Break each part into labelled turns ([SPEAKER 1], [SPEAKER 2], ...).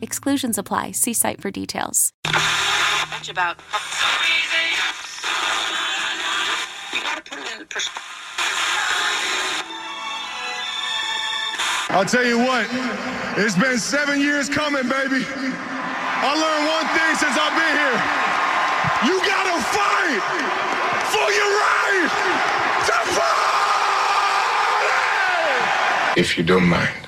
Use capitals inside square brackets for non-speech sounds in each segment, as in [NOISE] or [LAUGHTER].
[SPEAKER 1] Exclusions apply. See site for details.
[SPEAKER 2] Much about. You gotta put it in perspective.
[SPEAKER 3] I'll tell you what, it's been seven years coming, baby. I learned one thing since I've been here. You gotta fight for your right to party!
[SPEAKER 4] If you don't mind,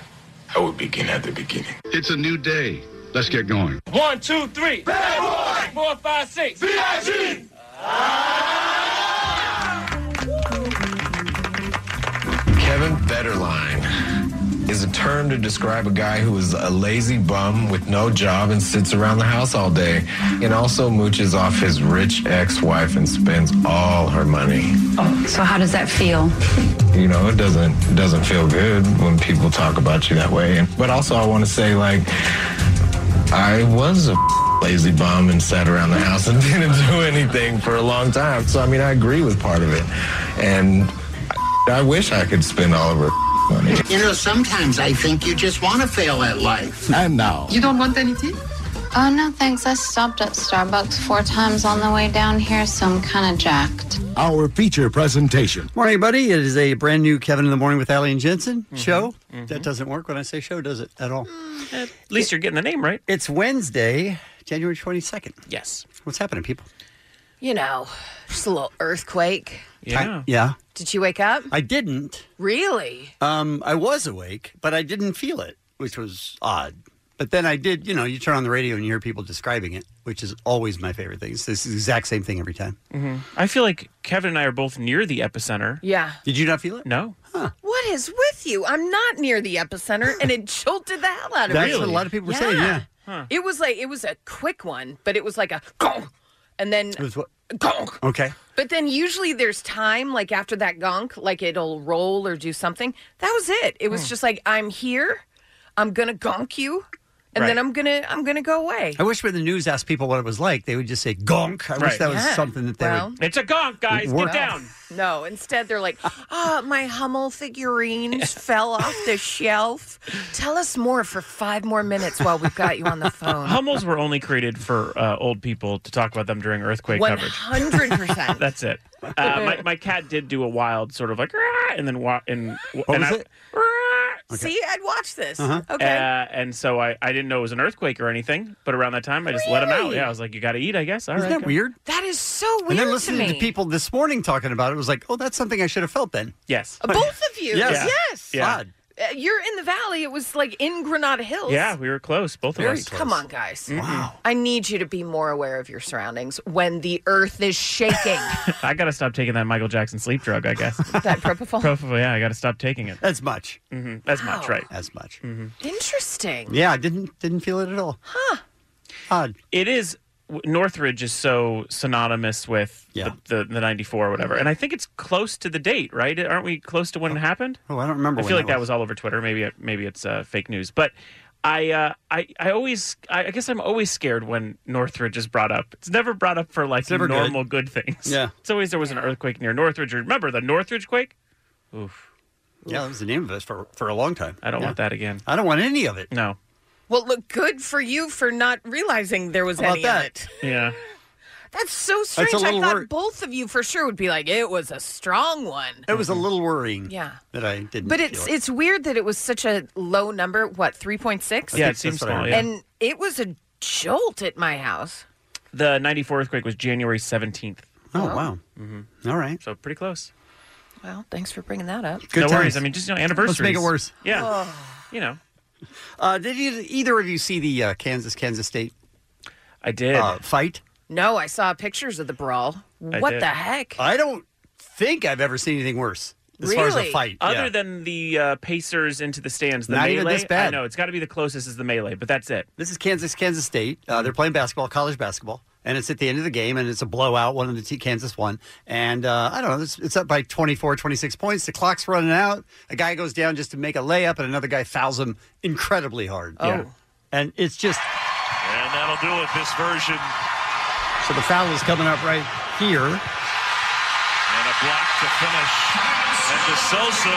[SPEAKER 4] I will begin at the beginning.
[SPEAKER 5] It's a new day. Let's get going.
[SPEAKER 6] One, two, three. Bad boy. Four, five, six.
[SPEAKER 7] Kevin Federline is a term to describe a guy who is a lazy bum with no job and sits around the house all day and also mooches off his rich ex-wife and spends all her money.
[SPEAKER 8] So how does that feel?
[SPEAKER 7] You know, it doesn't it doesn't feel good when people talk about you that way. And- But also I want to say like I was a [LAUGHS] lazy bum and sat around the house and [LAUGHS] didn't do anything for a long time. So I mean, I agree with part of it. And I wish I could spend all of her [LAUGHS] money.
[SPEAKER 9] You know, sometimes I think you just want to fail at life.
[SPEAKER 5] And now,
[SPEAKER 9] You don't want anything?
[SPEAKER 10] Oh, no, thanks. I stopped at Starbucks four times on the way down here, so I'm kind of jacked.
[SPEAKER 5] our feature presentation.
[SPEAKER 11] Morning, everybody. It is a brand new Kevin in the Morning with Allie and Jensen
[SPEAKER 6] Mm-hmm.
[SPEAKER 11] show. That doesn't work when I say show, does it? At all.
[SPEAKER 6] At least you're getting the name right.
[SPEAKER 11] It's Wednesday, January 22nd.
[SPEAKER 6] Yes.
[SPEAKER 11] What's happening, people?
[SPEAKER 12] You know, just a little earthquake.
[SPEAKER 6] Yeah.
[SPEAKER 11] Yeah.
[SPEAKER 12] Did you wake up?
[SPEAKER 11] I didn't.
[SPEAKER 12] Really?
[SPEAKER 11] Um, I was awake, but I didn't feel it, which was odd. But then I did, you know, you turn on the radio and you hear people describing it, which is always my favorite thing. It's this exact same thing every time.
[SPEAKER 6] I feel like Kevin and I are Mm-hmm. both near the epicenter.
[SPEAKER 12] Yeah.
[SPEAKER 11] Did you not feel it?
[SPEAKER 6] No.
[SPEAKER 12] What is with you? I'm not near the epicenter, and
[SPEAKER 11] [LAUGHS]
[SPEAKER 12] it jolted the hell out of
[SPEAKER 11] That's
[SPEAKER 12] me.
[SPEAKER 11] what a lot of people were saying, yeah.
[SPEAKER 12] It was like it was a quick one, but it was like a gong, and then
[SPEAKER 11] It was what?
[SPEAKER 12] gong.
[SPEAKER 11] Okay.
[SPEAKER 12] But then usually there's time, like after that gunk, like it'll roll or do something. That was it. It was
[SPEAKER 6] Hmm.
[SPEAKER 12] just like I'm here, I'm gonna gunk you, and then
[SPEAKER 6] Right.
[SPEAKER 12] I'm gonna I'm gonna go away.
[SPEAKER 11] I wish when the news asked people what it was like, they would just say gonk. I wish
[SPEAKER 6] Right.
[SPEAKER 11] that was
[SPEAKER 12] Yeah.
[SPEAKER 11] something that they
[SPEAKER 12] Well,
[SPEAKER 11] would.
[SPEAKER 6] It's a gonk, guys.
[SPEAKER 11] Work.
[SPEAKER 6] Get down.
[SPEAKER 12] No, instead they're
[SPEAKER 6] [LAUGHS]
[SPEAKER 12] like, ah, my Hummel figurines fell off the shelf. Tell us more for five more minutes while we've got you on the
[SPEAKER 6] [LAUGHS]
[SPEAKER 12] phone.
[SPEAKER 6] Hummels were only created for uh, old people to talk about them during earthquake
[SPEAKER 12] One
[SPEAKER 6] coverage.
[SPEAKER 12] hundred percent.
[SPEAKER 6] That's it.
[SPEAKER 12] [LAUGHS]
[SPEAKER 6] Uh, my, my cat did do a wild sort of like, "Rah," and then wa-
[SPEAKER 12] [GASPS]
[SPEAKER 6] and what and
[SPEAKER 11] was
[SPEAKER 6] I,
[SPEAKER 11] it?
[SPEAKER 6] "Rah."
[SPEAKER 12] See, I'd watch this.
[SPEAKER 11] Uh-huh.
[SPEAKER 12] Okay.
[SPEAKER 6] Uh, and so I, I didn't know it was an earthquake or anything, but around that time I just let him out.
[SPEAKER 12] Really?
[SPEAKER 6] Yeah, I was like, you got to eat, I guess. All right.
[SPEAKER 11] Isn't that
[SPEAKER 6] go."
[SPEAKER 11] weird?
[SPEAKER 12] that is so weird
[SPEAKER 11] And then
[SPEAKER 12] to
[SPEAKER 11] listening
[SPEAKER 12] me.
[SPEAKER 11] to, people this morning talking about it, it was like, oh, that's something I should have felt then.
[SPEAKER 6] Yes.
[SPEAKER 12] Uh, Both of you.
[SPEAKER 11] Yes.
[SPEAKER 12] Yes.
[SPEAKER 11] Yeah.
[SPEAKER 6] Yeah.
[SPEAKER 11] Odd.
[SPEAKER 12] Uh, you're in the valley. It was like in Granada Hills.
[SPEAKER 6] Yeah, we were close, both of
[SPEAKER 12] Very,
[SPEAKER 6] us.
[SPEAKER 12] come on, guys.
[SPEAKER 11] Wow.
[SPEAKER 12] I need you to be more aware of your surroundings when the earth is
[SPEAKER 11] [LAUGHS]
[SPEAKER 12] shaking.
[SPEAKER 6] I got to stop taking that Michael Jackson sleep drug, I guess.
[SPEAKER 12] that propofol.
[SPEAKER 6] Probably, yeah, I got to stop taking it.
[SPEAKER 11] As much.
[SPEAKER 6] hmm That's much,
[SPEAKER 12] Wow.
[SPEAKER 6] right? Mm-hmm.
[SPEAKER 11] As much.
[SPEAKER 12] Interesting.
[SPEAKER 11] Yeah, I didn't didn't feel it at all. Huh. Odd.
[SPEAKER 6] It is. w- Northridge is so synonymous with
[SPEAKER 11] Yeah.
[SPEAKER 6] the, the, the 94 or whatever. And I think it's close to the date, right? Aren't we close to when it happened?
[SPEAKER 11] Oh, I don't remember.
[SPEAKER 6] I
[SPEAKER 11] when
[SPEAKER 6] feel like that was all over Twitter. Maybe it, maybe it's uh, fake news, but I uh, I I always I, I guess I'm always scared when Northridge is brought up. It's never brought up for like
[SPEAKER 11] never good.
[SPEAKER 6] normal good. things.
[SPEAKER 11] Yeah.
[SPEAKER 6] [LAUGHS] it's always there was an earthquake near Northridge. Remember the Northridge quake?
[SPEAKER 11] Yeah, that was the name of it for for a long time.
[SPEAKER 6] I don't
[SPEAKER 11] Yeah.
[SPEAKER 6] want that again.
[SPEAKER 11] I don't want any of it.
[SPEAKER 6] No.
[SPEAKER 12] Well, look, good for you for not realizing there was
[SPEAKER 11] How about
[SPEAKER 12] any of
[SPEAKER 11] that?
[SPEAKER 12] it.
[SPEAKER 11] [LAUGHS]
[SPEAKER 6] Yeah.
[SPEAKER 12] That's so
[SPEAKER 11] a
[SPEAKER 12] strange. I
[SPEAKER 11] little
[SPEAKER 12] thought
[SPEAKER 11] wor-
[SPEAKER 12] both of you for sure would be like, it was a strong one.
[SPEAKER 11] It was a
[SPEAKER 6] Mm-hmm.
[SPEAKER 11] little worrying.
[SPEAKER 12] Yeah.
[SPEAKER 11] That I didn't.
[SPEAKER 12] But
[SPEAKER 11] feel
[SPEAKER 12] it's it's weird that it was such a low number. What three point six?
[SPEAKER 6] yeah, it
[SPEAKER 11] that's
[SPEAKER 6] seems
[SPEAKER 11] what I
[SPEAKER 6] small.
[SPEAKER 11] heard.
[SPEAKER 6] Yeah.
[SPEAKER 12] And it was a jolt at my house.
[SPEAKER 6] the 94 earthquake was January 17th,
[SPEAKER 11] Oh wow. Mm-hmm. All right.
[SPEAKER 6] so pretty close.
[SPEAKER 12] Well, thanks for bringing that up.
[SPEAKER 11] Good
[SPEAKER 6] no worries.
[SPEAKER 11] times.
[SPEAKER 6] I mean, just you know, anniversaries.
[SPEAKER 11] worse.
[SPEAKER 6] Yeah. You know,
[SPEAKER 11] Uh, did you, either of you see the uh, Kansas Kansas State
[SPEAKER 6] I did.
[SPEAKER 11] uh, fight?
[SPEAKER 12] No, I saw pictures of the brawl.
[SPEAKER 6] I
[SPEAKER 12] what
[SPEAKER 6] did.
[SPEAKER 12] the heck?
[SPEAKER 11] I don't think I've ever seen anything worse. as far as a fight.
[SPEAKER 6] Other
[SPEAKER 11] yeah.
[SPEAKER 6] than the uh, Pacers into the stands, the
[SPEAKER 11] Not
[SPEAKER 6] melee.
[SPEAKER 11] even this bad.
[SPEAKER 6] I know it's got to be the closest is the melee, but that's it.
[SPEAKER 11] This is Kansas, Kansas State. Uh, they're playing basketball, college basketball, and it's at the end of the game, and it's a blowout. One of the te- Kansas won, and uh, I don't know. It's, it's up by 24, 26 points. The clock's running out. A guy goes down just to make a layup, and another guy fouls him incredibly hard.
[SPEAKER 13] Oh. Yeah.
[SPEAKER 11] and it's just
[SPEAKER 13] And that'll do it, this version.
[SPEAKER 11] so the foul is coming up right here.
[SPEAKER 13] And a block to finish. And DeSosa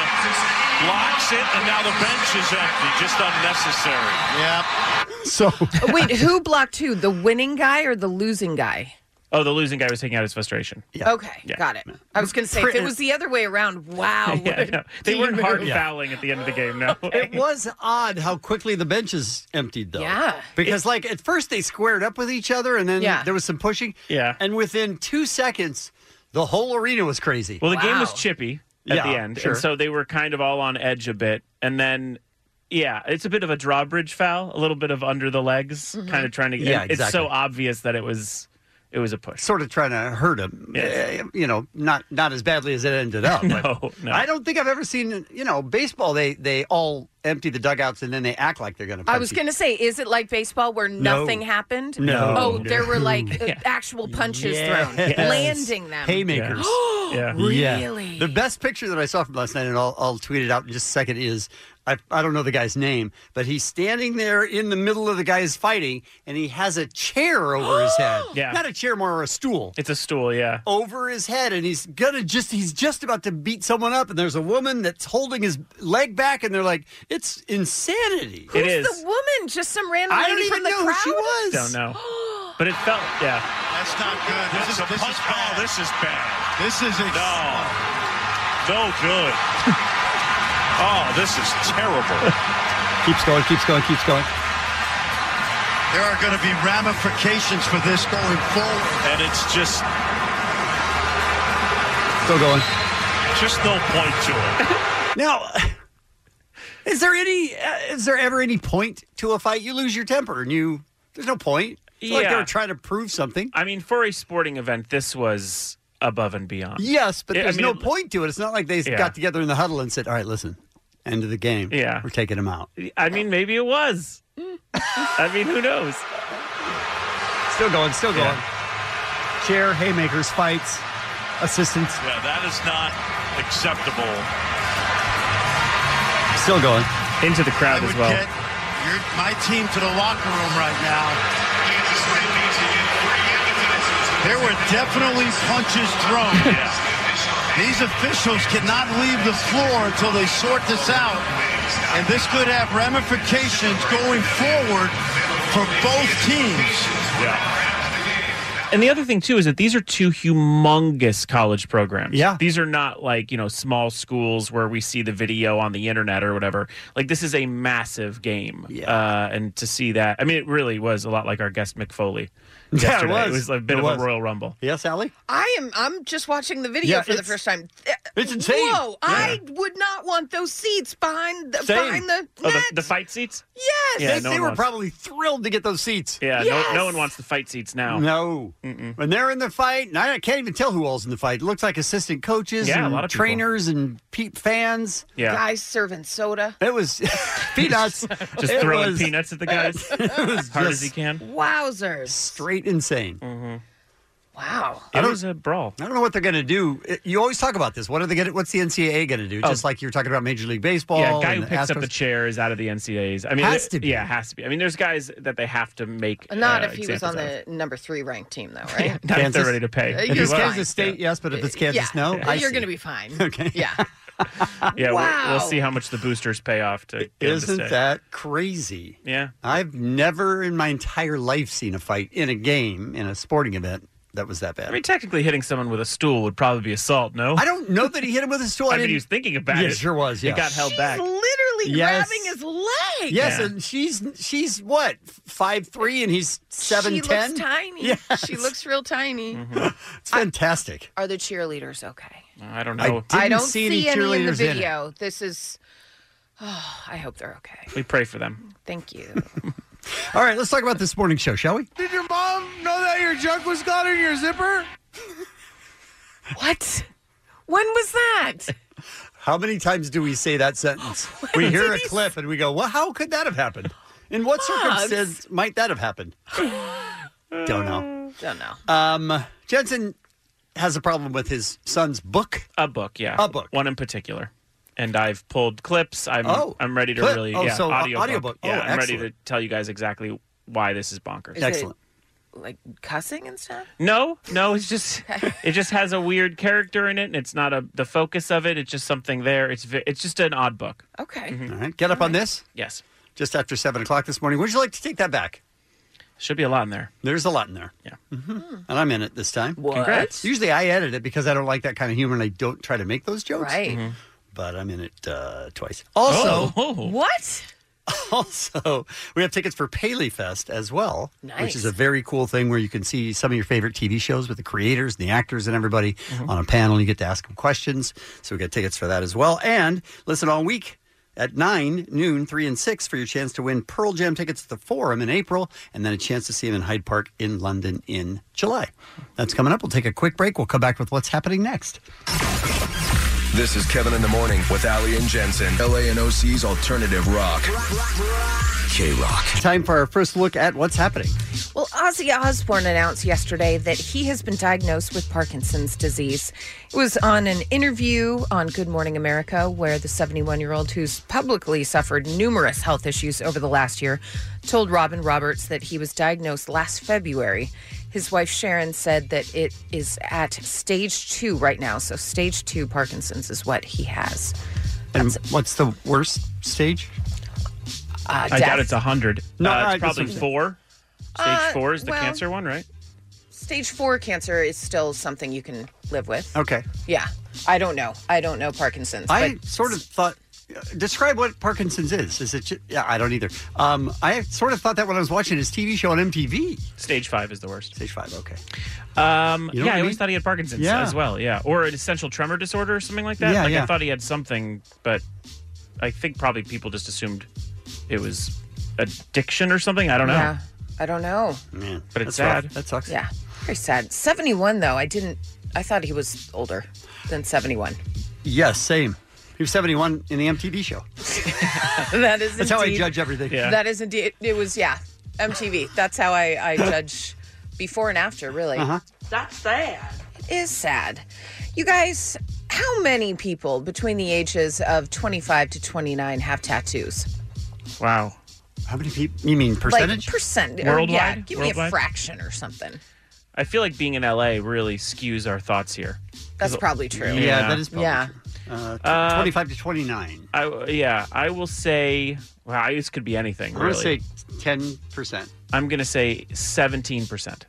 [SPEAKER 13] blocks it, and now the bench is empty. Just unnecessary.
[SPEAKER 11] Yep. [LAUGHS] So
[SPEAKER 12] Uh, Wait, who blocked who? The winning guy or the losing guy?
[SPEAKER 6] Oh, the losing guy was taking out his frustration.
[SPEAKER 12] Okay, got it. I was going to say, if it was the other way around,
[SPEAKER 11] [LAUGHS]
[SPEAKER 12] wow.
[SPEAKER 6] Yeah, I
[SPEAKER 12] what a
[SPEAKER 6] know. They weren't
[SPEAKER 12] team
[SPEAKER 6] hard
[SPEAKER 12] move.
[SPEAKER 6] fouling at the end of the game. No.
[SPEAKER 11] It was odd how quickly the benches emptied, though.
[SPEAKER 12] Yeah.
[SPEAKER 11] Because, like, at first they squared up with each other, and then
[SPEAKER 6] Yeah.
[SPEAKER 11] there was some pushing.
[SPEAKER 6] Yeah.
[SPEAKER 11] And within two seconds, the whole arena was crazy.
[SPEAKER 6] Well, the game was chippy at
[SPEAKER 11] Yeah,
[SPEAKER 6] the end,
[SPEAKER 11] sure.
[SPEAKER 6] and so they were kind of all on edge a bit. And then, yeah, it's a bit of a drawbridge foul, a little bit of under the legs,
[SPEAKER 11] Mhm.
[SPEAKER 6] kind of trying to. get
[SPEAKER 11] Yeah,
[SPEAKER 6] It's so
[SPEAKER 11] exactly.
[SPEAKER 6] obvious that it was, it was a push.
[SPEAKER 11] Sort of trying to hurt him.
[SPEAKER 6] Yes.
[SPEAKER 11] Uh, you know, not not as badly as it
[SPEAKER 6] [LAUGHS]
[SPEAKER 11] ended up.
[SPEAKER 6] no, no.
[SPEAKER 11] I don't think I've ever seen, you know, baseball, they, they all empty the dugouts and then they act like they're going to
[SPEAKER 12] I was going to say, is it like baseball where
[SPEAKER 11] No.
[SPEAKER 12] nothing happened?
[SPEAKER 11] No.
[SPEAKER 12] Oh, there were
[SPEAKER 11] [LAUGHS]
[SPEAKER 12] like uh, actual punches
[SPEAKER 11] Yes.
[SPEAKER 12] thrown, landing them. [GASPS]
[SPEAKER 6] [GASPS]
[SPEAKER 11] Haymakers.
[SPEAKER 12] yeah. Really?
[SPEAKER 11] The best picture that I saw from last night, and I'll, I'll tweet it out in just a second, is I, I don't know the guy's name, but he's standing there in the middle of the guys fighting, and he has a chair over [GASPS] his head.
[SPEAKER 6] Yeah.
[SPEAKER 11] Not a chair, more a stool.
[SPEAKER 6] It's a stool, yeah.
[SPEAKER 11] Over his head, and he's gonna just—he's just about to beat someone up, and there's a woman that's holding his leg back, and they're like, "It's insanity."
[SPEAKER 12] Who's the woman? Just some random
[SPEAKER 11] I
[SPEAKER 12] lady
[SPEAKER 11] don't
[SPEAKER 12] from
[SPEAKER 11] even
[SPEAKER 12] the
[SPEAKER 11] know who
[SPEAKER 12] crowd?
[SPEAKER 11] she was.
[SPEAKER 6] Don't know. But it felt, yeah.
[SPEAKER 13] That's not good. This, is a punch ball. This is bad. This is no, no good. oh, this is terrible.
[SPEAKER 11] [GASPS] Keeps going, keeps going, keeps going.
[SPEAKER 14] There are going to be ramifications for this going forward.
[SPEAKER 13] and it's just,
[SPEAKER 11] Still going.
[SPEAKER 13] just no point to it.
[SPEAKER 6] [LAUGHS]
[SPEAKER 11] Now, is there any? Uh, is there ever any point to a fight? You lose your temper, and you there's no point. It's not like they were trying to prove something.
[SPEAKER 6] I mean, for a sporting event, this was above and beyond.
[SPEAKER 11] Yes, but
[SPEAKER 6] Yeah, I
[SPEAKER 11] there's
[SPEAKER 6] mean,
[SPEAKER 11] no
[SPEAKER 6] it-
[SPEAKER 11] point to it. It's not like they
[SPEAKER 6] Yeah.
[SPEAKER 11] got together in the huddle and said, "All right, listen, end of the game.
[SPEAKER 6] Yeah.
[SPEAKER 11] we're taking him out."
[SPEAKER 6] I mean, maybe it was. I mean, who knows?
[SPEAKER 11] Still going, still going. Chair haymakers fights assistance
[SPEAKER 13] Yeah, that is not acceptable.
[SPEAKER 11] still going
[SPEAKER 6] into the crowd as well.
[SPEAKER 14] Get your, my team to the locker room right now. There were definitely punches
[SPEAKER 6] [LAUGHS]
[SPEAKER 14] thrown. These officials cannot leave the floor until they sort this out. And this could have ramifications going forward for both teams.
[SPEAKER 6] And the other thing too is that these are two humongous college programs. Yeah, these are not like you know small schools where we see the video on the internet or whatever. Like this is a massive game. Yeah, uh, and to see that, I mean, it really was a lot like our guest McFoley.
[SPEAKER 11] Yeah, it
[SPEAKER 6] Yesterday.
[SPEAKER 11] was.
[SPEAKER 6] a bit
[SPEAKER 11] It
[SPEAKER 6] of
[SPEAKER 11] was.
[SPEAKER 6] a Royal Rumble.
[SPEAKER 11] Yes, Allie.
[SPEAKER 12] I am. I'm just watching the video
[SPEAKER 6] Yeah,
[SPEAKER 12] for the
[SPEAKER 6] it's-
[SPEAKER 12] first time. Th-
[SPEAKER 6] it's insane.
[SPEAKER 12] Uh, Whoa!
[SPEAKER 6] Yeah.
[SPEAKER 12] I would not want those seats behind the
[SPEAKER 6] Same.
[SPEAKER 12] behind the
[SPEAKER 6] Oh,
[SPEAKER 12] net.
[SPEAKER 6] the, the fight seats.
[SPEAKER 12] yes.
[SPEAKER 6] Yeah, no one wants-
[SPEAKER 11] probably thrilled to get those seats.
[SPEAKER 6] Yeah, no,
[SPEAKER 11] Yes.
[SPEAKER 6] no one wants the fight seats now.
[SPEAKER 11] No, when they're in the fight, and I can't even tell who all's in the fight. It looks like assistant coaches,
[SPEAKER 6] Yeah, a
[SPEAKER 11] and
[SPEAKER 6] lot of people.
[SPEAKER 11] trainers, and peep fans.
[SPEAKER 12] Guys serving soda.
[SPEAKER 11] It was [LAUGHS] peanuts.
[SPEAKER 6] Just
[SPEAKER 11] It
[SPEAKER 6] throwing
[SPEAKER 11] was-
[SPEAKER 6] peanuts at the
[SPEAKER 11] [LAUGHS]
[SPEAKER 6] guys as hard as he
[SPEAKER 11] just
[SPEAKER 6] can.
[SPEAKER 12] Wowzers!
[SPEAKER 11] Straight insane.
[SPEAKER 12] Wow.
[SPEAKER 11] I
[SPEAKER 6] It
[SPEAKER 11] don't-
[SPEAKER 6] was a brawl.
[SPEAKER 11] I don't know what they're going to do. It- You always talk about this. What are they going? to What's the NCAA going to do?
[SPEAKER 6] Oh.
[SPEAKER 11] Just like you were talking about Major League Baseball.
[SPEAKER 6] Yeah, guy
[SPEAKER 11] and
[SPEAKER 6] who picks up
[SPEAKER 11] Astros.
[SPEAKER 6] the chair is out of the NCAAs. I mean,
[SPEAKER 11] Has
[SPEAKER 6] it- yeah, has to be. I mean, there's guys that they have to make.
[SPEAKER 12] Not
[SPEAKER 6] uh,
[SPEAKER 12] if he was on
[SPEAKER 6] examples
[SPEAKER 12] the number three ranked team,
[SPEAKER 6] [LAUGHS]
[SPEAKER 12] though, right?
[SPEAKER 6] Not if they're ready to pay. [LAUGHS]
[SPEAKER 12] Uh,
[SPEAKER 11] If
[SPEAKER 12] you're
[SPEAKER 11] it's
[SPEAKER 12] fine.
[SPEAKER 11] Kansas State, yes, but if it's Kansas,
[SPEAKER 12] yeah.
[SPEAKER 11] no. I
[SPEAKER 12] You're
[SPEAKER 11] see.
[SPEAKER 12] going to be fine.
[SPEAKER 11] [LAUGHS] Okay.
[SPEAKER 12] Yeah.
[SPEAKER 6] of. [LAUGHS] Yeah, we'll,
[SPEAKER 12] Wow.
[SPEAKER 6] we'll see how much the boosters pay off to. Get him to
[SPEAKER 11] Isn't
[SPEAKER 6] stay.
[SPEAKER 11] that crazy?
[SPEAKER 6] Yeah.
[SPEAKER 11] I've never in my entire life seen a fight in a game in a sporting event that was that bad.
[SPEAKER 6] I mean, technically, hitting someone with a stool would probably be assault. No,
[SPEAKER 11] I don't know that he hit him with a stool.
[SPEAKER 6] [LAUGHS] I,
[SPEAKER 11] I
[SPEAKER 6] mean,
[SPEAKER 11] didn't-
[SPEAKER 6] he was thinking about
[SPEAKER 11] Yeah,
[SPEAKER 6] it.
[SPEAKER 11] sure was, yeah.
[SPEAKER 6] He got held back.
[SPEAKER 12] Literally
[SPEAKER 11] Yes.
[SPEAKER 12] grabbing his leg.
[SPEAKER 11] Yes, and she's she's what five three, and he's seven
[SPEAKER 12] she
[SPEAKER 11] ten.
[SPEAKER 12] looks tiny. [LAUGHS]
[SPEAKER 11] Yes.
[SPEAKER 12] She looks real tiny.
[SPEAKER 6] Mm-hmm.
[SPEAKER 11] It's fantastic.
[SPEAKER 12] Are the cheerleaders okay?
[SPEAKER 6] I don't
[SPEAKER 11] I
[SPEAKER 6] know.
[SPEAKER 11] didn't
[SPEAKER 12] I don't
[SPEAKER 11] see any
[SPEAKER 12] in the
[SPEAKER 11] cheerleaders in it.
[SPEAKER 12] video. This is. [SIGHS] Oh, I hope they're okay.
[SPEAKER 6] We pray for them.
[SPEAKER 12] Thank you.
[SPEAKER 11] All right, let's talk about this morning show, shall we?
[SPEAKER 7] Did your mom know that your junk was gone in
[SPEAKER 12] [LAUGHS]
[SPEAKER 7] your zipper?
[SPEAKER 12] what? When was that?
[SPEAKER 11] How many times do we say
[SPEAKER 12] [GASPS]
[SPEAKER 11] that sentence? we hear a clip and we go, well, how could that have happened? In what
[SPEAKER 12] Bob's.
[SPEAKER 11] circumstance might that have happened? Don't know.
[SPEAKER 12] Don't
[SPEAKER 6] [LAUGHS]
[SPEAKER 12] know.
[SPEAKER 11] Um, Jensen has a problem with his son's book.
[SPEAKER 6] A book, yeah.
[SPEAKER 11] A book.
[SPEAKER 6] One in particular. And I've pulled clips. I'm
[SPEAKER 11] Oh,
[SPEAKER 6] I'm ready to
[SPEAKER 11] clip.
[SPEAKER 6] really
[SPEAKER 11] Oh,
[SPEAKER 6] yeah,
[SPEAKER 11] so, uh,
[SPEAKER 6] audiobook.
[SPEAKER 11] audiobook. Oh,
[SPEAKER 6] Yeah, I'm ready to
[SPEAKER 11] excellent.
[SPEAKER 6] tell you guys exactly why this is bonkers.
[SPEAKER 12] Is It, like cussing and stuff?
[SPEAKER 6] No, no, it's just it just has a weird character in it, and it's not a the focus of it. It's just something there. It's ve- it's just an odd book.
[SPEAKER 12] Okay.
[SPEAKER 11] All right. Get up on this.
[SPEAKER 6] Mm-hmm. Yes.
[SPEAKER 11] Just after 7 o'clock this morning. Would you like to take that back?
[SPEAKER 6] Should be a lot in there.
[SPEAKER 11] There's a lot in there.
[SPEAKER 6] Yeah.
[SPEAKER 11] And I'm in it this time.
[SPEAKER 12] What? Congrats.
[SPEAKER 11] Usually I edit it because I don't like that kind of humor and I don't try to make those jokes.
[SPEAKER 12] Right. Mhm.
[SPEAKER 11] But I'm in it uh, twice. [LAUGHS] Also,
[SPEAKER 6] Oh.
[SPEAKER 7] Oh.
[SPEAKER 12] What?
[SPEAKER 11] [LAUGHS] also, we have tickets for Paley Fest as well, which
[SPEAKER 12] Nice.
[SPEAKER 11] is a very cool thing where you can see some of your favorite TV shows with the creators and the actors and everybody
[SPEAKER 12] Mm-hmm.
[SPEAKER 11] on a panel. You get to ask them questions. So we got tickets for that as well. And listen all week at 9, noon, 3, and 6 for your chance to win Pearl Jam tickets at the Forum in April and then a chance to see him in Hyde Park in London in July. That's coming up. We'll take a quick break. We'll come back with what's happening next.
[SPEAKER 15] This is Kevin in the Morning with Ali and Jensen. LA and OC's alternative rock. K Rock.
[SPEAKER 11] Time for our first look at what's happening.
[SPEAKER 12] Well, Ozzy Osbourne announced yesterday that he has been diagnosed with Parkinson's disease. It was on an interview on Good Morning America where the 71 year old, who's publicly suffered numerous health issues over the last year, told Robin Roberts that he was diagnosed last February. His wife Sharon said that it is at stage two right now. So, stage two Parkinson's is what he has.
[SPEAKER 11] And what's the worst stage?
[SPEAKER 12] Uh,
[SPEAKER 6] I doubt
[SPEAKER 12] death.
[SPEAKER 6] it's a hundred.
[SPEAKER 11] No,
[SPEAKER 6] uh,
[SPEAKER 11] I
[SPEAKER 6] it's
[SPEAKER 11] just
[SPEAKER 6] probably
[SPEAKER 11] was-
[SPEAKER 6] four. Stage
[SPEAKER 12] Uh,
[SPEAKER 6] four is the
[SPEAKER 12] well-
[SPEAKER 6] cancer one, right?
[SPEAKER 12] Stage four cancer is still something you can live with.
[SPEAKER 11] Okay.
[SPEAKER 12] Yeah. I don't know. I don't know Parkinson's.
[SPEAKER 11] Oh. I
[SPEAKER 12] but
[SPEAKER 11] sort of thought. Describe what Parkinson's is. Is it? Just, yeah, I don't either. Um, I sort of thought that when I was watching his TV show on MTV.
[SPEAKER 6] Stage five is the worst.
[SPEAKER 11] Stage five. Okay.
[SPEAKER 6] Um,
[SPEAKER 11] You
[SPEAKER 6] yeah,
[SPEAKER 11] know what I
[SPEAKER 6] I,
[SPEAKER 11] mean?
[SPEAKER 6] always thought he had Parkinson's
[SPEAKER 11] Yeah.
[SPEAKER 6] as well. Yeah, or an essential tremor disorder or something like that.
[SPEAKER 11] Yeah,
[SPEAKER 6] like
[SPEAKER 11] yeah.
[SPEAKER 6] I thought he had something, but I think probably people just assumed it was addiction or something. I don't know.
[SPEAKER 12] Yeah. I don't know.
[SPEAKER 11] Man,
[SPEAKER 6] but it's
[SPEAKER 12] that's rough.
[SPEAKER 6] sad.
[SPEAKER 11] That sucks.
[SPEAKER 12] Yeah. Very sad. 71, though. I didn't. I thought he was older than 71.
[SPEAKER 11] Yes, same. He was seventy-one in the MTV show.
[SPEAKER 12] [LAUGHS] that is
[SPEAKER 11] That's how I
[SPEAKER 12] indeed-
[SPEAKER 11] judge everything.
[SPEAKER 12] That is indeed. It was, yeah. MTV. That's how I,
[SPEAKER 11] [LAUGHS]
[SPEAKER 12] I judge before and after, really.
[SPEAKER 11] Uh-huh.
[SPEAKER 12] That's sad. It is sad. You guys, how many people between the ages of 25 to 29 have tattoos?
[SPEAKER 6] Wow.
[SPEAKER 11] How many people? You mean percentage?
[SPEAKER 12] Like percent. or, yeah,
[SPEAKER 6] Worldwide?
[SPEAKER 12] give me a
[SPEAKER 6] Worldwide?
[SPEAKER 12] fraction or something.
[SPEAKER 6] I feel like being in LA really skews our thoughts here.
[SPEAKER 12] That's probably true.
[SPEAKER 11] yeah, that is probably
[SPEAKER 12] yeah.
[SPEAKER 11] true. Uh, t-
[SPEAKER 6] Uh,
[SPEAKER 11] Twenty-five to twenty-nine.
[SPEAKER 6] I yeah, I will say. Wow, this could be anything.
[SPEAKER 11] I'm
[SPEAKER 6] really.
[SPEAKER 11] gonna say ten percent.
[SPEAKER 6] I'm gonna say seventeen percent.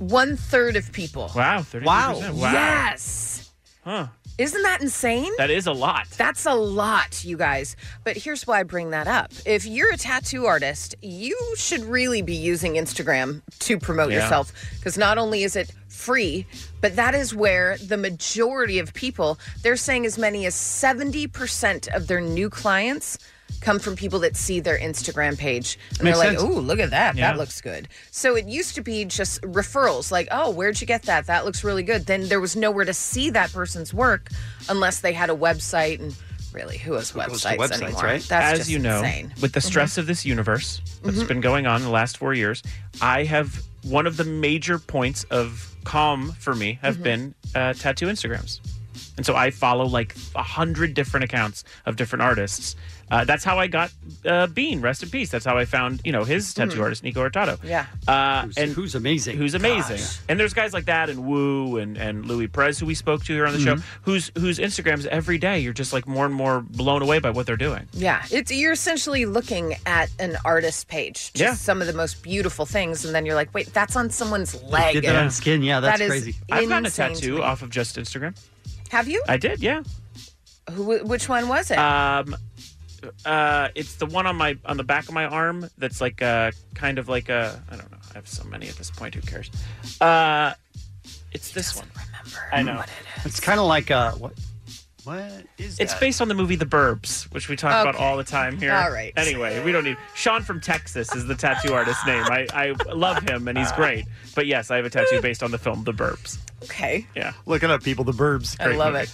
[SPEAKER 12] One third of people.
[SPEAKER 6] Wow, thirty. Wow.
[SPEAKER 12] Yes.
[SPEAKER 6] Huh.
[SPEAKER 12] Isn't that insane?
[SPEAKER 6] That is a lot.
[SPEAKER 12] That's a lot, you guys. But here's why I bring that up. If you're a tattoo artist, you should really be using Instagram to promote
[SPEAKER 16] Yeah.
[SPEAKER 12] yourself because not only is it free, but that is where the majority of people, they're saying as many as 70% of their new clients come from people that see their Instagram page and
[SPEAKER 16] Makes
[SPEAKER 12] they're
[SPEAKER 16] sense.
[SPEAKER 12] like, "Ooh, look at that.
[SPEAKER 16] Yeah.
[SPEAKER 12] That looks good." So it used to be just referrals like, "Oh, where'd you get that? That looks really good." Then there was nowhere to see that person's work unless they had a website and really who has
[SPEAKER 6] goes
[SPEAKER 12] websites,
[SPEAKER 6] to websites,
[SPEAKER 12] anymore?
[SPEAKER 6] right? Mm-hmm.
[SPEAKER 12] That's
[SPEAKER 6] As
[SPEAKER 12] just
[SPEAKER 6] you know,
[SPEAKER 12] insane.
[SPEAKER 6] with the stress of this universe that's been going on in the last four years, I have one of the major points of calm for me have
[SPEAKER 12] Mhm.
[SPEAKER 6] been uh, tattoo Instagrams, and so I follow like a hundred different accounts of different artists. Uh, that's how I got uh, Bean, rest in peace. That's how I found you know his tattoo
[SPEAKER 12] Mhm.
[SPEAKER 6] artist Nico Hurtado.
[SPEAKER 12] Yeah.
[SPEAKER 6] Uh, and
[SPEAKER 11] who's amazing?
[SPEAKER 6] Who's amazing?
[SPEAKER 11] Gosh.
[SPEAKER 6] And there's guys like that, and Wu, and and Louis Perez, who we spoke to here on the
[SPEAKER 12] Mhm.
[SPEAKER 6] show,
[SPEAKER 11] Mm-hmm.
[SPEAKER 6] whose whose Instagrams every day you're just like more and more blown away by what they're doing.
[SPEAKER 12] Yeah, it's you're essentially looking at an artist page, just
[SPEAKER 6] Yeah.
[SPEAKER 12] some of the most beautiful things, and then you're like, "Wait, that's on someone's
[SPEAKER 11] They
[SPEAKER 12] leg."
[SPEAKER 11] did that on skin. Yeah, that's
[SPEAKER 12] That is
[SPEAKER 11] crazy.
[SPEAKER 6] I've gotten a
[SPEAKER 12] insane to me.
[SPEAKER 6] tattoo off of just Instagram.
[SPEAKER 12] Have you?
[SPEAKER 6] I did, yeah.
[SPEAKER 12] Who? Which one was it?
[SPEAKER 6] Um, uh, it's the one on my on the back of my arm that's like a kind of like a I don't know. I have so many at this point. Who cares? Uh, it's this one. I know.
[SPEAKER 11] It's kind of like uh, what? What is
[SPEAKER 6] It's
[SPEAKER 11] that?
[SPEAKER 6] based on the movie The Burbs, which we talk about
[SPEAKER 11] Okay.
[SPEAKER 6] all the time here.
[SPEAKER 11] All right.
[SPEAKER 6] Anyway, we don't need Sean from Texas is the tattoo artist's name. I, I love him and he's great. But yes, I have a tattoo based on the film The Burbs.
[SPEAKER 12] Okay.
[SPEAKER 6] Yeah.
[SPEAKER 11] Look it up, people. The Burbs.
[SPEAKER 12] I love it.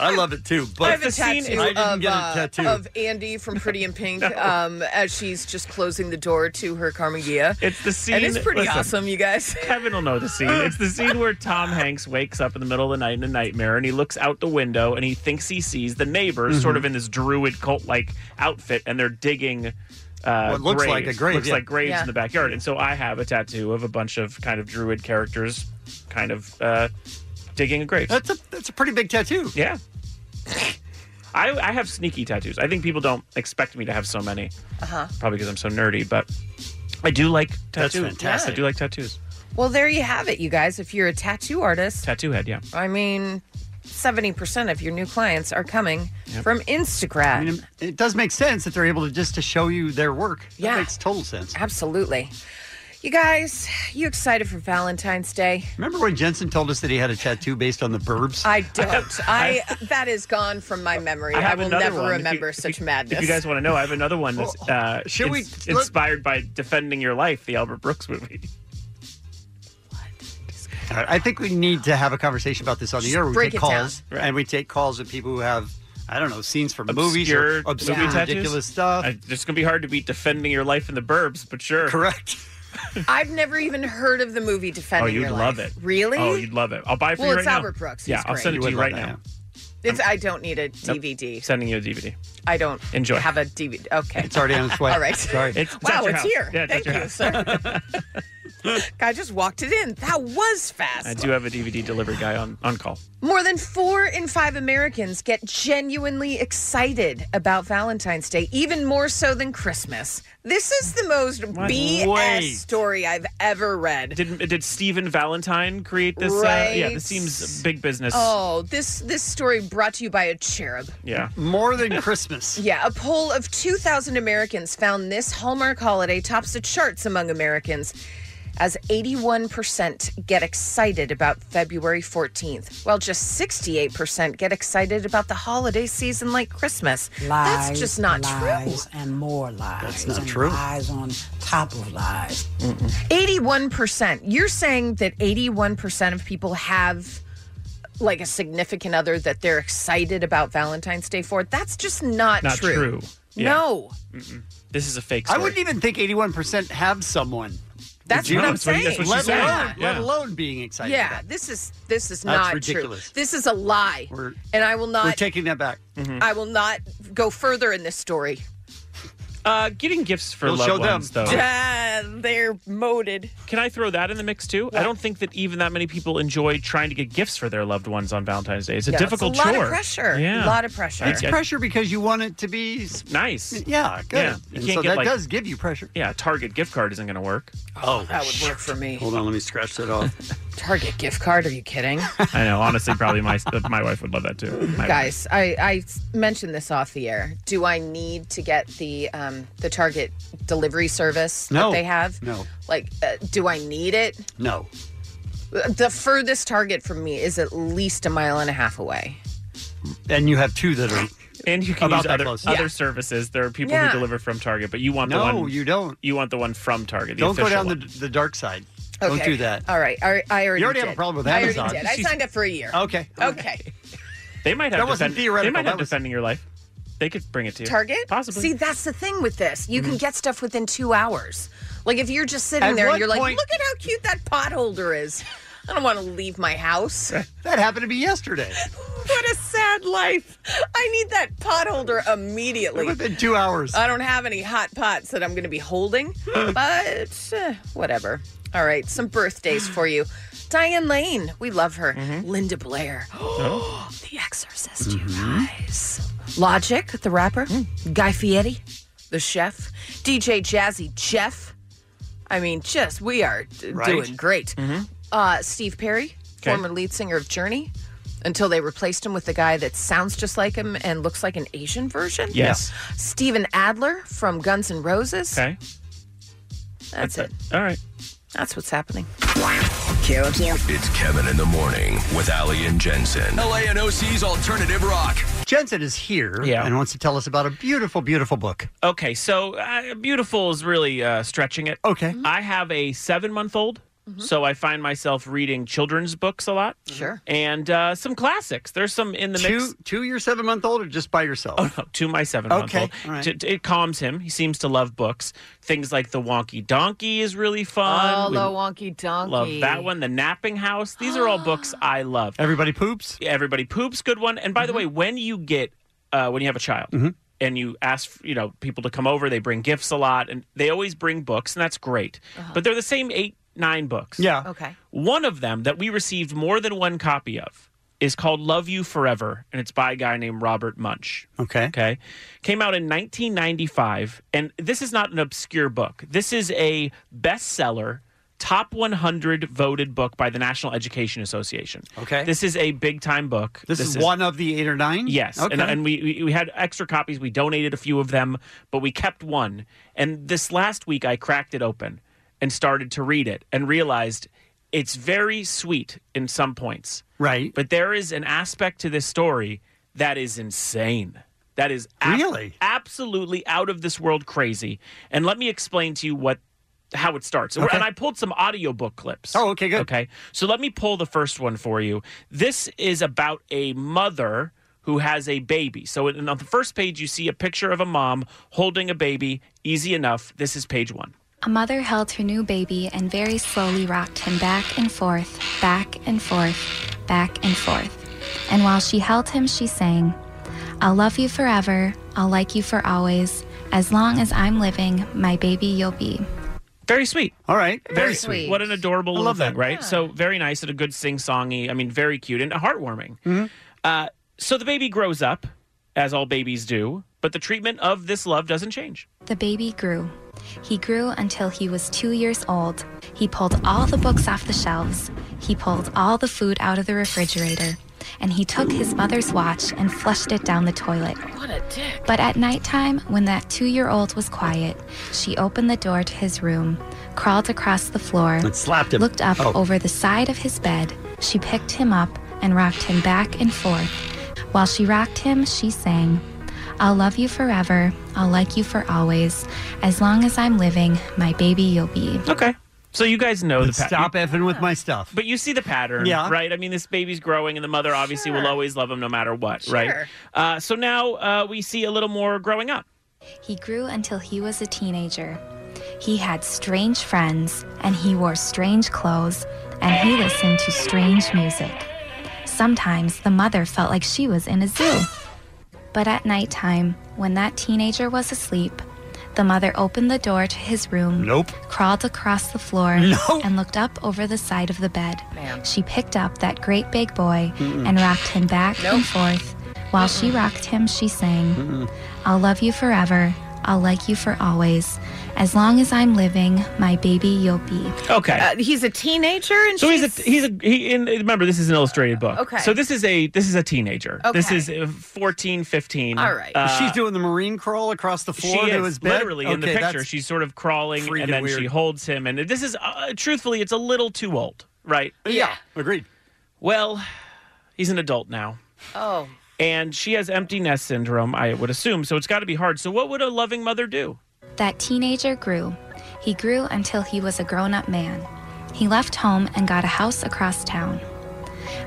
[SPEAKER 11] I love it too. But
[SPEAKER 12] I have a tattoo,
[SPEAKER 11] I didn't
[SPEAKER 12] of,
[SPEAKER 11] get
[SPEAKER 12] uh,
[SPEAKER 11] a tattoo.
[SPEAKER 12] of Andy from Pretty in
[SPEAKER 6] [LAUGHS]
[SPEAKER 12] Pink um, as she's just closing the door to her Carmagia.
[SPEAKER 6] It's the scene.
[SPEAKER 12] And it's pretty
[SPEAKER 6] listen,
[SPEAKER 12] awesome, you guys. [LAUGHS]
[SPEAKER 6] Kevin will know the scene. It's the scene where Tom Hanks wakes up in the middle of the night in a nightmare and he looks out the window and he thinks he sees the neighbors
[SPEAKER 11] Mhm.
[SPEAKER 6] sort of in this druid cult like outfit and they're digging. Uh,
[SPEAKER 11] What looks like a
[SPEAKER 6] graves.
[SPEAKER 11] grave,
[SPEAKER 6] Looks
[SPEAKER 11] yeah.
[SPEAKER 6] like graves
[SPEAKER 11] Yeah.
[SPEAKER 6] in the backyard. And so I have a tattoo of a bunch of kind of druid characters kind of uh, digging a grave. That's
[SPEAKER 11] a, that's a pretty big tattoo.
[SPEAKER 6] Yeah. [LAUGHS] I, I have sneaky tattoos. I think people don't expect me to have so many
[SPEAKER 12] Uh huh.
[SPEAKER 6] probably because I'm so nerdy, but I do like
[SPEAKER 12] That's
[SPEAKER 6] tattoos.
[SPEAKER 12] fantastic.
[SPEAKER 6] I do like tattoos.
[SPEAKER 12] Well, there you have it, you guys. If you're a tattoo artist,
[SPEAKER 6] Tattoo head, yeah.
[SPEAKER 12] I mean, 70% of your new clients are coming
[SPEAKER 11] Yep.
[SPEAKER 12] from Instagram.
[SPEAKER 11] I mean, it does make sense that they're able to just to show you their work.
[SPEAKER 12] Yeah.
[SPEAKER 11] That makes total sense.
[SPEAKER 12] Absolutely. You guys, you excited for Valentine's Day?
[SPEAKER 11] Remember when Jensen told us that he had a tattoo based on the Burbs?
[SPEAKER 12] I
[SPEAKER 6] [LAUGHS]
[SPEAKER 12] don't. I, that is gone from my memory. I,
[SPEAKER 6] have
[SPEAKER 12] will
[SPEAKER 6] another
[SPEAKER 12] never
[SPEAKER 6] one. If you-
[SPEAKER 12] remember
[SPEAKER 6] if you-
[SPEAKER 12] such madness.
[SPEAKER 6] If you guys want to know, I have another one that's
[SPEAKER 11] Oh,
[SPEAKER 6] uh,
[SPEAKER 12] should we-
[SPEAKER 6] ins-
[SPEAKER 12] let-
[SPEAKER 6] inspired by Defending Your Life, the Albert Brooks movie.
[SPEAKER 11] All right, I think we need to have a conversation about this on the
[SPEAKER 6] Just
[SPEAKER 11] air. We
[SPEAKER 6] break
[SPEAKER 11] take
[SPEAKER 6] it down.
[SPEAKER 11] calls and we take calls of people who have I don't know scenes from movies
[SPEAKER 6] Obscure
[SPEAKER 11] or obscure,
[SPEAKER 6] movie tattoos?
[SPEAKER 11] ridiculous stuff.
[SPEAKER 6] I, it's going to be hard to beat Defending Your Life in the Burbs, but sure.
[SPEAKER 11] Correct.
[SPEAKER 12] I've never even heard of the movie
[SPEAKER 6] Oh,
[SPEAKER 12] Defending
[SPEAKER 6] you'd
[SPEAKER 12] Your
[SPEAKER 6] love
[SPEAKER 12] Life.
[SPEAKER 6] it.
[SPEAKER 12] Really?
[SPEAKER 6] Oh, you'd love it. I'll buy it for
[SPEAKER 12] Well,
[SPEAKER 6] you right
[SPEAKER 12] it's
[SPEAKER 6] now.
[SPEAKER 12] Albert Brooks. He's
[SPEAKER 6] Yeah, I'll
[SPEAKER 12] great.
[SPEAKER 6] send it
[SPEAKER 12] You
[SPEAKER 6] to you
[SPEAKER 12] would
[SPEAKER 6] right
[SPEAKER 12] love
[SPEAKER 6] now.
[SPEAKER 12] It's, I don't need a
[SPEAKER 6] Nope.
[SPEAKER 12] DVD.
[SPEAKER 6] Sending you a DVD.
[SPEAKER 12] I don't
[SPEAKER 6] Enjoy.
[SPEAKER 12] have a DVD. Okay.
[SPEAKER 6] It's
[SPEAKER 12] [LAUGHS]
[SPEAKER 6] already on its way.
[SPEAKER 12] All right.
[SPEAKER 6] Sorry. It's- it's
[SPEAKER 12] wow,
[SPEAKER 6] at your
[SPEAKER 12] it's
[SPEAKER 6] house.
[SPEAKER 12] here.
[SPEAKER 6] Yeah, it's at
[SPEAKER 12] Thank
[SPEAKER 6] your
[SPEAKER 12] you,
[SPEAKER 6] house.
[SPEAKER 12] sir.
[SPEAKER 6] [LAUGHS]
[SPEAKER 12] Guy just walked it in. That was fast.
[SPEAKER 6] I do have a DVD delivery guy on, on call.
[SPEAKER 12] More than four in five Americans get genuinely excited about Valentine's Day, even more so than Christmas. This is the most BS
[SPEAKER 6] Wait.
[SPEAKER 12] story I've ever read.
[SPEAKER 6] Did did Stephen Valentine create this? Uh, yeah,
[SPEAKER 12] Right.
[SPEAKER 6] this seems big business.
[SPEAKER 12] Oh, this this story brought to you by a cherub.
[SPEAKER 6] Yeah. [LAUGHS]
[SPEAKER 11] More than Christmas.
[SPEAKER 12] Yeah, a poll of 2,000 Americans found this Hallmark holiday tops the charts among Americans as 81% get excited about February 14th, while just 68% get excited about the holiday season like Christmas. That's just not
[SPEAKER 16] lies, true. And more lies. That's not true. Lies on top of lies.
[SPEAKER 12] true. 81%. You're saying that 81% of people have like a significant other that they're excited about Valentine's Day for. That's just not,
[SPEAKER 6] Not
[SPEAKER 12] true.
[SPEAKER 6] true. Yeah.
[SPEAKER 12] No.
[SPEAKER 6] Mm-mm. This is a fake
[SPEAKER 11] I
[SPEAKER 6] story.
[SPEAKER 11] wouldn't even think eighty-one percent have someone.
[SPEAKER 12] That's
[SPEAKER 11] Would you?
[SPEAKER 12] what I'm That's what- saying. that's what she
[SPEAKER 11] let
[SPEAKER 12] said.
[SPEAKER 11] alone,
[SPEAKER 12] Yeah.
[SPEAKER 11] let alone being excited.
[SPEAKER 12] yeah,
[SPEAKER 11] about it.
[SPEAKER 12] this is this is
[SPEAKER 11] That's
[SPEAKER 12] not
[SPEAKER 11] ridiculous.
[SPEAKER 12] true. This is a lie,
[SPEAKER 11] We're,
[SPEAKER 12] and I will
[SPEAKER 11] we're
[SPEAKER 12] not. Mm-hmm.
[SPEAKER 11] taking that back.
[SPEAKER 12] I will not go further in this story.
[SPEAKER 6] Uh, getting gifts for
[SPEAKER 11] We'll
[SPEAKER 6] loved
[SPEAKER 11] show them.
[SPEAKER 12] [LAUGHS]
[SPEAKER 6] ones, though.
[SPEAKER 12] Ah, they're moated.
[SPEAKER 6] Can I throw that in the mix too? I don't think that even that many people enjoy trying to get gifts for their loved ones on Valentine's Day. It's a
[SPEAKER 12] No, it's a
[SPEAKER 6] difficult
[SPEAKER 12] lot of
[SPEAKER 6] chore.
[SPEAKER 12] pressure.
[SPEAKER 6] Yeah,
[SPEAKER 12] Lot of pressure.
[SPEAKER 11] It's pressure because you want it to be s-
[SPEAKER 6] Nice.
[SPEAKER 11] Yeah, good.
[SPEAKER 6] Yeah. You
[SPEAKER 11] And
[SPEAKER 6] can't
[SPEAKER 11] so
[SPEAKER 6] get,
[SPEAKER 11] that
[SPEAKER 6] like-
[SPEAKER 11] does give you pressure.
[SPEAKER 6] Yeah, a Target gift card isn't going to work.
[SPEAKER 11] Oh,
[SPEAKER 12] That would work for me.
[SPEAKER 11] Hold on, let me scratch that off.
[SPEAKER 12] Target gift card? Are you
[SPEAKER 11] [LAUGHS]
[SPEAKER 12] kidding,
[SPEAKER 6] I know. Honestly, probably my my wife would love that too. My wife.
[SPEAKER 12] guys? I I mentioned this off the air. Do I need to get the um the Target delivery service
[SPEAKER 11] No.
[SPEAKER 12] that they have?
[SPEAKER 11] No.
[SPEAKER 12] Like, uh, do I need it?
[SPEAKER 11] No.
[SPEAKER 12] The furthest Target from me is at least a mile and a half away.
[SPEAKER 11] And you have two that are
[SPEAKER 6] [LAUGHS] And you can
[SPEAKER 11] about
[SPEAKER 6] use
[SPEAKER 11] that
[SPEAKER 6] other, [LAUGHS]
[SPEAKER 11] close.
[SPEAKER 6] other services. There are people
[SPEAKER 12] Yeah.
[SPEAKER 6] who deliver from Target, but you want
[SPEAKER 11] No,
[SPEAKER 6] the one.
[SPEAKER 11] you don't.
[SPEAKER 6] You want the one from Target. The
[SPEAKER 11] Don't go
[SPEAKER 6] official
[SPEAKER 11] down the,
[SPEAKER 6] one.
[SPEAKER 11] the dark side. Don't
[SPEAKER 12] Okay. Uh,
[SPEAKER 11] do that.
[SPEAKER 12] All right. I, I already
[SPEAKER 11] You already have
[SPEAKER 12] did.
[SPEAKER 11] a problem with
[SPEAKER 12] I already
[SPEAKER 11] Amazon.
[SPEAKER 12] did. I
[SPEAKER 11] She's-
[SPEAKER 12] signed up for a year.
[SPEAKER 11] Okay.
[SPEAKER 12] Okay.
[SPEAKER 6] They might have
[SPEAKER 11] That wasn't
[SPEAKER 6] defend- They
[SPEAKER 11] theoretical,
[SPEAKER 6] might
[SPEAKER 11] that
[SPEAKER 6] have
[SPEAKER 11] was-
[SPEAKER 6] defending your life. They could bring it to you.
[SPEAKER 12] Target?
[SPEAKER 6] possibly.
[SPEAKER 12] See, that's the thing with this. You can get stuff within two hours. Like if you're just sitting
[SPEAKER 11] Mm-hmm. At
[SPEAKER 12] there and
[SPEAKER 11] what
[SPEAKER 12] you're like,
[SPEAKER 11] point-
[SPEAKER 12] look at how cute that pot holder is. I don't want to leave my house.
[SPEAKER 11] [LAUGHS] That happened to me yesterday.
[SPEAKER 12] what a sad life. I need that pot holder immediately.
[SPEAKER 11] Within two hours.
[SPEAKER 12] I don't have any hot pots that I'm going to be
[SPEAKER 11] [GASPS]
[SPEAKER 12] holding, but eh, whatever. All right, some birthdays for you. Diane Lane, we love her.
[SPEAKER 11] Mm-hmm.
[SPEAKER 12] Linda
[SPEAKER 11] [GASPS]
[SPEAKER 12] Blair, [GASPS] The Exorcist, you guys. Logic, the rapper.
[SPEAKER 6] Mm.
[SPEAKER 12] Guy Fieri, the chef. DJ Jazzy Jeff. I mean, just we are d-
[SPEAKER 8] Right.
[SPEAKER 12] doing great.
[SPEAKER 6] Mm-hmm.
[SPEAKER 12] Uh, Steve Perry,
[SPEAKER 8] 'Kay.
[SPEAKER 12] former lead singer of Journey, until they replaced him with the guy that sounds just like him and looks like an Asian version.
[SPEAKER 6] Yes.
[SPEAKER 12] Steven Adler from Guns N' Roses.
[SPEAKER 6] Okay.
[SPEAKER 12] That's, it.
[SPEAKER 6] All right.
[SPEAKER 12] That's what's happening.
[SPEAKER 15] It's Kevin in the morning with Ali and Jensen. LA and OC's alternative rock.
[SPEAKER 11] Jensen is here and wants to tell us about a beautiful, beautiful book.
[SPEAKER 6] Okay, so uh, beautiful is really uh, stretching it.
[SPEAKER 12] Mm-hmm.
[SPEAKER 11] Okay.
[SPEAKER 6] I have a seven month old So I find myself reading children's books a lot.
[SPEAKER 11] Sure.
[SPEAKER 6] And uh, some classics. There's some in the mix.
[SPEAKER 11] To, to your seven month old or just by yourself?
[SPEAKER 6] Oh, no, to my seven month
[SPEAKER 11] Okay,
[SPEAKER 6] old.
[SPEAKER 11] all right.
[SPEAKER 6] It calms him. He seems to love books. Things like The Wonky Donkey is really fun.
[SPEAKER 12] oh,
[SPEAKER 6] We
[SPEAKER 12] the wonky donkey.
[SPEAKER 6] Love that one. The Napping House. These are all
[SPEAKER 12] [GASPS]
[SPEAKER 6] books I love.
[SPEAKER 11] Everybody poops.
[SPEAKER 6] Everybody poops. Good one. And by
[SPEAKER 12] Mm-hmm.
[SPEAKER 6] the way, when you get uh, when you have a child and you ask you know people to come over, they bring gifts a lot, and they always bring books, and that's great. But they're the same eight nine books.
[SPEAKER 11] Yeah.
[SPEAKER 12] Uh-huh. Okay.
[SPEAKER 6] One of them that we received more than one copy of is called Love You Forever, and it's by a guy named Robert Munch.
[SPEAKER 11] Okay.
[SPEAKER 6] Okay. Came out in 1995, and this is not an obscure book. This is a bestseller, top 100 voted book by the National Education Association.
[SPEAKER 11] Okay.
[SPEAKER 6] This is a big time book.
[SPEAKER 11] This, is, one of the eight or nine?
[SPEAKER 6] Yes,
[SPEAKER 11] Okay.
[SPEAKER 6] and, and we we- we had extra copies. We donated a few of them, but we kept one. And this last week, I cracked it open and started to read it, and realized it's very sweet in some points.
[SPEAKER 11] Right.
[SPEAKER 6] But there is an aspect to this story that is insane. That is ab-
[SPEAKER 11] Really?
[SPEAKER 6] absolutely out of this world crazy. And let me explain to you what how it starts.
[SPEAKER 11] Okay.
[SPEAKER 6] And I pulled some audiobook clips.
[SPEAKER 11] Oh, okay, good.
[SPEAKER 6] Okay. So let me pull the first one for you. This is about a mother who has a baby. So in- on the first page you see a picture of a mom holding a baby. Easy enough. This is page 1.
[SPEAKER 8] A mother held her new baby and very slowly rocked him back and forth, back and forth, back and forth. And while she held him, she sang, I'll love you forever, I'll like you for always. As long as I'm living, my baby you'll be.
[SPEAKER 6] Very sweet.
[SPEAKER 11] All right.
[SPEAKER 8] Very sweet.
[SPEAKER 6] What an adorable
[SPEAKER 8] I
[SPEAKER 6] little
[SPEAKER 8] love
[SPEAKER 6] thing,
[SPEAKER 8] that.
[SPEAKER 6] right? So very nice and a good sing songy. I mean, very cute and heartwarming. Uh, so the baby grows up, as all babies do, but the treatment of this love doesn't change.
[SPEAKER 8] The baby grew. He grew until he was two years old. He pulled all the books off the shelves. He pulled all the food out of the refrigerator. And he took his mother's watch and flushed it down the toilet.
[SPEAKER 12] What a dick.
[SPEAKER 8] But at nighttime, when that two year old was quiet, she opened the door to his room, crawled across the floor,
[SPEAKER 11] And slapped him.
[SPEAKER 8] looked up
[SPEAKER 11] Oh.
[SPEAKER 8] over the side of his bed. She picked him up and rocked him back and forth. While she rocked him, she sang, I'll love you forever. I'll like you for always. As long as I'm living, my baby you'll be.
[SPEAKER 6] Okay. So you guys know the pattern.
[SPEAKER 11] Stop effing with my stuff.
[SPEAKER 6] But you see the pattern,
[SPEAKER 11] Yeah.
[SPEAKER 6] right? I mean, this baby's growing, and the mother obviously will always love him no matter what, right?
[SPEAKER 8] Sure.
[SPEAKER 6] Uh, so now uh, we see a little more growing up.
[SPEAKER 8] He grew until he was a teenager. He had strange friends, and he wore strange clothes, and he listened to strange music. Sometimes the mother felt like she was in a zoo. But at nighttime, when that teenager was asleep, the mother opened the door to his room,
[SPEAKER 11] Nope.
[SPEAKER 8] crawled across the floor,
[SPEAKER 11] Nope.
[SPEAKER 8] and looked up over the side of the bed. She picked up that great big boy and rocked him back and forth. While she rocked him, she sang, I'll love you forever. I'll like you for always. As long as I'm living, my baby you'll be.
[SPEAKER 6] Okay.
[SPEAKER 12] Uh, he's a teenager, and
[SPEAKER 6] so
[SPEAKER 12] she's,
[SPEAKER 6] he's a he's a he in, remember this is an illustrated book
[SPEAKER 12] Okay.
[SPEAKER 6] so this is a this is a teenager this
[SPEAKER 12] Okay.
[SPEAKER 6] is uh, 14 15
[SPEAKER 12] All right.
[SPEAKER 11] She's doing the marine crawl across the floor
[SPEAKER 6] uh, she
[SPEAKER 11] to
[SPEAKER 6] is
[SPEAKER 11] his bed.
[SPEAKER 6] literally in the
[SPEAKER 11] Okay,
[SPEAKER 6] picture.
[SPEAKER 11] that's-
[SPEAKER 6] She's sort of crawling,
[SPEAKER 11] freaking
[SPEAKER 6] and then she
[SPEAKER 11] weird.
[SPEAKER 6] holds him. And this is, uh, truthfully, it's a little too old, right?
[SPEAKER 11] Yeah, agreed.
[SPEAKER 6] Well, he's an adult now,
[SPEAKER 12] oh,
[SPEAKER 6] and she has empty nest syndrome, I would assume. So it's got to be hard. So what would a loving mother do?
[SPEAKER 8] That teenager grew. He grew until he was a grown up man. He left home and got a house across town.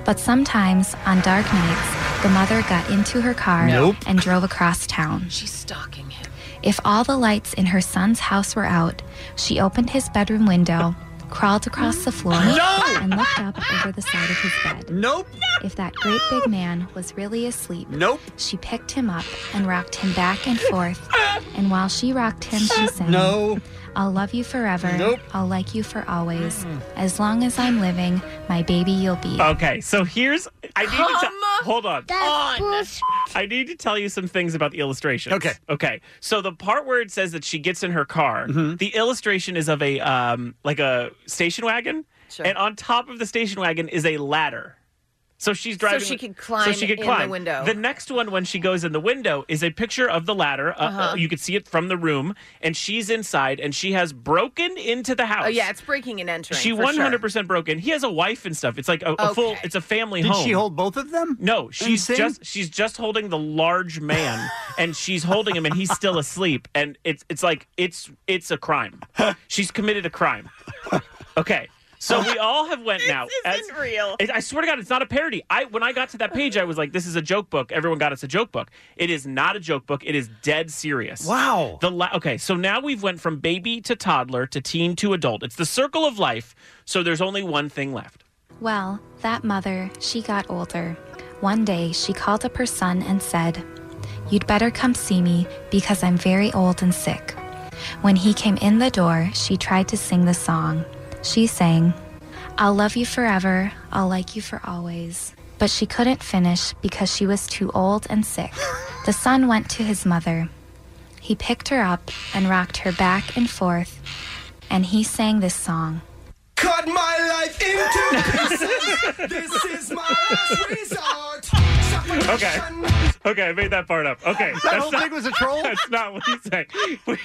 [SPEAKER 8] But sometimes, on dark nights, the mother got into her car
[SPEAKER 12] Nope.
[SPEAKER 8] and drove across town.
[SPEAKER 12] she's stalking him.
[SPEAKER 8] If all the lights in her son's house were out, she opened his bedroom window, crawled across the floor,
[SPEAKER 11] [GASPS] No!
[SPEAKER 8] and looked up over the side of his bed.
[SPEAKER 11] Nope.
[SPEAKER 8] If that great big man was really asleep,
[SPEAKER 11] Nope.
[SPEAKER 8] she picked him up and rocked him back and forth. And while she rocked him, she sang,
[SPEAKER 11] Ah, No.
[SPEAKER 8] I'll love you forever.
[SPEAKER 6] Nope.
[SPEAKER 8] I'll like you for always.
[SPEAKER 11] Mm.
[SPEAKER 8] As long as I'm living, my baby you'll be.
[SPEAKER 6] Okay, so here's I need to
[SPEAKER 8] Come
[SPEAKER 6] te- hold on.
[SPEAKER 8] on.
[SPEAKER 6] I need to tell you some things about the illustrations.
[SPEAKER 11] Okay.
[SPEAKER 6] Okay. So the part where it says that she gets in her car,
[SPEAKER 11] Mm-hmm.
[SPEAKER 6] the illustration is of a um like a station wagon, and on top of the station wagon is a ladder. So she's driving.
[SPEAKER 12] she could climb in the window.
[SPEAKER 6] The next one, when she goes in the window, is a picture of the ladder. Uh,
[SPEAKER 12] Uh-huh.
[SPEAKER 6] You could see it from the room, and she's inside, and she has broken into the house.
[SPEAKER 12] Oh yeah, it's breaking and entering.
[SPEAKER 6] She
[SPEAKER 12] for
[SPEAKER 6] one
[SPEAKER 12] sure.
[SPEAKER 6] hundred percent broke in. He has a wife and stuff. It's like a, a full. It's a family
[SPEAKER 11] Did
[SPEAKER 6] home.
[SPEAKER 11] she hold both of them?
[SPEAKER 6] No, she's
[SPEAKER 11] sing?
[SPEAKER 6] just she's just holding the large man, and she's holding him, and he's still asleep. And it's it's like it's it's a crime. She's committed a crime. Okay, So we all have went now.
[SPEAKER 12] [LAUGHS] This isn't real.
[SPEAKER 6] It- I swear to God, it's not a parody. I when I got to that page, I was like, "This is a joke book." Everyone got it's a joke book. It is not a joke book. It is dead serious.
[SPEAKER 11] Wow.
[SPEAKER 6] The la- okay, so now we've went from baby to toddler to teen to adult. It's the circle of life. So there's only one thing left.
[SPEAKER 8] Well, that mother, she got older. One day, she called up her son and said, You'd better come see me because I'm very old and sick. When he came in the door, she tried to sing the song. She sang, I'll love you forever, I'll like you for always. But she couldn't finish because she was too old and sick. The son went to his mother. He picked her up and rocked her back and forth, and he sang this song.
[SPEAKER 7] Cut my life into pieces. this is my last resort. [LAUGHS]
[SPEAKER 6] Okay. Okay, I made that part up. Okay.
[SPEAKER 7] That
[SPEAKER 6] that's
[SPEAKER 7] whole
[SPEAKER 6] not-
[SPEAKER 7] thing was a troll?
[SPEAKER 6] [LAUGHS] That's not what he's saying. We,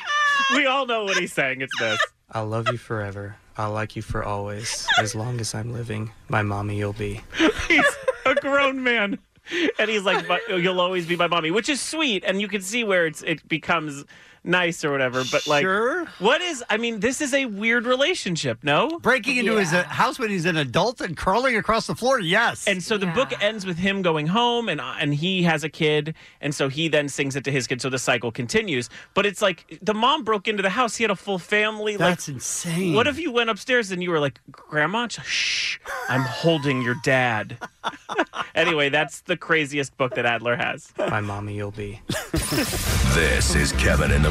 [SPEAKER 6] we all know what he's saying. It's this.
[SPEAKER 17] [LAUGHS] I'll love you forever. I'll like you for always. As long as I'm living, my mommy you'll be.
[SPEAKER 6] He's a grown man. And he's like, but you'll always be my mommy, which is sweet. And you can see where it's it becomes nice or whatever. But like, what is, I mean, this is a weird relationship, no?
[SPEAKER 11] Breaking into his uh, house when he's an adult and crawling across the floor, yes.
[SPEAKER 6] And so the book ends with him going home, and and he has a kid, and so he then sings it to his kid. So the cycle continues. But it's like the mom broke into the house; he had a full family.
[SPEAKER 11] That's
[SPEAKER 6] like,
[SPEAKER 11] insane.
[SPEAKER 6] What if you went upstairs and you were like, "Grandma, she's like, shh, I'm holding your dad." anyway, that's the craziest book that Adler has.
[SPEAKER 17] My mommy you'll be.
[SPEAKER 15] This is Kevin in the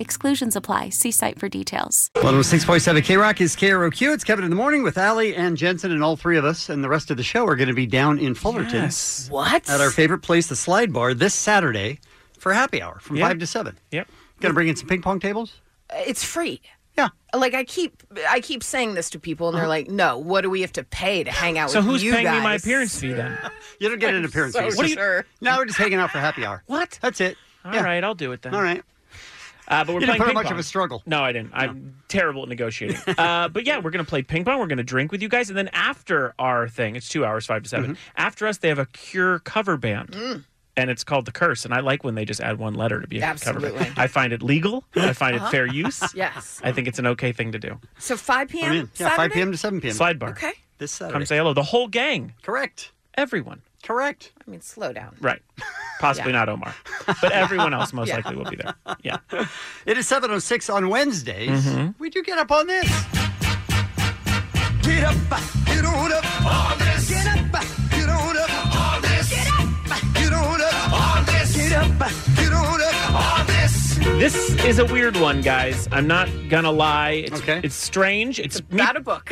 [SPEAKER 1] Exclusions apply. See site for details.
[SPEAKER 11] 106.7 K Rock is KROQ. It's Kevin in the morning with Ali and Jensen and all three of us. And the rest of the show are going to be down in Fullerton.
[SPEAKER 6] Yes. What?
[SPEAKER 11] At our favorite place, the Slide Bar, this Saturday Uh, for happy hour from
[SPEAKER 12] Yeah.
[SPEAKER 11] 5 to 7.
[SPEAKER 6] Yep.
[SPEAKER 11] Going to bring in some ping pong tables?
[SPEAKER 12] It's free.
[SPEAKER 11] Yeah.
[SPEAKER 12] Like I keep I keep saying this to people and they're like, "No, what do we have to pay to hang out
[SPEAKER 6] Uh-huh. So
[SPEAKER 12] with
[SPEAKER 6] who's
[SPEAKER 12] you
[SPEAKER 6] paying
[SPEAKER 12] guys?"
[SPEAKER 6] me my appearance fee then?
[SPEAKER 11] [LAUGHS] You don't get an
[SPEAKER 12] I'm
[SPEAKER 11] appearance
[SPEAKER 12] so
[SPEAKER 11] fee. It's
[SPEAKER 12] What do
[SPEAKER 11] just-
[SPEAKER 12] you-
[SPEAKER 11] No, we're just hanging out for happy hour. What? That's it.
[SPEAKER 6] All
[SPEAKER 11] Yeah.
[SPEAKER 6] right, I'll do it then.
[SPEAKER 11] All right.
[SPEAKER 6] Uh, but we're
[SPEAKER 11] You
[SPEAKER 6] playing
[SPEAKER 11] didn't put up
[SPEAKER 6] ping
[SPEAKER 11] much of
[SPEAKER 6] pong.
[SPEAKER 11] a struggle.
[SPEAKER 6] No, I didn't. I'm terrible at negotiating. uh, but yeah, we're gonna play ping pong. We're gonna drink with you guys, and then after our thing, it's two hours, five to 7
[SPEAKER 11] Mm-hmm.
[SPEAKER 6] After us, they have a Cure cover band.
[SPEAKER 12] Mm.
[SPEAKER 6] And it's called the curse, and I like when they just add one letter to be a cover.
[SPEAKER 12] Absolutely.
[SPEAKER 6] band. I find it legal. I find
[SPEAKER 12] Uh-huh.
[SPEAKER 6] it fair use.
[SPEAKER 12] [LAUGHS] Yes.
[SPEAKER 6] I think it's an okay thing to do.
[SPEAKER 12] So 5 p.m.
[SPEAKER 11] Yeah, 5
[SPEAKER 12] Saturday?
[SPEAKER 11] p.m. to 7 p.m.
[SPEAKER 6] Slide bar.
[SPEAKER 12] Okay.
[SPEAKER 11] This Saturday.
[SPEAKER 6] Come say hello. The whole gang.
[SPEAKER 11] Correct.
[SPEAKER 6] Everyone.
[SPEAKER 11] Correct.
[SPEAKER 12] I mean, slow down. [LAUGHS]
[SPEAKER 6] Right. Possibly
[SPEAKER 12] Yeah.
[SPEAKER 6] not Omar, but everyone else
[SPEAKER 12] [LAUGHS]
[SPEAKER 6] most
[SPEAKER 11] Yeah.
[SPEAKER 6] likely will be there. Yeah.
[SPEAKER 11] [LAUGHS] It is 7.06 on Wednesdays.
[SPEAKER 6] Mhm.
[SPEAKER 11] We do get up on this.
[SPEAKER 7] Get up, get on up on this. Get up, get on up on this. Get up, get on up on this. Get up, get on up on this.
[SPEAKER 6] This is a weird one, guys. I'm not gonna lie. It's, it's strange. It's, not
[SPEAKER 12] a book.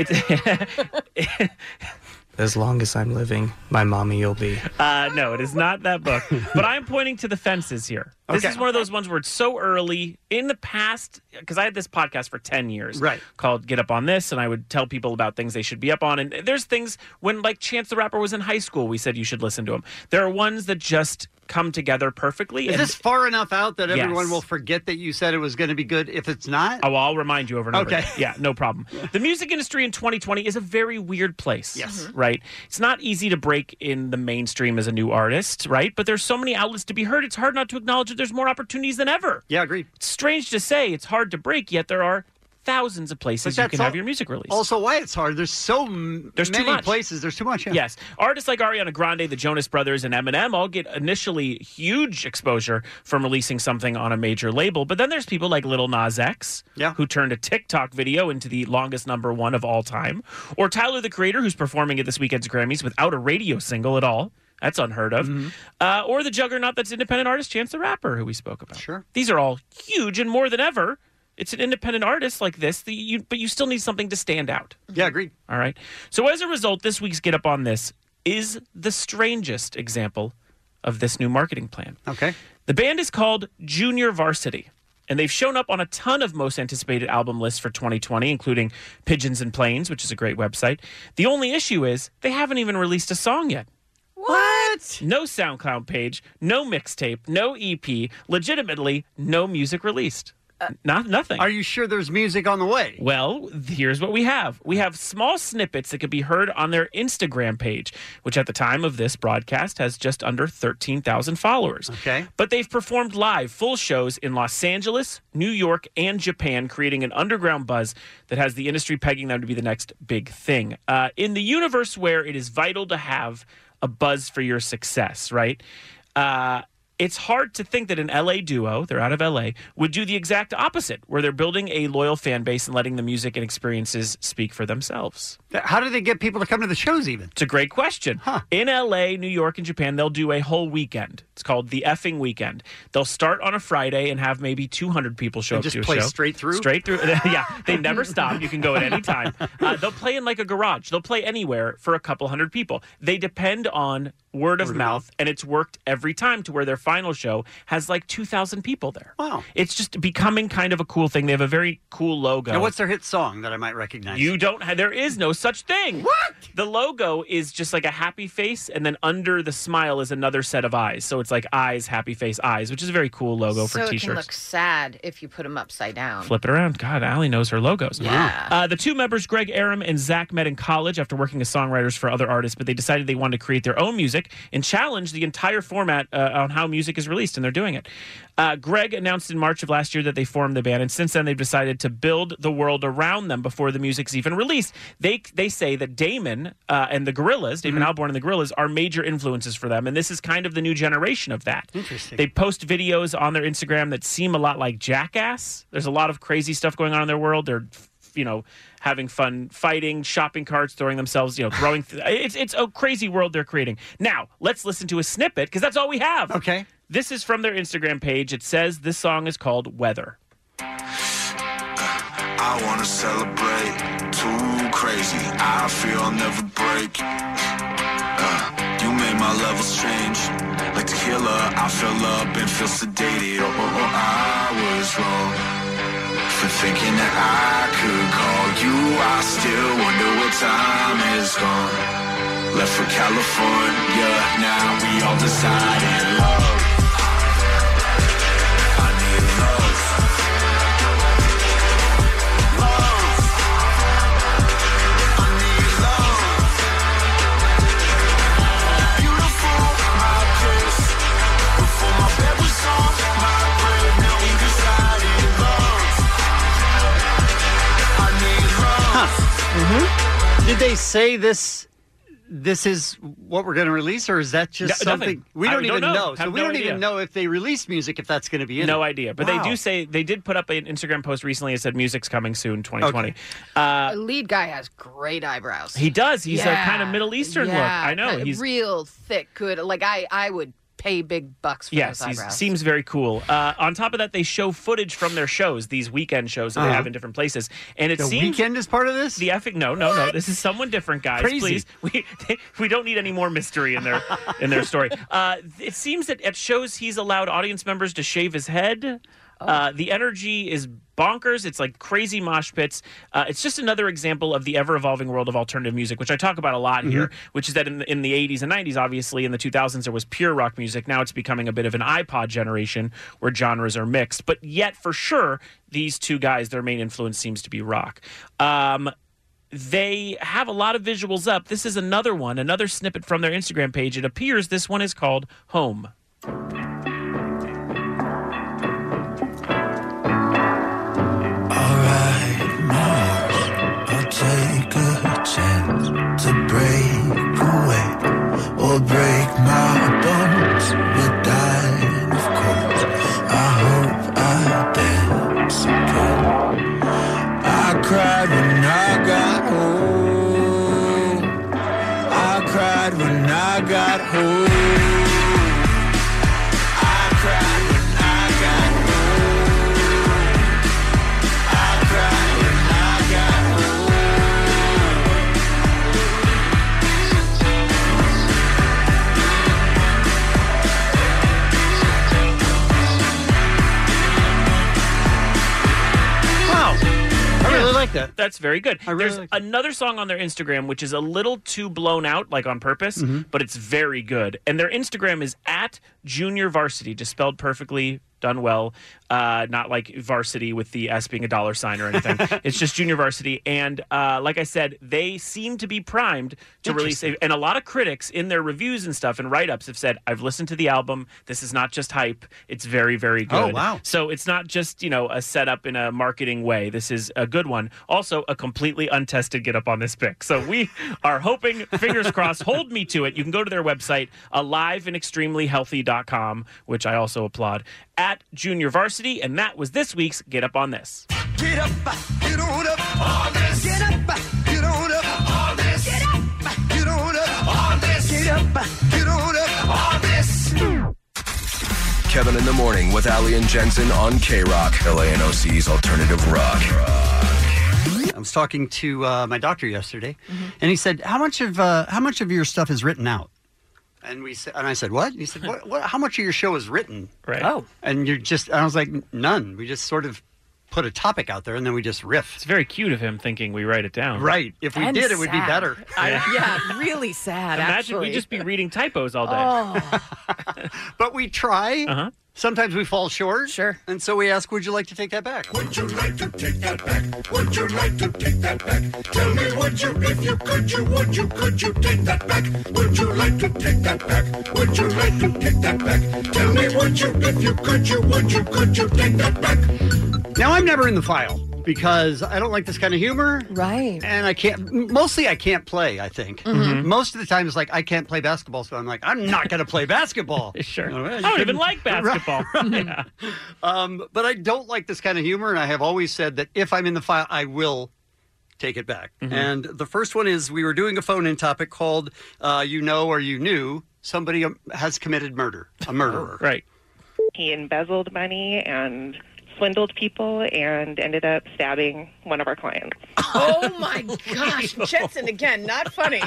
[SPEAKER 17] As long as I'm living, my mommy you'll be.
[SPEAKER 6] Uh, no, it is not that
[SPEAKER 11] [LAUGHS]
[SPEAKER 6] book. But I'm pointing to the fences here. This
[SPEAKER 17] Okay.
[SPEAKER 6] is one of those ones where it's so early in the past. Because I had this podcast for 10 years
[SPEAKER 11] Right.
[SPEAKER 6] called Get Up on This, and I would tell people about things they should be up on. And there's things when, like, Chance the Rapper was in high school, we said you should listen to him. There are ones that just come together perfectly.
[SPEAKER 11] Is
[SPEAKER 6] and-
[SPEAKER 11] this far enough out that everyone
[SPEAKER 6] Yes.
[SPEAKER 11] will forget that you said it was going to be good if it's not?
[SPEAKER 6] Oh, well, I'll remind you over and over.
[SPEAKER 11] Okay.
[SPEAKER 6] again. Yeah, no problem. The music industry in 2020 is a very weird place.
[SPEAKER 11] Yes. Mhm.
[SPEAKER 6] Right? It's not easy to break in the mainstream as a new artist, right? But there's so many outlets to be heard, it's hard not to acknowledge that there's more opportunities than ever.
[SPEAKER 11] Yeah, agreed.
[SPEAKER 6] It's strange to say it's hard to break, yet there are thousands of places
[SPEAKER 11] But
[SPEAKER 6] you can
[SPEAKER 11] that's
[SPEAKER 6] have
[SPEAKER 11] al-
[SPEAKER 6] your music released.
[SPEAKER 11] Also, why it's hard. There's so m-
[SPEAKER 6] There's too
[SPEAKER 11] many
[SPEAKER 6] much.
[SPEAKER 11] places. There's too much. Yeah.
[SPEAKER 6] Yes. Artists like Ariana Grande, the Jonas Brothers, and Eminem all get initially huge exposure from releasing something on a major label. But then there's people like Little Nas X, who turned a TikTok video into the longest number one of all time, or Tyler the Creator, who's performing at this weekend's Grammys without a radio single at all. That's unheard of. Uh, or the juggernaut that's independent artist Chance the Rapper, who we spoke about. Sure. These are all huge and more than ever. It's an independent artist like this, that you, but you still need something to stand out.
[SPEAKER 11] Yeah, agreed.
[SPEAKER 6] All right. So as a result, this week's get up on this is the strangest example of this new marketing plan.
[SPEAKER 11] Okay.
[SPEAKER 6] The band is called Junior Varsity, and they've shown up on a ton of most anticipated album lists for 2020, including Pigeons and Planes, which is a great website. The only issue is they haven't even released a song yet.
[SPEAKER 11] What?
[SPEAKER 6] No SoundCloud page, no mixtape, no EP, legitimately no music released. Not nothing.
[SPEAKER 11] Are you sure there's music on the way?
[SPEAKER 6] Well, here's what we have. We have small snippets that could be heard on their Instagram page, which at the time of this broadcast has just under 13,000 followers. Okay. But they've performed live full shows in Los Angeles, New York, and Japan, creating an underground buzz that has the industry pegging them to be the next big thing. Uh, in the universe where it is vital to have a buzz for your success, right? Uh, it's hard to think that an LA duo, they're out of LA, would do the exact opposite, where they're building a loyal fan base and letting the music and experiences speak for themselves.
[SPEAKER 11] How do they get people to come to the shows even?
[SPEAKER 6] It's a great question. In LA, New York, and Japan, they'll do a whole weekend. It's called the effing weekend. They'll start on a Friday and have maybe 200 people show
[SPEAKER 11] And
[SPEAKER 6] up
[SPEAKER 11] just
[SPEAKER 6] to a
[SPEAKER 11] play
[SPEAKER 6] show.
[SPEAKER 11] straight through?
[SPEAKER 6] Straight through. [LAUGHS] yeah,
[SPEAKER 11] [LAUGHS]
[SPEAKER 6] they never stop. You can go at any time. Uh, they'll play in like a garage. They'll play anywhere for a couple hundred people. They depend on word of mouth, and it's worked every time to where their final show has like 2,000 people there. Wow. It's just becoming kind of a cool thing. They have a very cool logo.
[SPEAKER 11] And what's their hit song that I might recognize?
[SPEAKER 6] You don't have. There is no such thing. What? The logo is just like a happy face, and then under the smile is another set of eyes. So it's like eyes, happy face, eyes, which is a very cool logo
[SPEAKER 12] so
[SPEAKER 6] for
[SPEAKER 12] it can
[SPEAKER 6] t-shirts.
[SPEAKER 12] look sad if you put them upside down.
[SPEAKER 6] Flip it around. God, Allie knows her logos.
[SPEAKER 12] Yeah.
[SPEAKER 6] Uh, the two members, Greg Aram and Zach, met in college after working as songwriters for other artists, but they decided they wanted to create their own music and challenge the entire format uh, on how music is released, and they're doing it. Uh, Greg announced in March of last year that they formed the band, and since then they've decided to build the world around them before the music's even released. They they say that Damon uh, and the Gorillas, Damon Albarn and the Gorillas, are major influences for them, and this is kind of the new generation of
[SPEAKER 4] Hmm.
[SPEAKER 6] that.
[SPEAKER 11] Interesting.
[SPEAKER 6] They post videos on their Instagram that seem a lot like Jackass. There's a lot of crazy stuff going on in their world. They're, you know, having fun fighting, shopping carts, throwing themselves, you know, throwing. Th- [LAUGHS] it's it's a crazy world they're creating. Now let's listen to a snippet because that's all we have.
[SPEAKER 11] Okay.
[SPEAKER 6] This is from their Instagram page. It says this song is called Weather.
[SPEAKER 4] I wanna celebrate too crazy. I feel I'll never break. Uh, you made my levels change. Like tequila, I fell up and feel sedated. Oh, oh, oh, I was wrong for thinking that I could call you. I still wonder what time is gone. Left for California, now we all decide in love. I need love.
[SPEAKER 6] Mm-hmm.
[SPEAKER 11] hmm Did they say this? This is what we're going to release, or is that just
[SPEAKER 6] No- nothing.
[SPEAKER 11] something we
[SPEAKER 6] I
[SPEAKER 11] don't,
[SPEAKER 6] don't
[SPEAKER 11] even
[SPEAKER 6] know.
[SPEAKER 11] know? So
[SPEAKER 6] Have
[SPEAKER 11] we
[SPEAKER 6] no
[SPEAKER 11] don't
[SPEAKER 6] idea.
[SPEAKER 11] even know if they release music if that's going to be in.
[SPEAKER 6] No
[SPEAKER 11] it.
[SPEAKER 6] idea, but
[SPEAKER 11] Wow.
[SPEAKER 6] they do say they did put up an Instagram post recently. It said music coming soon, 2020.
[SPEAKER 11] Okay.
[SPEAKER 6] Uh,
[SPEAKER 18] The lead guy has great eyebrows.
[SPEAKER 6] He does. He's a
[SPEAKER 18] Yeah.
[SPEAKER 6] kind of Middle Eastern look.
[SPEAKER 18] Yeah,
[SPEAKER 6] I know.
[SPEAKER 18] kinda
[SPEAKER 6] He's
[SPEAKER 18] real thick, good. Like I, I would pay big bucks for
[SPEAKER 6] yes,
[SPEAKER 18] those
[SPEAKER 6] he
[SPEAKER 18] eyebrows.
[SPEAKER 6] seems very cool. Uh, on top of that, they show footage from their shows, these weekend shows that they
[SPEAKER 11] Uh-huh.
[SPEAKER 6] have in different places, and it
[SPEAKER 11] The
[SPEAKER 6] seems
[SPEAKER 11] weekend is part of this.
[SPEAKER 6] The effing no, no, no. This is someone different, guys.
[SPEAKER 11] Crazy.
[SPEAKER 6] Please, [LAUGHS] we we don't need any more mystery in their in their story. Uh, it seems that at shows he's allowed audience members to shave his head. Uh, the energy is bonkers. It's like crazy mosh pits. Uh, it's just another example of the ever evolving world of alternative music, which I talk about a lot here, which is that in the, in the 80s and 90s, obviously, in the 2000s, there was pure rock music. Now it's becoming a bit of an iPod generation where genres are mixed. But yet, for sure, these two guys, their main influence seems to be rock. Um, they have a lot of visuals up. This is another one, another snippet from their Instagram page. It appears this one is called Home.
[SPEAKER 7] Alright,
[SPEAKER 19] or break my bones. But dying, of course. I hope I dance again. I cried when I got home. I cried when I got home. I cried when I got home. I cried when I got
[SPEAKER 11] Wow. I really like that.
[SPEAKER 6] That's very good. There's another song on their Instagram which is a little too blown out, like on purpose,
[SPEAKER 11] Mhm.
[SPEAKER 6] but it's very good. And their Instagram is at junior varsity, just spelled perfectly, done well. Uh, not like varsity with the S being a dollar sign or
[SPEAKER 11] [LAUGHS]
[SPEAKER 6] anything. it's just junior varsity. And uh, like I said, they seem to be primed to release. A, and a lot of critics in their reviews and stuff and write ups have said, I've listened to the album. This is not just hype. It's very, very good.
[SPEAKER 11] Oh, wow.
[SPEAKER 6] So it's not just, you know, a setup in a marketing way. This is a good one. Also, a completely untested get up on this pick. So we [LAUGHS] are hoping, fingers crossed, hold me to it. You can go to their website, aliveandextremelyhealthy.com, which I also applaud, at junior varsity. And that was this week's Get Up on This.
[SPEAKER 7] Get up, get on up on this. Get up, get on up on this. Get up, get on up on this. Get up, get on up on this.
[SPEAKER 15] Kevin in the Morning with Ali and Jensen on K Rock, LANOC's alternative rock.
[SPEAKER 11] I was talking to uh, my doctor yesterday, and he said, "How much of uh, how much of your stuff is written out?" And we said, and I said, "What?" And he said, what, what, "How much of your show is written?"
[SPEAKER 6] Right. Oh.
[SPEAKER 11] And you're just, and I was like, "None. We just sort of put a topic out there, and then we just riff." It's
[SPEAKER 6] very cute of him thinking we write it down.
[SPEAKER 11] Right. If we
[SPEAKER 12] And
[SPEAKER 11] did, it would be
[SPEAKER 12] sad.
[SPEAKER 6] [LAUGHS]
[SPEAKER 11] better.
[SPEAKER 12] I- yeah, really sad.
[SPEAKER 6] Imagine
[SPEAKER 12] actually.
[SPEAKER 6] we just be reading typos all day. Uh-huh.
[SPEAKER 12] Oh,
[SPEAKER 11] [LAUGHS] But we try. Sometimes we fall short. Sure. And so we ask, "Would you like to take that back?"
[SPEAKER 7] Would you like to take that back? Would you like to take that back? Tell me, would you, if you could, you would you, could you take that back? Would you like to take that back? Would you like to take that back? Tell me, would you, if you could, you would you, could you take that back?
[SPEAKER 11] Now I'm never in the file because I don't like this kind of humor.
[SPEAKER 12] Right.
[SPEAKER 11] And I can't m- mostly I can't play, I think.
[SPEAKER 6] Mhm.
[SPEAKER 11] Most of the time it's like I can't play basketball, so I'm like, I'm not gonna
[SPEAKER 6] [LAUGHS]
[SPEAKER 11] play basketball. sure.
[SPEAKER 6] I don't even like
[SPEAKER 11] [LAUGHS]
[SPEAKER 6] basketball.
[SPEAKER 11] Um, but I don't like this kind of humor, and I have always said that if I'm in the file, I will take it back.
[SPEAKER 6] Mhm.
[SPEAKER 11] And the first one is we were doing a phone in topic called uh, You Know or You Knew Somebody um, Has Committed Murder,
[SPEAKER 6] [LAUGHS]
[SPEAKER 11] a murderer.
[SPEAKER 6] right.
[SPEAKER 20] He embezzled money and swindled people and ended up stabbing one of our clients.
[SPEAKER 12] oh my
[SPEAKER 6] [LAUGHS]
[SPEAKER 12] gosh, Jensen again, not funny.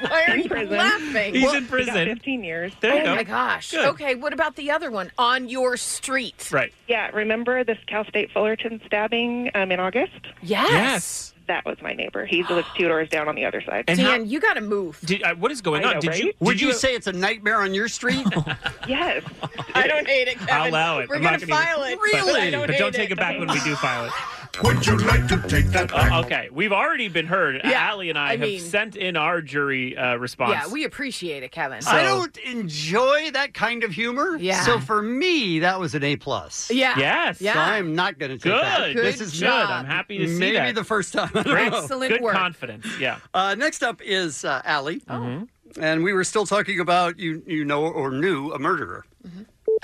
[SPEAKER 12] Why are you laughing?
[SPEAKER 20] He's in prison. He got 15 years. There
[SPEAKER 12] oh
[SPEAKER 20] you go.
[SPEAKER 12] my gosh.
[SPEAKER 20] Good.
[SPEAKER 12] Okay, what about the other one on your street?
[SPEAKER 6] Right.
[SPEAKER 20] Yeah, remember this Cal State Fullerton stabbing um, in August?
[SPEAKER 12] Yes. Yes.
[SPEAKER 20] That was my neighbor. He lives two doors down on the other side.
[SPEAKER 6] And
[SPEAKER 12] Dan, you got to move.
[SPEAKER 6] Did, uh, what is going
[SPEAKER 20] I
[SPEAKER 6] on?
[SPEAKER 20] know,
[SPEAKER 6] did you
[SPEAKER 20] right?
[SPEAKER 11] Would
[SPEAKER 6] did
[SPEAKER 11] you, say it's a nightmare on your
[SPEAKER 12] [LAUGHS]
[SPEAKER 6] [LAUGHS]
[SPEAKER 11] street?
[SPEAKER 20] yes.
[SPEAKER 12] I don't hate it, Kevin.
[SPEAKER 6] I'll allow it.
[SPEAKER 12] We're
[SPEAKER 6] I'm
[SPEAKER 12] going
[SPEAKER 6] not
[SPEAKER 12] to
[SPEAKER 6] gonna
[SPEAKER 12] file
[SPEAKER 6] even-
[SPEAKER 12] it.
[SPEAKER 6] But-
[SPEAKER 12] but I
[SPEAKER 6] But,
[SPEAKER 12] don't,
[SPEAKER 6] don't
[SPEAKER 12] hate
[SPEAKER 6] take it,
[SPEAKER 12] it.
[SPEAKER 6] back when we do file it.
[SPEAKER 7] [LAUGHS] Would you like to take that back?
[SPEAKER 6] Uh, okay, we've already been heard.
[SPEAKER 12] Yeah,
[SPEAKER 6] Allie and I,
[SPEAKER 12] I
[SPEAKER 6] have
[SPEAKER 12] mean-
[SPEAKER 6] sent in our jury uh, response.
[SPEAKER 12] Yeah, [LAUGHS] we appreciate it, Kevin.
[SPEAKER 11] I don't enjoy that kind of humor.
[SPEAKER 12] Yeah.
[SPEAKER 11] So for me, that was an A plus.
[SPEAKER 12] Yeah.
[SPEAKER 6] Yes.
[SPEAKER 11] So I'm not going to take that.
[SPEAKER 6] Good. This is good. I'm happy to see
[SPEAKER 11] Maybe
[SPEAKER 6] that.
[SPEAKER 11] the first time. [LAUGHS] I don't
[SPEAKER 6] Great.
[SPEAKER 11] know.
[SPEAKER 6] Good confidence. Yeah. Mm-hmm.
[SPEAKER 11] Uh, next up is uh, Allie.
[SPEAKER 12] Oh.
[SPEAKER 11] And we were still talking about you, you know or knew a murderer.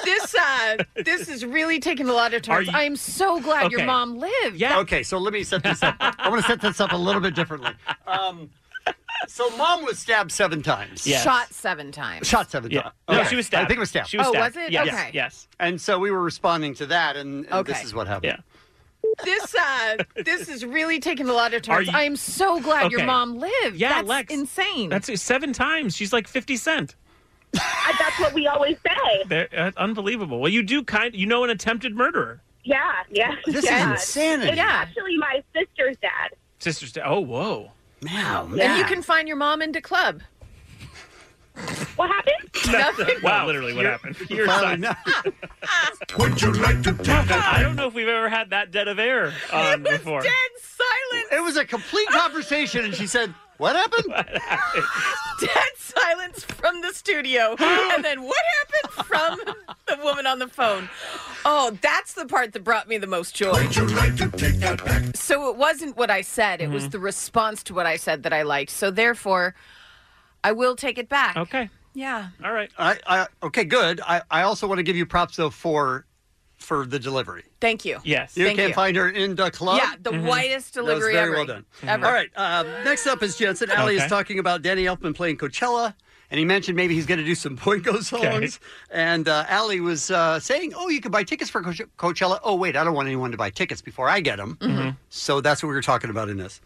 [SPEAKER 12] This uh, this is really taking a lot of
[SPEAKER 11] Are
[SPEAKER 12] turns.
[SPEAKER 11] you-
[SPEAKER 12] I am so glad your
[SPEAKER 11] Okay.
[SPEAKER 12] mom lived.
[SPEAKER 11] Okay, so let me set this up. I want to set this up a little bit differently. Um, so mom was stabbed seven times.
[SPEAKER 12] Shot seven times.
[SPEAKER 11] Shot seven
[SPEAKER 12] Yeah.
[SPEAKER 11] times.
[SPEAKER 12] No,
[SPEAKER 11] Okay.
[SPEAKER 12] she was
[SPEAKER 11] I
[SPEAKER 12] stabbed.
[SPEAKER 11] think it was stabbed.
[SPEAKER 12] She was Oh, stabbed. was it? Yes. Okay.
[SPEAKER 6] Yes.
[SPEAKER 11] And so we were responding to that, and, and this
[SPEAKER 12] Okay.
[SPEAKER 11] is what happened.
[SPEAKER 12] This uh, this is really taking a lot of
[SPEAKER 6] Are
[SPEAKER 12] turns.
[SPEAKER 6] you-
[SPEAKER 12] I am so glad your
[SPEAKER 6] Okay.
[SPEAKER 12] mom lived.
[SPEAKER 6] Yeah,
[SPEAKER 12] That's
[SPEAKER 6] Lex.
[SPEAKER 12] insane.
[SPEAKER 6] That's it, seven times. She's like 50 Cent.
[SPEAKER 20] That's what we always say.
[SPEAKER 6] They're, uh, unbelievable. Well, you do kind you know an attempted murderer.
[SPEAKER 20] Yeah, yeah.
[SPEAKER 6] This is
[SPEAKER 20] yeah.
[SPEAKER 6] insanity.
[SPEAKER 20] It's
[SPEAKER 6] Yeah.
[SPEAKER 20] actually my sister's dad.
[SPEAKER 6] Sister's Oh, whoa.
[SPEAKER 11] Wow.
[SPEAKER 12] And you can find your mom into club.
[SPEAKER 20] What
[SPEAKER 6] [LAUGHS]
[SPEAKER 20] happened?
[SPEAKER 12] [LAUGHS] Nothing.
[SPEAKER 6] Wow, literally what happened. Your
[SPEAKER 7] finally
[SPEAKER 12] [LAUGHS]
[SPEAKER 6] son.
[SPEAKER 7] Would you like to take that back?
[SPEAKER 6] I don't know if we've ever had that dead of air
[SPEAKER 12] [LAUGHS]
[SPEAKER 6] on before.
[SPEAKER 12] silence.
[SPEAKER 11] It was
[SPEAKER 12] [LAUGHS]
[SPEAKER 11] a complete conversation, and she said, "What happened?"
[SPEAKER 12] Dead silence [LAUGHS] from the studio. and then what happened from the woman on the phone? Oh, that's the part that brought me the most joy. So it wasn't what I said, it
[SPEAKER 6] Mm-hmm.
[SPEAKER 12] was the response to what I said that I liked. So therefore, I will take it back.
[SPEAKER 6] Okay.
[SPEAKER 12] Yeah.
[SPEAKER 6] All right.
[SPEAKER 11] I, I okay, good. I, I also want to give you props though for for the delivery.
[SPEAKER 12] Thank you.
[SPEAKER 11] you
[SPEAKER 12] Thank
[SPEAKER 11] can find her in the club.
[SPEAKER 12] Yeah, the Mhm. whitest
[SPEAKER 11] That was
[SPEAKER 12] delivery
[SPEAKER 11] very
[SPEAKER 12] ever.
[SPEAKER 11] well done.
[SPEAKER 12] Ever.
[SPEAKER 11] All right, um, next up is Jensen. Allie
[SPEAKER 12] Okay.
[SPEAKER 11] is talking about Danny Elfman playing Coachella, and he mentioned maybe he's going to do some Boingo songs. And uh, Allie was uh, saying, "Oh, you can buy tickets for Coach- Coachella." Oh, wait, I don't want anyone to buy tickets before I get them.
[SPEAKER 12] Mm-hmm.
[SPEAKER 6] Mhm.
[SPEAKER 11] So that's what we were talking about in this.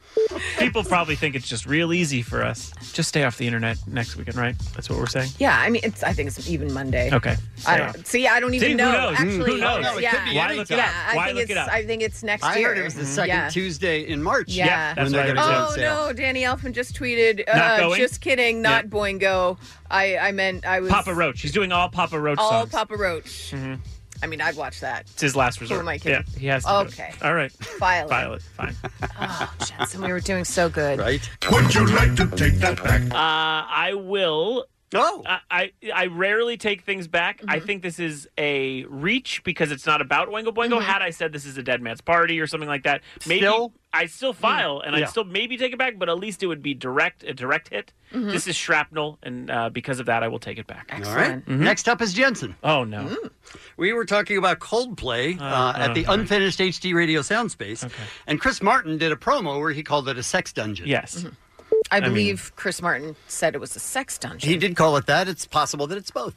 [SPEAKER 6] People probably think it's just real easy for us. Just stay off the internet next weekend, right? That's what we're saying.
[SPEAKER 12] Yeah, I mean, it's. I think it's even Monday.
[SPEAKER 6] Okay.
[SPEAKER 12] I don't see. I don't even
[SPEAKER 6] See, who
[SPEAKER 12] know.
[SPEAKER 6] knows? Mm,
[SPEAKER 12] Actually,
[SPEAKER 6] Who knows? No, it could
[SPEAKER 12] yeah,
[SPEAKER 6] be Why look it anytime.
[SPEAKER 12] yeah,
[SPEAKER 6] up? Why
[SPEAKER 12] I think
[SPEAKER 6] look
[SPEAKER 12] it's.
[SPEAKER 6] it up?
[SPEAKER 12] I think it's next
[SPEAKER 11] I
[SPEAKER 12] year.
[SPEAKER 11] heard it was the second
[SPEAKER 12] Yeah.
[SPEAKER 11] Tuesday in March.
[SPEAKER 12] Mm-hmm. Yeah,
[SPEAKER 11] when they're gonna do it.
[SPEAKER 12] Oh no, Danny Elfman just tweeted.
[SPEAKER 6] Not
[SPEAKER 12] Uh,
[SPEAKER 6] going?
[SPEAKER 12] just kidding, not
[SPEAKER 6] Yeah.
[SPEAKER 12] Boingo. I I meant I was
[SPEAKER 6] Papa Roach. He's doing all Papa Roach
[SPEAKER 12] all
[SPEAKER 6] songs.
[SPEAKER 12] Papa Roach.
[SPEAKER 6] Mhm.
[SPEAKER 12] I mean, I'd watch that.
[SPEAKER 6] It's his last
[SPEAKER 12] Who
[SPEAKER 6] resort.
[SPEAKER 12] am I kidding?
[SPEAKER 6] Yeah, he has to. do it.
[SPEAKER 12] Okay. Ah.
[SPEAKER 6] All right.
[SPEAKER 12] Violet.
[SPEAKER 6] Violet. Fine.
[SPEAKER 12] Jensen, we were doing so good.
[SPEAKER 11] Right.
[SPEAKER 6] Would you like to take that back? Uh, I will.
[SPEAKER 11] No.
[SPEAKER 6] I, I I rarely take things back. I
[SPEAKER 12] Mm-hmm.
[SPEAKER 6] think this is a reach because it's not about Wango Boingo.
[SPEAKER 12] Mm-hmm.
[SPEAKER 6] Had I said this is a dead man's party or something like that, maybe
[SPEAKER 11] Still?
[SPEAKER 6] I still file and
[SPEAKER 11] Yeah.
[SPEAKER 6] I still maybe take it back, but at least it would be direct a direct hit.
[SPEAKER 12] Mm-hmm.
[SPEAKER 11] Mhm.
[SPEAKER 6] This is shrapnel, and uh, because of that, I will take it back.
[SPEAKER 11] All right.
[SPEAKER 12] Mm-hmm.
[SPEAKER 11] Next up is Jensen.
[SPEAKER 6] Oh no.
[SPEAKER 12] Mm.
[SPEAKER 11] We were talking about Coldplay uh, at the
[SPEAKER 6] uh,
[SPEAKER 11] unfinished HD radio sound space, and Chris Martin did a promo where he called it a sex dungeon.
[SPEAKER 6] Yes.
[SPEAKER 12] I
[SPEAKER 11] I mean-
[SPEAKER 12] believe Chris Martin said it was a sex dungeon.
[SPEAKER 11] He did call it that. It's possible that it's both.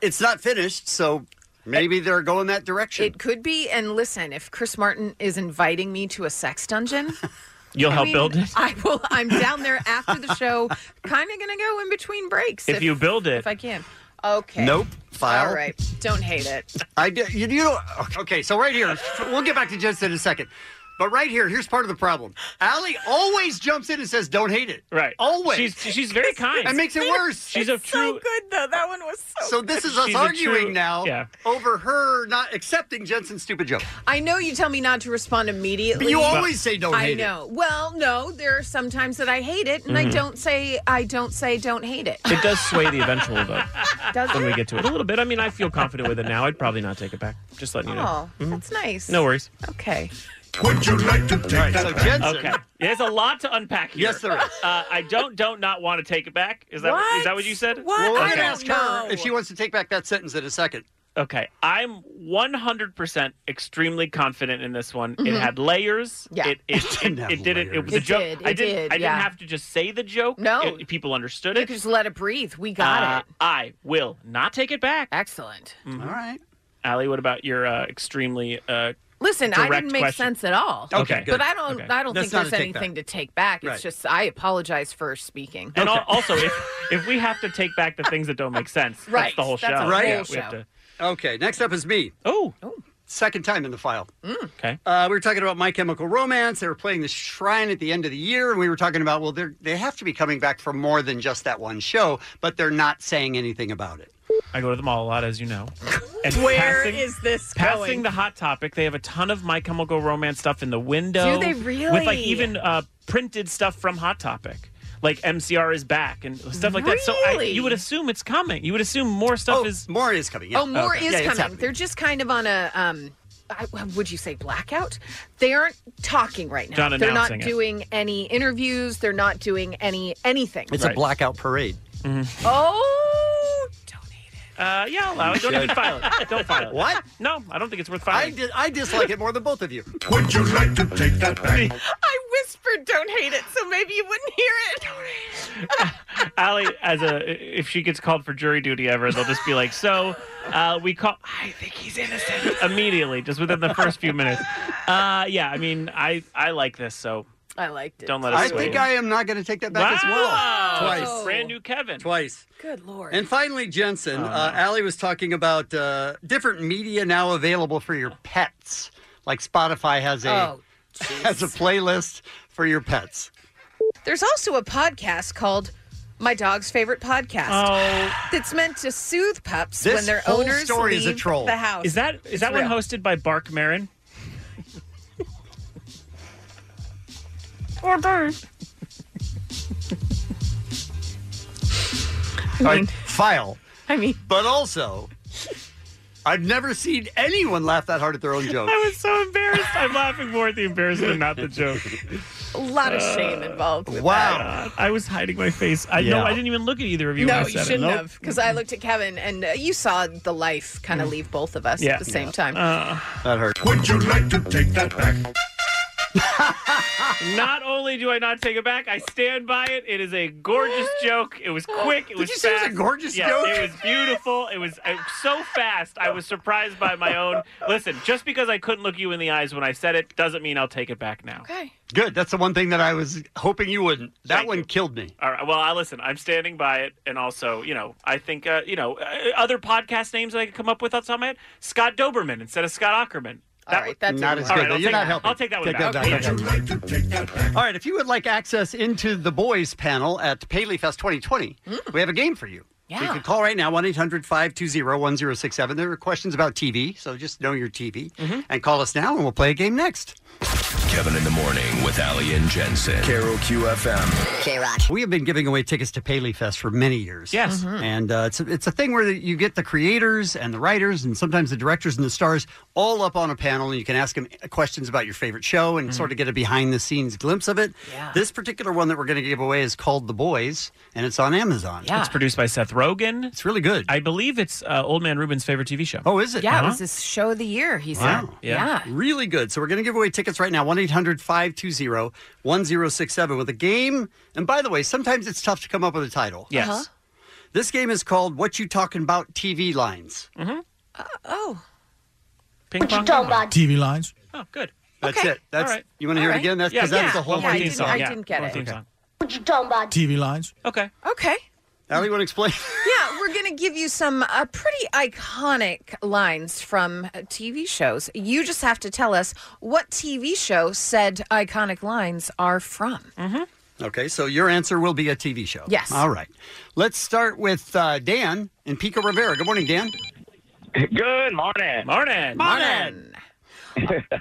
[SPEAKER 11] It's not finished, so maybe they're going that direction.
[SPEAKER 12] It could be. And listen, if Chris Martin is inviting me to a sex dungeon,
[SPEAKER 6] [LAUGHS] You'll
[SPEAKER 12] I
[SPEAKER 6] help
[SPEAKER 12] mean,
[SPEAKER 6] build it.
[SPEAKER 12] I will. I'm down there after the show, kind of going to go in between breaks
[SPEAKER 6] If you build it.
[SPEAKER 12] if I can. Okay.
[SPEAKER 11] Nope. File.
[SPEAKER 12] All right. Don't hate it.
[SPEAKER 11] I do, you, you know, okay, so right here, we'll get back to Jensen in a second. But right here, here's part of the problem. Allie always jumps in and says, don't hate it.
[SPEAKER 6] Right.
[SPEAKER 11] Always.
[SPEAKER 6] She's- she's very kind.
[SPEAKER 11] That makes it worse.
[SPEAKER 6] She's a It's so true-
[SPEAKER 12] good, though. That one was so
[SPEAKER 11] So this is us
[SPEAKER 6] She's a
[SPEAKER 11] arguing
[SPEAKER 6] true-
[SPEAKER 11] now
[SPEAKER 6] yeah.
[SPEAKER 11] over her not accepting Jensen's stupid joke.
[SPEAKER 12] I know you tell me not to respond immediately.
[SPEAKER 11] But you always say don't
[SPEAKER 12] I
[SPEAKER 11] hate it.
[SPEAKER 12] know. Well, no, there are some times that I hate it, and I
[SPEAKER 6] Mhm.
[SPEAKER 12] don't say I don't say don't hate it. [LAUGHS]
[SPEAKER 6] It does sway the eventual vote
[SPEAKER 12] Does
[SPEAKER 6] when
[SPEAKER 12] it?
[SPEAKER 6] we get to it a little bit. I mean, I feel confident with it now. I'd probably not take it back. Just letting you know. Mm-hmm.
[SPEAKER 12] Oh, that's nice.
[SPEAKER 6] No worries.
[SPEAKER 12] Okay.
[SPEAKER 6] Would you like to take
[SPEAKER 11] that so back? Jensen-
[SPEAKER 6] Okay. There's a lot to unpack here.
[SPEAKER 11] Yes, there is.
[SPEAKER 6] Uh, I don't, don't, not want to take it back. Is that is that what you said?
[SPEAKER 11] Well, we're
[SPEAKER 6] Okay.
[SPEAKER 11] gonna ask her if she wants to take back that sentence in a second.
[SPEAKER 6] Okay, I'm 100% extremely confident in this one. It
[SPEAKER 11] Mhm.
[SPEAKER 6] had layers.
[SPEAKER 11] Yeah.
[SPEAKER 6] It
[SPEAKER 11] [LAUGHS]
[SPEAKER 6] it, it, it,
[SPEAKER 11] didn't have
[SPEAKER 6] didn't. It
[SPEAKER 12] Mm-hmm. layers.
[SPEAKER 6] was a
[SPEAKER 12] It
[SPEAKER 6] joke.
[SPEAKER 12] did,
[SPEAKER 6] I
[SPEAKER 12] it
[SPEAKER 6] didn't.
[SPEAKER 12] did,
[SPEAKER 6] I didn't
[SPEAKER 12] yeah.
[SPEAKER 6] have to just say the joke.
[SPEAKER 12] No.
[SPEAKER 6] It- people understood
[SPEAKER 12] You
[SPEAKER 6] it.
[SPEAKER 12] could just let it breathe. We got
[SPEAKER 6] Uh,
[SPEAKER 12] it.
[SPEAKER 6] I will not take it back. Mm-hmm.
[SPEAKER 12] Excellent. All right.
[SPEAKER 6] Allie, what about your uh, extremely? Uh,
[SPEAKER 12] Listen, I
[SPEAKER 6] direct
[SPEAKER 12] didn't make
[SPEAKER 6] question?
[SPEAKER 12] sense at all.
[SPEAKER 6] Okay, Okay, good.
[SPEAKER 12] but I don't.
[SPEAKER 6] Okay.
[SPEAKER 12] I don't
[SPEAKER 6] That's
[SPEAKER 12] think
[SPEAKER 6] not
[SPEAKER 12] there's
[SPEAKER 6] a take back.
[SPEAKER 12] anything to take back. It's
[SPEAKER 6] Right.
[SPEAKER 12] just I apologize for speaking.
[SPEAKER 6] And al- also, if if we have to take back the things that don't make sense,
[SPEAKER 12] Right,
[SPEAKER 6] that's the whole
[SPEAKER 12] that's a
[SPEAKER 6] show. Yeah,
[SPEAKER 12] whole
[SPEAKER 6] we
[SPEAKER 12] show.
[SPEAKER 6] have to-
[SPEAKER 11] Okay, next up is me.
[SPEAKER 6] Oh.
[SPEAKER 11] Second time in the file.
[SPEAKER 12] Mm.
[SPEAKER 6] Okay.
[SPEAKER 11] Uh, we were talking about My Chemical Romance. They were playing the Shrine at the end of the year, and we were talking about well, they they have to be coming back for more than just that one show, but they're not saying anything about it.
[SPEAKER 6] I go to the mall a lot, as you know. And
[SPEAKER 12] Where is
[SPEAKER 6] passing-
[SPEAKER 12] this
[SPEAKER 6] Passing
[SPEAKER 12] going?
[SPEAKER 6] the hot topic, they have a ton of My Chemical Romance stuff in the window.
[SPEAKER 12] Do they
[SPEAKER 6] With like
[SPEAKER 12] really?
[SPEAKER 6] even uh, printed stuff from Hot Topic, like MCR is back and stuff like that. So I,
[SPEAKER 12] Really?
[SPEAKER 6] you would assume it's coming. You would assume more stuff is
[SPEAKER 11] more is coming.
[SPEAKER 12] Oh, more is coming. They're just kind of on a. Um, I, would you say blackout? They aren't talking right now.
[SPEAKER 11] Not
[SPEAKER 12] they're not
[SPEAKER 11] announcing it.
[SPEAKER 12] doing any interviews. They're not doing any anything.
[SPEAKER 11] It's a blackout parade.
[SPEAKER 6] Mm-hmm.
[SPEAKER 12] Oh,
[SPEAKER 6] Uh, yeah, allow it. Don't
[SPEAKER 11] You
[SPEAKER 6] even [LAUGHS]
[SPEAKER 11] should.
[SPEAKER 6] file it. Don't file it.
[SPEAKER 11] What?
[SPEAKER 6] No, I don't think it's worth
[SPEAKER 11] I
[SPEAKER 6] filing.
[SPEAKER 11] di- I dislike it more than both of you.
[SPEAKER 6] Would you like to take that back?
[SPEAKER 12] I whispered, "Don't hate it," so [LAUGHS] maybe you wouldn't hear it.
[SPEAKER 6] [LAUGHS] Allie, as a if she gets called for jury duty ever, they'll just be like, "So, uh, we call." I think he's innocent immediately, just within the first few minutes. Uh, yeah, I mean, I I like this, so
[SPEAKER 12] I liked it.
[SPEAKER 6] Don't let us
[SPEAKER 11] I
[SPEAKER 6] sway
[SPEAKER 11] think
[SPEAKER 6] you.
[SPEAKER 11] I am not going to take that back
[SPEAKER 6] Wow!
[SPEAKER 11] as well. Twice.
[SPEAKER 6] Brand new Oh, Kevin.
[SPEAKER 11] Twice.
[SPEAKER 12] Good lord.
[SPEAKER 11] And finally, Jensen, uh, Allie was talking about uh, different media now available for your pets. Like Spotify has a
[SPEAKER 12] Oh,
[SPEAKER 11] [LAUGHS] has a playlist for your pets.
[SPEAKER 12] There's also a podcast called My Dog's Favorite Podcast.
[SPEAKER 6] Oh.
[SPEAKER 12] That's meant to soothe pups
[SPEAKER 6] This
[SPEAKER 12] when their
[SPEAKER 6] whole
[SPEAKER 12] owners
[SPEAKER 6] story
[SPEAKER 12] leave
[SPEAKER 6] is a troll.
[SPEAKER 12] the house.
[SPEAKER 6] Is that is
[SPEAKER 12] It's
[SPEAKER 6] that
[SPEAKER 12] real.
[SPEAKER 6] one hosted by Bark Marin?
[SPEAKER 12] Or bird.
[SPEAKER 11] All right, file.
[SPEAKER 12] Mm-hmm. I mean,
[SPEAKER 11] but also I've never seen anyone laugh that hard at their own joke.
[SPEAKER 6] I was so embarrassed. I'm laughing more at the embarrassment, not the joke.
[SPEAKER 12] A lot of shame involved. With
[SPEAKER 6] Uh, Wow. I was hiding my face. I know
[SPEAKER 12] Yeah.
[SPEAKER 6] I didn't even look at either
[SPEAKER 12] That.
[SPEAKER 6] of you
[SPEAKER 12] No,
[SPEAKER 6] when I
[SPEAKER 12] you
[SPEAKER 6] said
[SPEAKER 12] shouldn't
[SPEAKER 6] it.
[SPEAKER 12] have, because I looked at Kevin and uh, you saw the life kind of leave both of us
[SPEAKER 6] Mm. Yeah. Uh,
[SPEAKER 12] at the same
[SPEAKER 6] Yeah.
[SPEAKER 12] time.
[SPEAKER 11] [LAUGHS] That hurt.
[SPEAKER 6] Would you like to take that back? not only do I not take it back, I stand by it. It is a gorgeous joke. It was quick. It
[SPEAKER 11] Did
[SPEAKER 6] was
[SPEAKER 11] you
[SPEAKER 6] fast.
[SPEAKER 11] say it was a gorgeous
[SPEAKER 6] Yes,
[SPEAKER 11] joke?
[SPEAKER 6] It was beautiful. It was uh, so fast. I was surprised by my own. Listen, just because I couldn't look you in the eyes when I said it doesn't mean I'll take it back now.
[SPEAKER 12] Okay.
[SPEAKER 11] Good. That's the one thing that I was hoping you wouldn't. That one killed me.
[SPEAKER 6] All right. Well, I listen. I'm standing by it, and also, you know, I think, uh, you know, uh, other podcast names that I could come up with off the top of my head: Scott Doberman instead of Scott Ackerman. That
[SPEAKER 11] right, that Not didn't as work. good.
[SPEAKER 6] I'll
[SPEAKER 11] You're
[SPEAKER 6] take-
[SPEAKER 11] not helping.
[SPEAKER 6] I'll take that one
[SPEAKER 11] Take that
[SPEAKER 6] back.
[SPEAKER 11] back. All right, if you would like access into the boys panel at Paley Fest 2020, we have a game for you.
[SPEAKER 12] Yeah.
[SPEAKER 11] So you can call right now, 1 800 520 1067. There are questions about TV, so just know your TV and call us now, and we'll play a game next.
[SPEAKER 15] Kevin in the Morning with Ali and Jensen. Carol QFM.
[SPEAKER 11] K Rock. We have been giving away tickets to Paley Fest for many years.
[SPEAKER 15] Yes. Mhm.
[SPEAKER 11] And uh, it's, a, it's a thing where you get the creators and the writers and sometimes the directors and the stars all up on a panel, and you can ask them questions about your favorite show and sort of get a behind the scenes glimpse of it.
[SPEAKER 6] Yeah.
[SPEAKER 11] This particular one that we're going to give away is called The Boys, and it's on Amazon.
[SPEAKER 6] Yeah. It's produced by Seth Rogen. It's
[SPEAKER 11] really good.
[SPEAKER 6] I believe it's uh, Old Man Ruben's favorite TV show.
[SPEAKER 11] Oh, is it?
[SPEAKER 12] Yeah, it
[SPEAKER 6] Uh-huh.
[SPEAKER 12] was his show of the year, he said.
[SPEAKER 11] Wow. Really good. So we're going to give away tickets right now 1 800 520 1067 with a game. And by the way, sometimes it's tough to come up with a title.
[SPEAKER 6] Yes. Uh-huh.
[SPEAKER 11] This game is called What You Talking About TV Lines.
[SPEAKER 6] Mm-hmm.
[SPEAKER 12] oh.
[SPEAKER 6] Ping
[SPEAKER 11] What you talking about? TV lines.
[SPEAKER 6] Oh, good.
[SPEAKER 11] That's
[SPEAKER 6] Okay.
[SPEAKER 11] it. That's
[SPEAKER 6] All right.
[SPEAKER 11] You want to hear
[SPEAKER 6] All
[SPEAKER 11] it again? That's
[SPEAKER 6] right.
[SPEAKER 11] because
[SPEAKER 6] Yeah.
[SPEAKER 11] that's the whole
[SPEAKER 6] Yeah, I
[SPEAKER 11] theme
[SPEAKER 6] didn't-
[SPEAKER 11] song.
[SPEAKER 6] I Yeah. didn't get Whole it. theme song.
[SPEAKER 12] What you talking about?
[SPEAKER 11] TV lines.
[SPEAKER 6] Okay.
[SPEAKER 12] Okay.
[SPEAKER 11] Allie, want to explain?
[SPEAKER 12] Yeah, we're going to give you some uh, pretty iconic lines from uh, TV shows. You just have to tell us what TV show said iconic lines are from. Mm-hmm.
[SPEAKER 11] Okay, so your answer will be a TV show.
[SPEAKER 12] Yes.
[SPEAKER 11] All right. Let's start with uh, Dan in Pico Rivera. Good morning, Dan.
[SPEAKER 21] Good morning.
[SPEAKER 6] Morning.
[SPEAKER 12] Morning.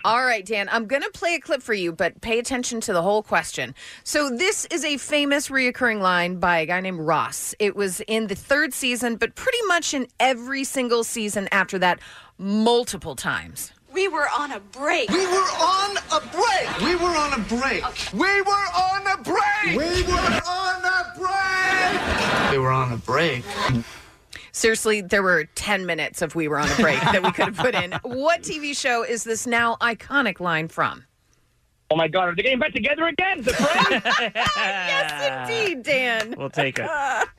[SPEAKER 12] All right, Dan, I'm going to play a clip for you, but pay attention to the whole question. So, this is a famous reoccurring line by a guy named Ross. It was in the third season, but pretty much in every single season after that, multiple times.
[SPEAKER 7] We were on a break. We were on a break. We were on a break. We were on a break. We were on a break.
[SPEAKER 21] They were on a break.
[SPEAKER 12] Seriously, there were 10 minutes of We Were on a Break that we could have put
[SPEAKER 7] [LAUGHS]
[SPEAKER 12] in. What TV show is this now iconic line from?
[SPEAKER 21] Oh my God, are they getting back together again? The
[SPEAKER 12] yes, indeed, Dan.
[SPEAKER 6] Uh, We'll take
[SPEAKER 12] [LAUGHS]
[SPEAKER 6] it.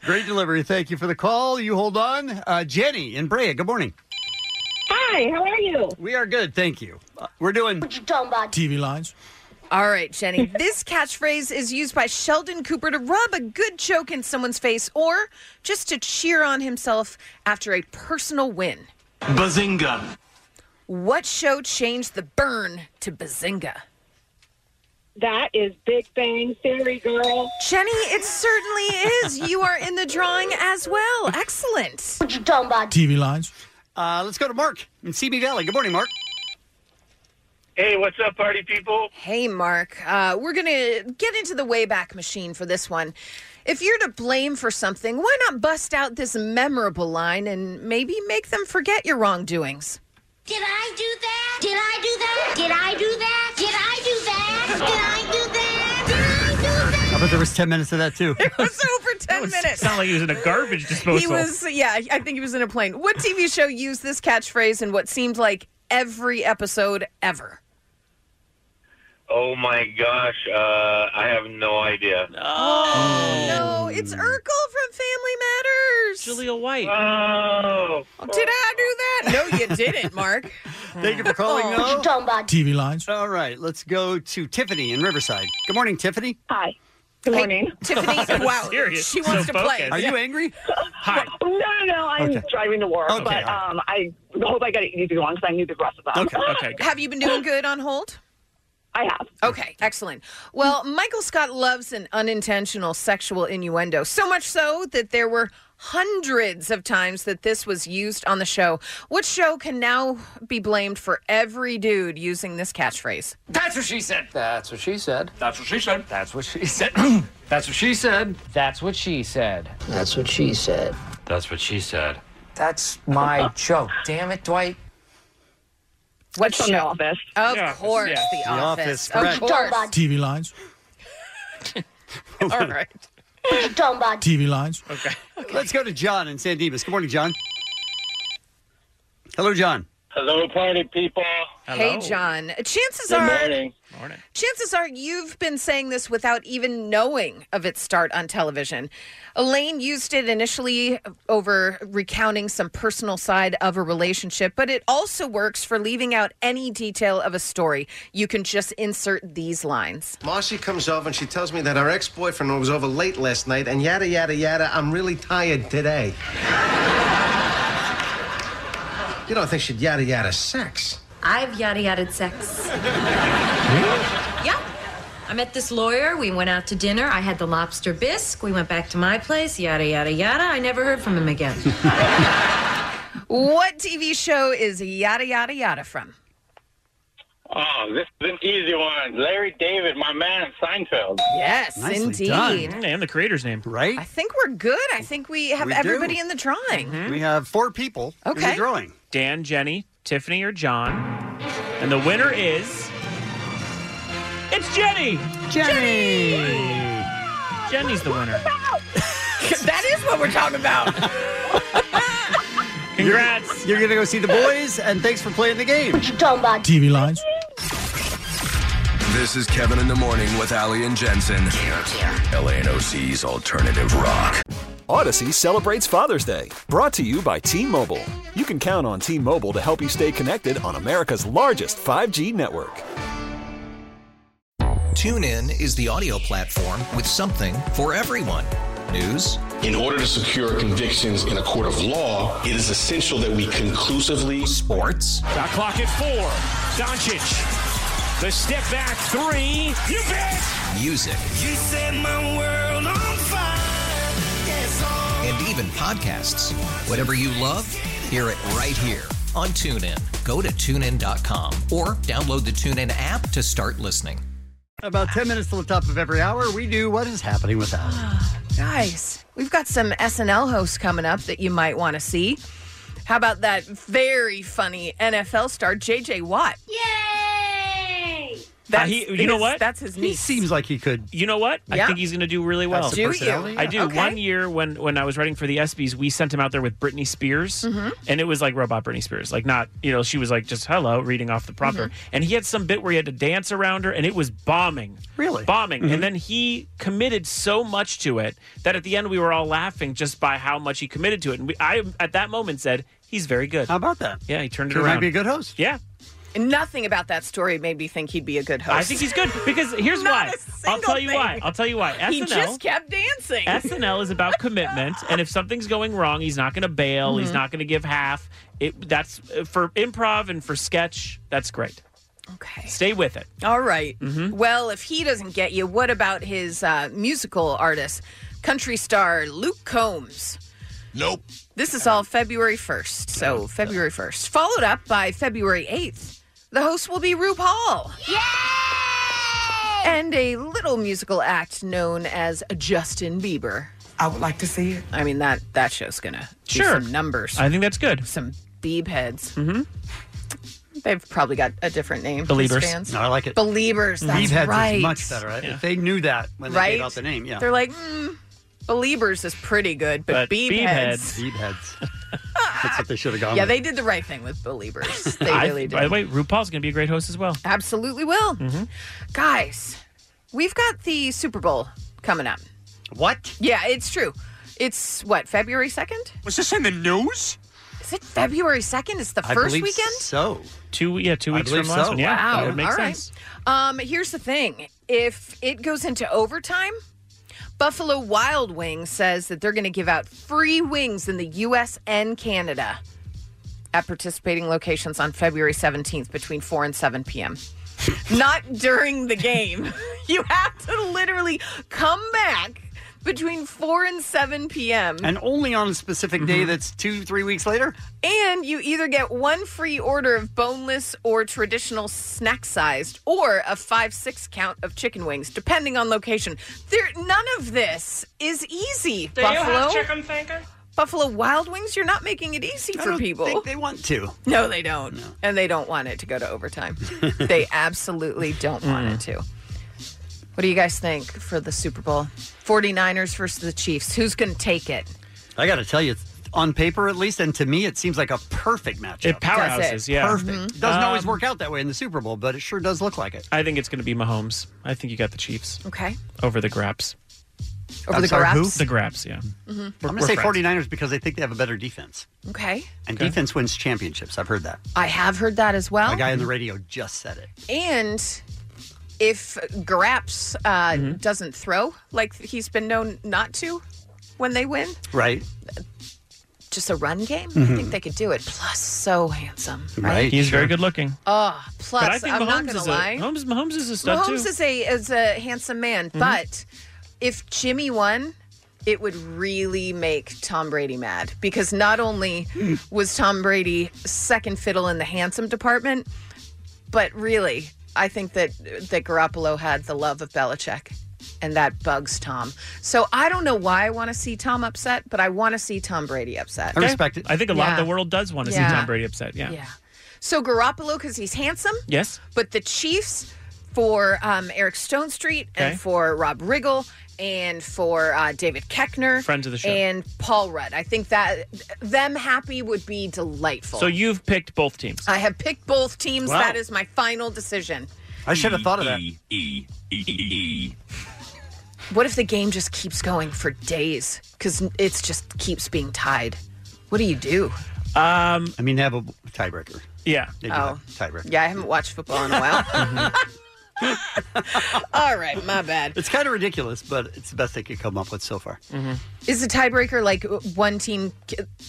[SPEAKER 11] Great delivery. Thank you for the call. You hold on. Uh, Jenny in Brea, good morning.
[SPEAKER 22] Hi, how are you?
[SPEAKER 11] We are good, thank you. Uh, we're doing
[SPEAKER 22] What you talking about?
[SPEAKER 11] TV lines.
[SPEAKER 12] All right,
[SPEAKER 22] [LAUGHS]
[SPEAKER 12] Jenny. This catchphrase is used by Sheldon Cooper to rub a good joke in someone's face or just to cheer on himself after a personal win.
[SPEAKER 21] Bazinga.
[SPEAKER 12] What show changed the burn to bazinga?
[SPEAKER 22] That is Big Bang Theory, girl.
[SPEAKER 12] Jenny, it certainly is. You are in the drawing as well. Excellent. What you talking about?
[SPEAKER 11] TV lines. Uh, let's go to Mark in CB Valley. Good morning, Mark.
[SPEAKER 21] Hey, what's up, party people?
[SPEAKER 12] Hey, Mark. Uh, we're going to get into the Wayback Machine for this one. If you're to blame for something, why not bust out this memorable line and maybe make them forget your wrongdoings?
[SPEAKER 7] Did I do that? Did I do that? Did I do that? Did I do that? Did I do that?
[SPEAKER 11] I bet there was 10 minutes of that, too.
[SPEAKER 12] It was over 10 minutes.
[SPEAKER 6] Sound like he was in a garbage disposal.
[SPEAKER 12] He was, yeah, I think he was in a plane. What TV show used this catchphrase in what seemed like every episode ever?
[SPEAKER 21] Oh my gosh, uh, I have no idea.
[SPEAKER 12] Oh, no, it's Urkel from Family Matters. Julia
[SPEAKER 6] White.
[SPEAKER 21] Oh.
[SPEAKER 12] Did I do that? [LAUGHS] No, you didn't, Mark.
[SPEAKER 11] Thank you for calling,
[SPEAKER 12] Oh.
[SPEAKER 11] though.
[SPEAKER 12] What you talking about?
[SPEAKER 11] TV lines. All right, let's go to Tiffany in Riverside. Good morning, Tiffany.
[SPEAKER 22] Hi.
[SPEAKER 11] Good
[SPEAKER 22] morning.
[SPEAKER 11] [LAUGHS]
[SPEAKER 12] Tiffany, wow,
[SPEAKER 11] Serious.
[SPEAKER 12] she wants
[SPEAKER 11] So
[SPEAKER 12] to play.
[SPEAKER 11] focused. Are
[SPEAKER 12] [LAUGHS]
[SPEAKER 11] you angry? Hi.
[SPEAKER 22] No, no, no. I'm
[SPEAKER 11] Okay.
[SPEAKER 22] driving to work,
[SPEAKER 11] Okay.
[SPEAKER 22] but um, I hope I got it easy one because I knew the rest of them. [LAUGHS]
[SPEAKER 12] Have you been doing good on hold?
[SPEAKER 22] I have.
[SPEAKER 12] Okay, excellent. Well, Michael Scott loves an unintentional sexual innuendo, so much so that there were hundreds of times that this was used on the show. What show can now be blamed for every dude using this catchphrase?
[SPEAKER 23] That's what she said. That's what she said. That's what she said. That's what she [CLEARS THROAT] said. That's what she said. That's what she said.
[SPEAKER 24] That's what she said.
[SPEAKER 23] That's what she said.
[SPEAKER 25] That's
[SPEAKER 23] [LAUGHS]
[SPEAKER 25] my joke. Damn it, Dwight.
[SPEAKER 12] What
[SPEAKER 25] It's on The
[SPEAKER 12] show?
[SPEAKER 25] Office.
[SPEAKER 12] Of
[SPEAKER 25] The Office,
[SPEAKER 12] course,
[SPEAKER 25] yes.
[SPEAKER 12] The
[SPEAKER 25] The
[SPEAKER 12] Office.
[SPEAKER 25] Office,
[SPEAKER 12] Of
[SPEAKER 25] correct.
[SPEAKER 12] course.
[SPEAKER 3] TV lines.
[SPEAKER 11] All right.
[SPEAKER 26] What you talking about?
[SPEAKER 11] TV lines. Okay. Let's go to John in San Dimas. Good morning, John. Hello, John.
[SPEAKER 24] Hello, party people.
[SPEAKER 12] Hey, John. Chances
[SPEAKER 24] Good
[SPEAKER 12] are,
[SPEAKER 24] morning. Morning.
[SPEAKER 12] chances are you've been saying this without even knowing of its start on television. Elaine used it initially over recounting some personal side of a relationship, but it also works for leaving out any detail of a story. You can just insert these lines.
[SPEAKER 27] Marcy comes over and she tells me that her ex boyfriend was over late last night and yada, yada, yada. I'm really tired
[SPEAKER 25] [LAUGHS]
[SPEAKER 27] today. you don't think she'd yada, yada sex?
[SPEAKER 28] I've yada yada sex.
[SPEAKER 27] Really?
[SPEAKER 28] yeah. I met this lawyer. We went out to dinner. I had the lobster bisque. We went back to my place. Yada yada yada. I never heard from him again.
[SPEAKER 12] What TV show is yada yada yada from?
[SPEAKER 21] Oh, this is an easy one. Larry David, my man, Seinfeld.
[SPEAKER 12] Yes, Nicely indeed. done.
[SPEAKER 6] Mm, And the creator's name.
[SPEAKER 11] Right?
[SPEAKER 12] I think we're good. I think we have
[SPEAKER 6] We do.
[SPEAKER 12] everybody in the drawing.
[SPEAKER 11] We have four people
[SPEAKER 12] mm-hmm. Okay.
[SPEAKER 11] drawing.
[SPEAKER 6] Dan, Jenny, Tiffany, or John. And the winner is. It's Jenny! Jenny! Jenny's the winner.
[SPEAKER 12] [LAUGHS] that is what we're talking about.
[SPEAKER 11] [LAUGHS]
[SPEAKER 12] [LAUGHS]
[SPEAKER 11] Congrats. You're, going to go see the boys, and thanks for playing the game. What
[SPEAKER 26] you talking about?
[SPEAKER 11] TV lines.
[SPEAKER 15] This is Kevin in the Morning with Ali and Jensen. LANOC's Alternative Rock.
[SPEAKER 29] Odyssey celebrates Father's Day, brought to you by T Mobile. You can count on T Mobile to help you stay connected on America's largest 5G network.
[SPEAKER 30] TuneIn is the audio platform with something for everyone. News. In order to secure convictions in a court of law, it is essential that we conclusively. Sports.
[SPEAKER 31] The clock at four. Doncic. The step back three. You bet.
[SPEAKER 30] Music.
[SPEAKER 31] You set my world on fire. Yes,
[SPEAKER 30] and even podcasts. Whatever you love, hear it right here on TuneIn. Go to tunein.com or download the TuneIn app to start listening.
[SPEAKER 11] About 10 minutes till the top of every hour, we do what is happening with us.
[SPEAKER 12] [GASPS] Guys, we've got some SNL hosts coming up that you might want to see. How about that very funny NFL star JJ Watt? Yay!
[SPEAKER 6] Uh, he- you know what?
[SPEAKER 12] That's his niece.
[SPEAKER 11] seems like he could.
[SPEAKER 6] You know what?
[SPEAKER 12] Yeah.
[SPEAKER 6] I think he's going to do really
[SPEAKER 12] Have
[SPEAKER 6] well.
[SPEAKER 12] some Do you? personality, yeah.
[SPEAKER 6] I do.
[SPEAKER 12] Okay.
[SPEAKER 6] One year when when I was writing for the ESPYS, we sent him out there with Britney Spears,
[SPEAKER 12] Mhm.
[SPEAKER 6] and it was like robot Britney Spears, like not you know she was like just hello reading off the prompter,
[SPEAKER 12] Mhm.
[SPEAKER 6] and he had some bit where he had to dance around her, and it was bombing, really bombing,
[SPEAKER 11] Mm-hmm.
[SPEAKER 6] and then he committed so much to it that at the end we were all laughing just by how much he committed to it, and we, I at that moment said he's very good. How
[SPEAKER 11] about that?
[SPEAKER 6] Yeah, he turned it
[SPEAKER 11] He
[SPEAKER 6] around.
[SPEAKER 11] might be a good host.
[SPEAKER 6] Yeah.
[SPEAKER 12] Nothing about that story made me think he'd be a good host.
[SPEAKER 6] I think he's good because here's why. I'll tell you why. I'll tell you why.
[SPEAKER 12] He
[SPEAKER 6] SNL
[SPEAKER 12] just kept dancing.
[SPEAKER 6] SNL is about commitment, and if something's going wrong, he's not going to bail. He's
[SPEAKER 12] Mhm.
[SPEAKER 6] not going to give half. It that's uh, for improv and for sketch. That's great.
[SPEAKER 12] Okay,
[SPEAKER 6] stay with it.
[SPEAKER 12] All right.
[SPEAKER 6] Mhm.
[SPEAKER 12] Well, if he doesn't get you, what about his uh, musical artist, country star Luke Combs?
[SPEAKER 30] Nope.
[SPEAKER 12] This is all February 1st. So, February 1st. Followed up by February 8th. The host will be RuPaul. Yay! And a little musical act known as Justin Bieber. I would like to see it. I mean, that, that show's going to
[SPEAKER 6] Sure.
[SPEAKER 12] some numbers.
[SPEAKER 6] I think that's good.
[SPEAKER 12] Some Beeb heads. Mm-hmm. They've probably got a different name. his
[SPEAKER 11] Believers.
[SPEAKER 12] Fans.
[SPEAKER 11] No, I like it.
[SPEAKER 12] Believers. That's
[SPEAKER 11] Beebheads
[SPEAKER 12] right.
[SPEAKER 11] is much better. Right? If they knew that when they
[SPEAKER 12] right?
[SPEAKER 11] gave out the name, yeah. hmm.
[SPEAKER 12] They're like, mm, Believers is pretty good, but, Beeb heads. [LAUGHS]
[SPEAKER 11] Beebheads. That's what they should have gone
[SPEAKER 12] Yeah,
[SPEAKER 11] with.
[SPEAKER 12] they did the right thing with
[SPEAKER 6] [LAUGHS]
[SPEAKER 12] Believers. They
[SPEAKER 6] I-
[SPEAKER 12] really did.
[SPEAKER 6] by the way, RuPaul's going to be a great host as well.
[SPEAKER 12] Absolutely will.
[SPEAKER 6] Mm-hmm.
[SPEAKER 12] Guys, we've got the Super Bowl coming up.
[SPEAKER 11] What?
[SPEAKER 12] Yeah, it's true. It's what, February 2nd?
[SPEAKER 6] Was this in the news?
[SPEAKER 12] Is it February 2nd? It's the
[SPEAKER 6] I
[SPEAKER 12] first
[SPEAKER 6] believe
[SPEAKER 12] weekend?
[SPEAKER 11] So
[SPEAKER 6] two yeah two
[SPEAKER 11] I
[SPEAKER 6] weeks from
[SPEAKER 11] believe
[SPEAKER 6] last
[SPEAKER 11] so.
[SPEAKER 6] one. Yeah,
[SPEAKER 12] Wow.
[SPEAKER 6] that makes
[SPEAKER 12] All right.
[SPEAKER 6] sense.
[SPEAKER 12] Um, here's the thing if it goes into overtime, Buffalo Wild Wings says that they're going to give out free wings in the U.S. and Canada at participating locations on February 17th between 4 and 7 p.m.
[SPEAKER 6] [LAUGHS]
[SPEAKER 12] Not during the game. [LAUGHS] You have to literally come back between 4 and 7 p.m.
[SPEAKER 11] And only on a specific day
[SPEAKER 6] Mm-hmm.
[SPEAKER 11] that's two, three weeks later?
[SPEAKER 12] And you either get one free order of boneless or traditional snack sized, or a five, six count of chicken wings, depending on location. There, none of this is easy, Buffalo.
[SPEAKER 32] thinker?
[SPEAKER 12] Buffalo Wild Wings, you're not making it easy for people.
[SPEAKER 11] they want to.
[SPEAKER 12] No, they don't. And they don't want it to go to
[SPEAKER 11] [LAUGHS]
[SPEAKER 12] overtime. they absolutely don't want it to. What do you guys think for the Super Bowl? 49ers versus the Chiefs. Who's going to take it?
[SPEAKER 11] I got to tell you, on paper at least, and to me, it seems like a perfect matchup.
[SPEAKER 6] It powerhouses, yeah.
[SPEAKER 11] Perfect.
[SPEAKER 12] Mm-hmm.
[SPEAKER 6] Mhm.
[SPEAKER 11] Doesn't always
[SPEAKER 6] Um,
[SPEAKER 11] work out that way in the Super Bowl, but it sure does look like it.
[SPEAKER 6] I think it's going to be Mahomes. I think you got the Chiefs
[SPEAKER 12] Okay.
[SPEAKER 6] over the Graps.
[SPEAKER 12] Over the Graps?
[SPEAKER 6] The Graps, yeah.
[SPEAKER 12] Mhm.
[SPEAKER 11] I'm
[SPEAKER 6] We're-
[SPEAKER 11] going to
[SPEAKER 6] we're
[SPEAKER 11] say
[SPEAKER 6] friends.
[SPEAKER 11] 49ers because I think they have a better defense.
[SPEAKER 12] Okay.
[SPEAKER 11] And defense wins championships. I've heard that.
[SPEAKER 12] I have heard that as well.
[SPEAKER 11] A guy on the radio just said it.
[SPEAKER 12] And if Graps uh,
[SPEAKER 6] Mm-hmm.
[SPEAKER 12] doesn't throw like he's been known not to when they win,
[SPEAKER 11] Right.
[SPEAKER 12] just a run game, I
[SPEAKER 6] Mhm.
[SPEAKER 12] think they could do it. Plus, so handsome, right?
[SPEAKER 11] Right,
[SPEAKER 6] He's
[SPEAKER 11] sure.
[SPEAKER 6] very good looking.
[SPEAKER 12] Oh, plus,
[SPEAKER 6] But I think
[SPEAKER 12] I'm not
[SPEAKER 6] Mahomes
[SPEAKER 12] going
[SPEAKER 6] is
[SPEAKER 12] to
[SPEAKER 6] a-
[SPEAKER 12] lie.
[SPEAKER 6] Mahomes- Mahomes is a stud,
[SPEAKER 12] Mahomes
[SPEAKER 6] too. Mm-hmm.
[SPEAKER 12] is a is a handsome man, but if Jimmy won. It would really make Tom Brady mad because not only
[SPEAKER 20] Hmm.
[SPEAKER 12] was Tom Brady second fiddle in the handsome department, but really, I think that that Garoppolo had the love of Belichick, and that bugs Tom. So I don't know why I want to see Tom upset, but I want to see Tom Brady upset.
[SPEAKER 6] Okay. I think a lot
[SPEAKER 12] Yeah.
[SPEAKER 6] of the world does want to see
[SPEAKER 12] Yeah.
[SPEAKER 6] Tom Brady upset. Yeah.
[SPEAKER 12] Yeah. So Garoppolo because he's handsome.
[SPEAKER 6] Yes.
[SPEAKER 12] But the Chiefs for um, Eric Stone Street
[SPEAKER 6] Okay.
[SPEAKER 12] and for Rob Riggle and for uh, David Keckner,
[SPEAKER 6] Friends of the show.
[SPEAKER 12] and Paul Rudd. I think that them happy would be delightful.
[SPEAKER 6] So you've picked both teams.
[SPEAKER 12] I have picked both teams.
[SPEAKER 6] Wow.
[SPEAKER 12] That is my final decision.
[SPEAKER 11] I should have thought of that.
[SPEAKER 12] What if the game just keeps going for days because it's just keeps being tied? What do you do?
[SPEAKER 6] Um,
[SPEAKER 11] I mean, they have a tiebreaker.
[SPEAKER 6] Yeah.
[SPEAKER 11] They do
[SPEAKER 12] Oh.
[SPEAKER 11] have a tiebreaker.
[SPEAKER 12] Yeah, I haven't watched football in a while. [LAUGHS] All right, my bad.
[SPEAKER 11] It's kind of ridiculous, but it's the best they could come up with so far.
[SPEAKER 6] Mm-hmm.
[SPEAKER 12] Is the tiebreaker like one team?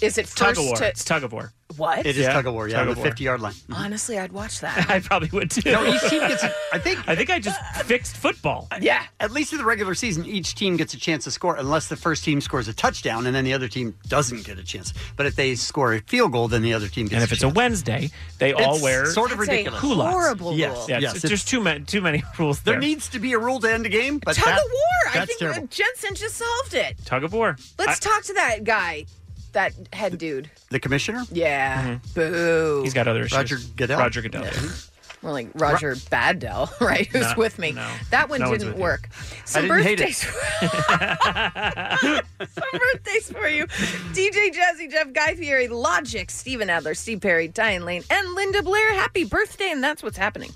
[SPEAKER 12] Is it
[SPEAKER 11] Tug of
[SPEAKER 12] first
[SPEAKER 11] war.
[SPEAKER 12] to
[SPEAKER 11] It's tug of war.
[SPEAKER 12] What?
[SPEAKER 11] It is tug of war, yeah,
[SPEAKER 6] tug
[SPEAKER 11] on
[SPEAKER 6] of
[SPEAKER 11] the
[SPEAKER 6] war.
[SPEAKER 11] 50 yard line.
[SPEAKER 12] Honestly, I'd watch that.
[SPEAKER 6] [LAUGHS] I probably would too.
[SPEAKER 11] No, each team gets. A, I
[SPEAKER 6] [LAUGHS]
[SPEAKER 11] think.
[SPEAKER 6] I think I just fixed football.
[SPEAKER 12] Yeah.
[SPEAKER 11] At least in the regular season, each team gets a chance to score, unless the first team scores a touchdown and then the other team doesn't get a chance. But if they score a field goal, then the other team gets.
[SPEAKER 6] And if
[SPEAKER 11] a
[SPEAKER 6] it's a
[SPEAKER 11] chance.
[SPEAKER 6] Wednesday, they all
[SPEAKER 11] It's
[SPEAKER 6] wear
[SPEAKER 11] sort of That's a ridiculous.
[SPEAKER 6] culottes.
[SPEAKER 11] horrible
[SPEAKER 6] yes,
[SPEAKER 11] rule.
[SPEAKER 6] Yes,
[SPEAKER 11] Yes,
[SPEAKER 6] it's,
[SPEAKER 11] it's-
[SPEAKER 6] just too many, too
[SPEAKER 11] [LAUGHS]
[SPEAKER 6] many rules.
[SPEAKER 11] There
[SPEAKER 6] there.
[SPEAKER 11] needs to be a rule to end a game, [LAUGHS] but
[SPEAKER 12] tug
[SPEAKER 11] that-
[SPEAKER 12] of war? I
[SPEAKER 11] That's
[SPEAKER 12] think
[SPEAKER 11] terrible.
[SPEAKER 12] Jensen just solved it.
[SPEAKER 6] tug of war.
[SPEAKER 12] Let's talk to that guy, that head dude.
[SPEAKER 11] The commissioner?
[SPEAKER 12] Yeah. Boo.
[SPEAKER 6] Mm-hmm. He's got other issues.
[SPEAKER 11] Roger Goodell.
[SPEAKER 6] Roger Goodell.
[SPEAKER 12] More like Roger Baddell, [LAUGHS] right? Who's
[SPEAKER 6] No,
[SPEAKER 12] with me?
[SPEAKER 6] no.
[SPEAKER 12] That one
[SPEAKER 6] No one's
[SPEAKER 12] didn't
[SPEAKER 6] with you.
[SPEAKER 12] work.
[SPEAKER 6] I
[SPEAKER 12] Some
[SPEAKER 6] didn't hate it.
[SPEAKER 12] birthdays. [LAUGHS] Some birthdays for you. DJ Jazzy Jeff Guy Fieri, Logic, Steven Adler, Steve Perry, Diane Lane, and Linda Blair. Happy birthday, and that's what's happening.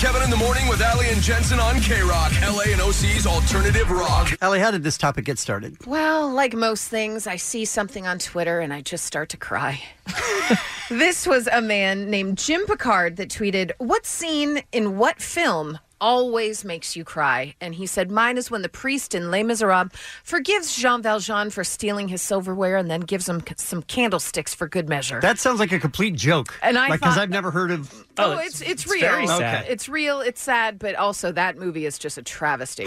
[SPEAKER 15] Kevin in the morning with Ali and Jensen on K Rock, LA and OC's alternative rock.
[SPEAKER 11] Allie, how did this topic get started?
[SPEAKER 12] Well, like most things, I see something on Twitter and I just start to cry. [LAUGHS] this was a man named Jim Picard that tweeted, What scene in what film always makes you cry? And he said, Mine is when the priest in Les Miserables forgives Jean Valjean for stealing his silverware and then gives him c- some candlesticks for good measure.
[SPEAKER 11] That sounds like a complete joke.
[SPEAKER 12] And I
[SPEAKER 11] because
[SPEAKER 12] thought-
[SPEAKER 11] I've never heard of.
[SPEAKER 12] Oh, it's, it's real.
[SPEAKER 11] very sad.
[SPEAKER 12] It's real. It's sad, but also that movie is just a [LAUGHS] travesty.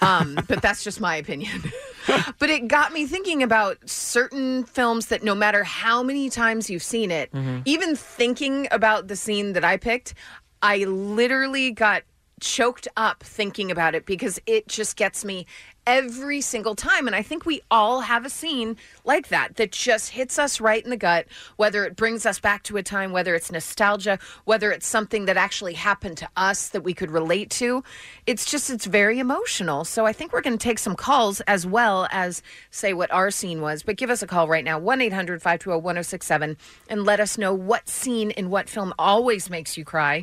[SPEAKER 12] Um, but that's just my opinion. [LAUGHS] but it got me thinking about certain films that no matter how many times you've seen it,
[SPEAKER 1] Mhm.
[SPEAKER 12] even thinking about the scene that I picked, I literally got choked up thinking about it because it just gets me every single time and i think we all have a scene like that that just hits us right in the gut whether it brings us back to a time whether it's nostalgia whether it's something that actually happened to us that we could relate to it's just it's very emotional so i think we're going to take some calls as well as say what our scene was but give us a call right now 1-800-520-1067 and let us know what scene in what film always makes you cry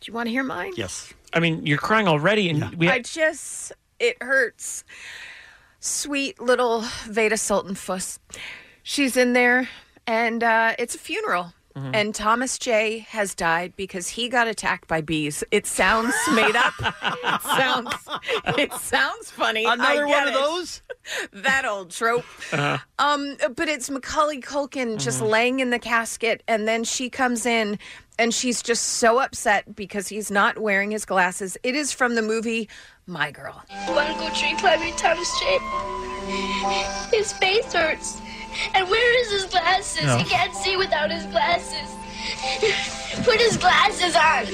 [SPEAKER 12] do you want to hear mine
[SPEAKER 11] Yes.
[SPEAKER 6] I mean, you're crying already, and we.
[SPEAKER 12] I just, it hurts. Sweet little Veda Sultan Fuss. She's in there, and uh, it's a funeral.
[SPEAKER 11] Mm-hmm.
[SPEAKER 1] Mhm.
[SPEAKER 12] And Thomas J has died because he got attacked by bees. It sounds made
[SPEAKER 11] [LAUGHS]
[SPEAKER 12] up. it sounds it sounds funny. I
[SPEAKER 11] Another one
[SPEAKER 12] get
[SPEAKER 11] of
[SPEAKER 12] it.
[SPEAKER 11] those?
[SPEAKER 12] that old trope.
[SPEAKER 6] uh,
[SPEAKER 11] Uh-huh.
[SPEAKER 12] Um, but it's Macaulay Culkin just
[SPEAKER 6] Mm-hmm.
[SPEAKER 1] Mhm.
[SPEAKER 12] laying in the casket, and then she comes in and she's just so upset because he's not wearing his glasses. It is from the movie My Girl.
[SPEAKER 1] One good drink for every Thomas J. His face hurts. And where is his glasses?
[SPEAKER 6] No.
[SPEAKER 1] He can't see without his glasses. Put his glasses on.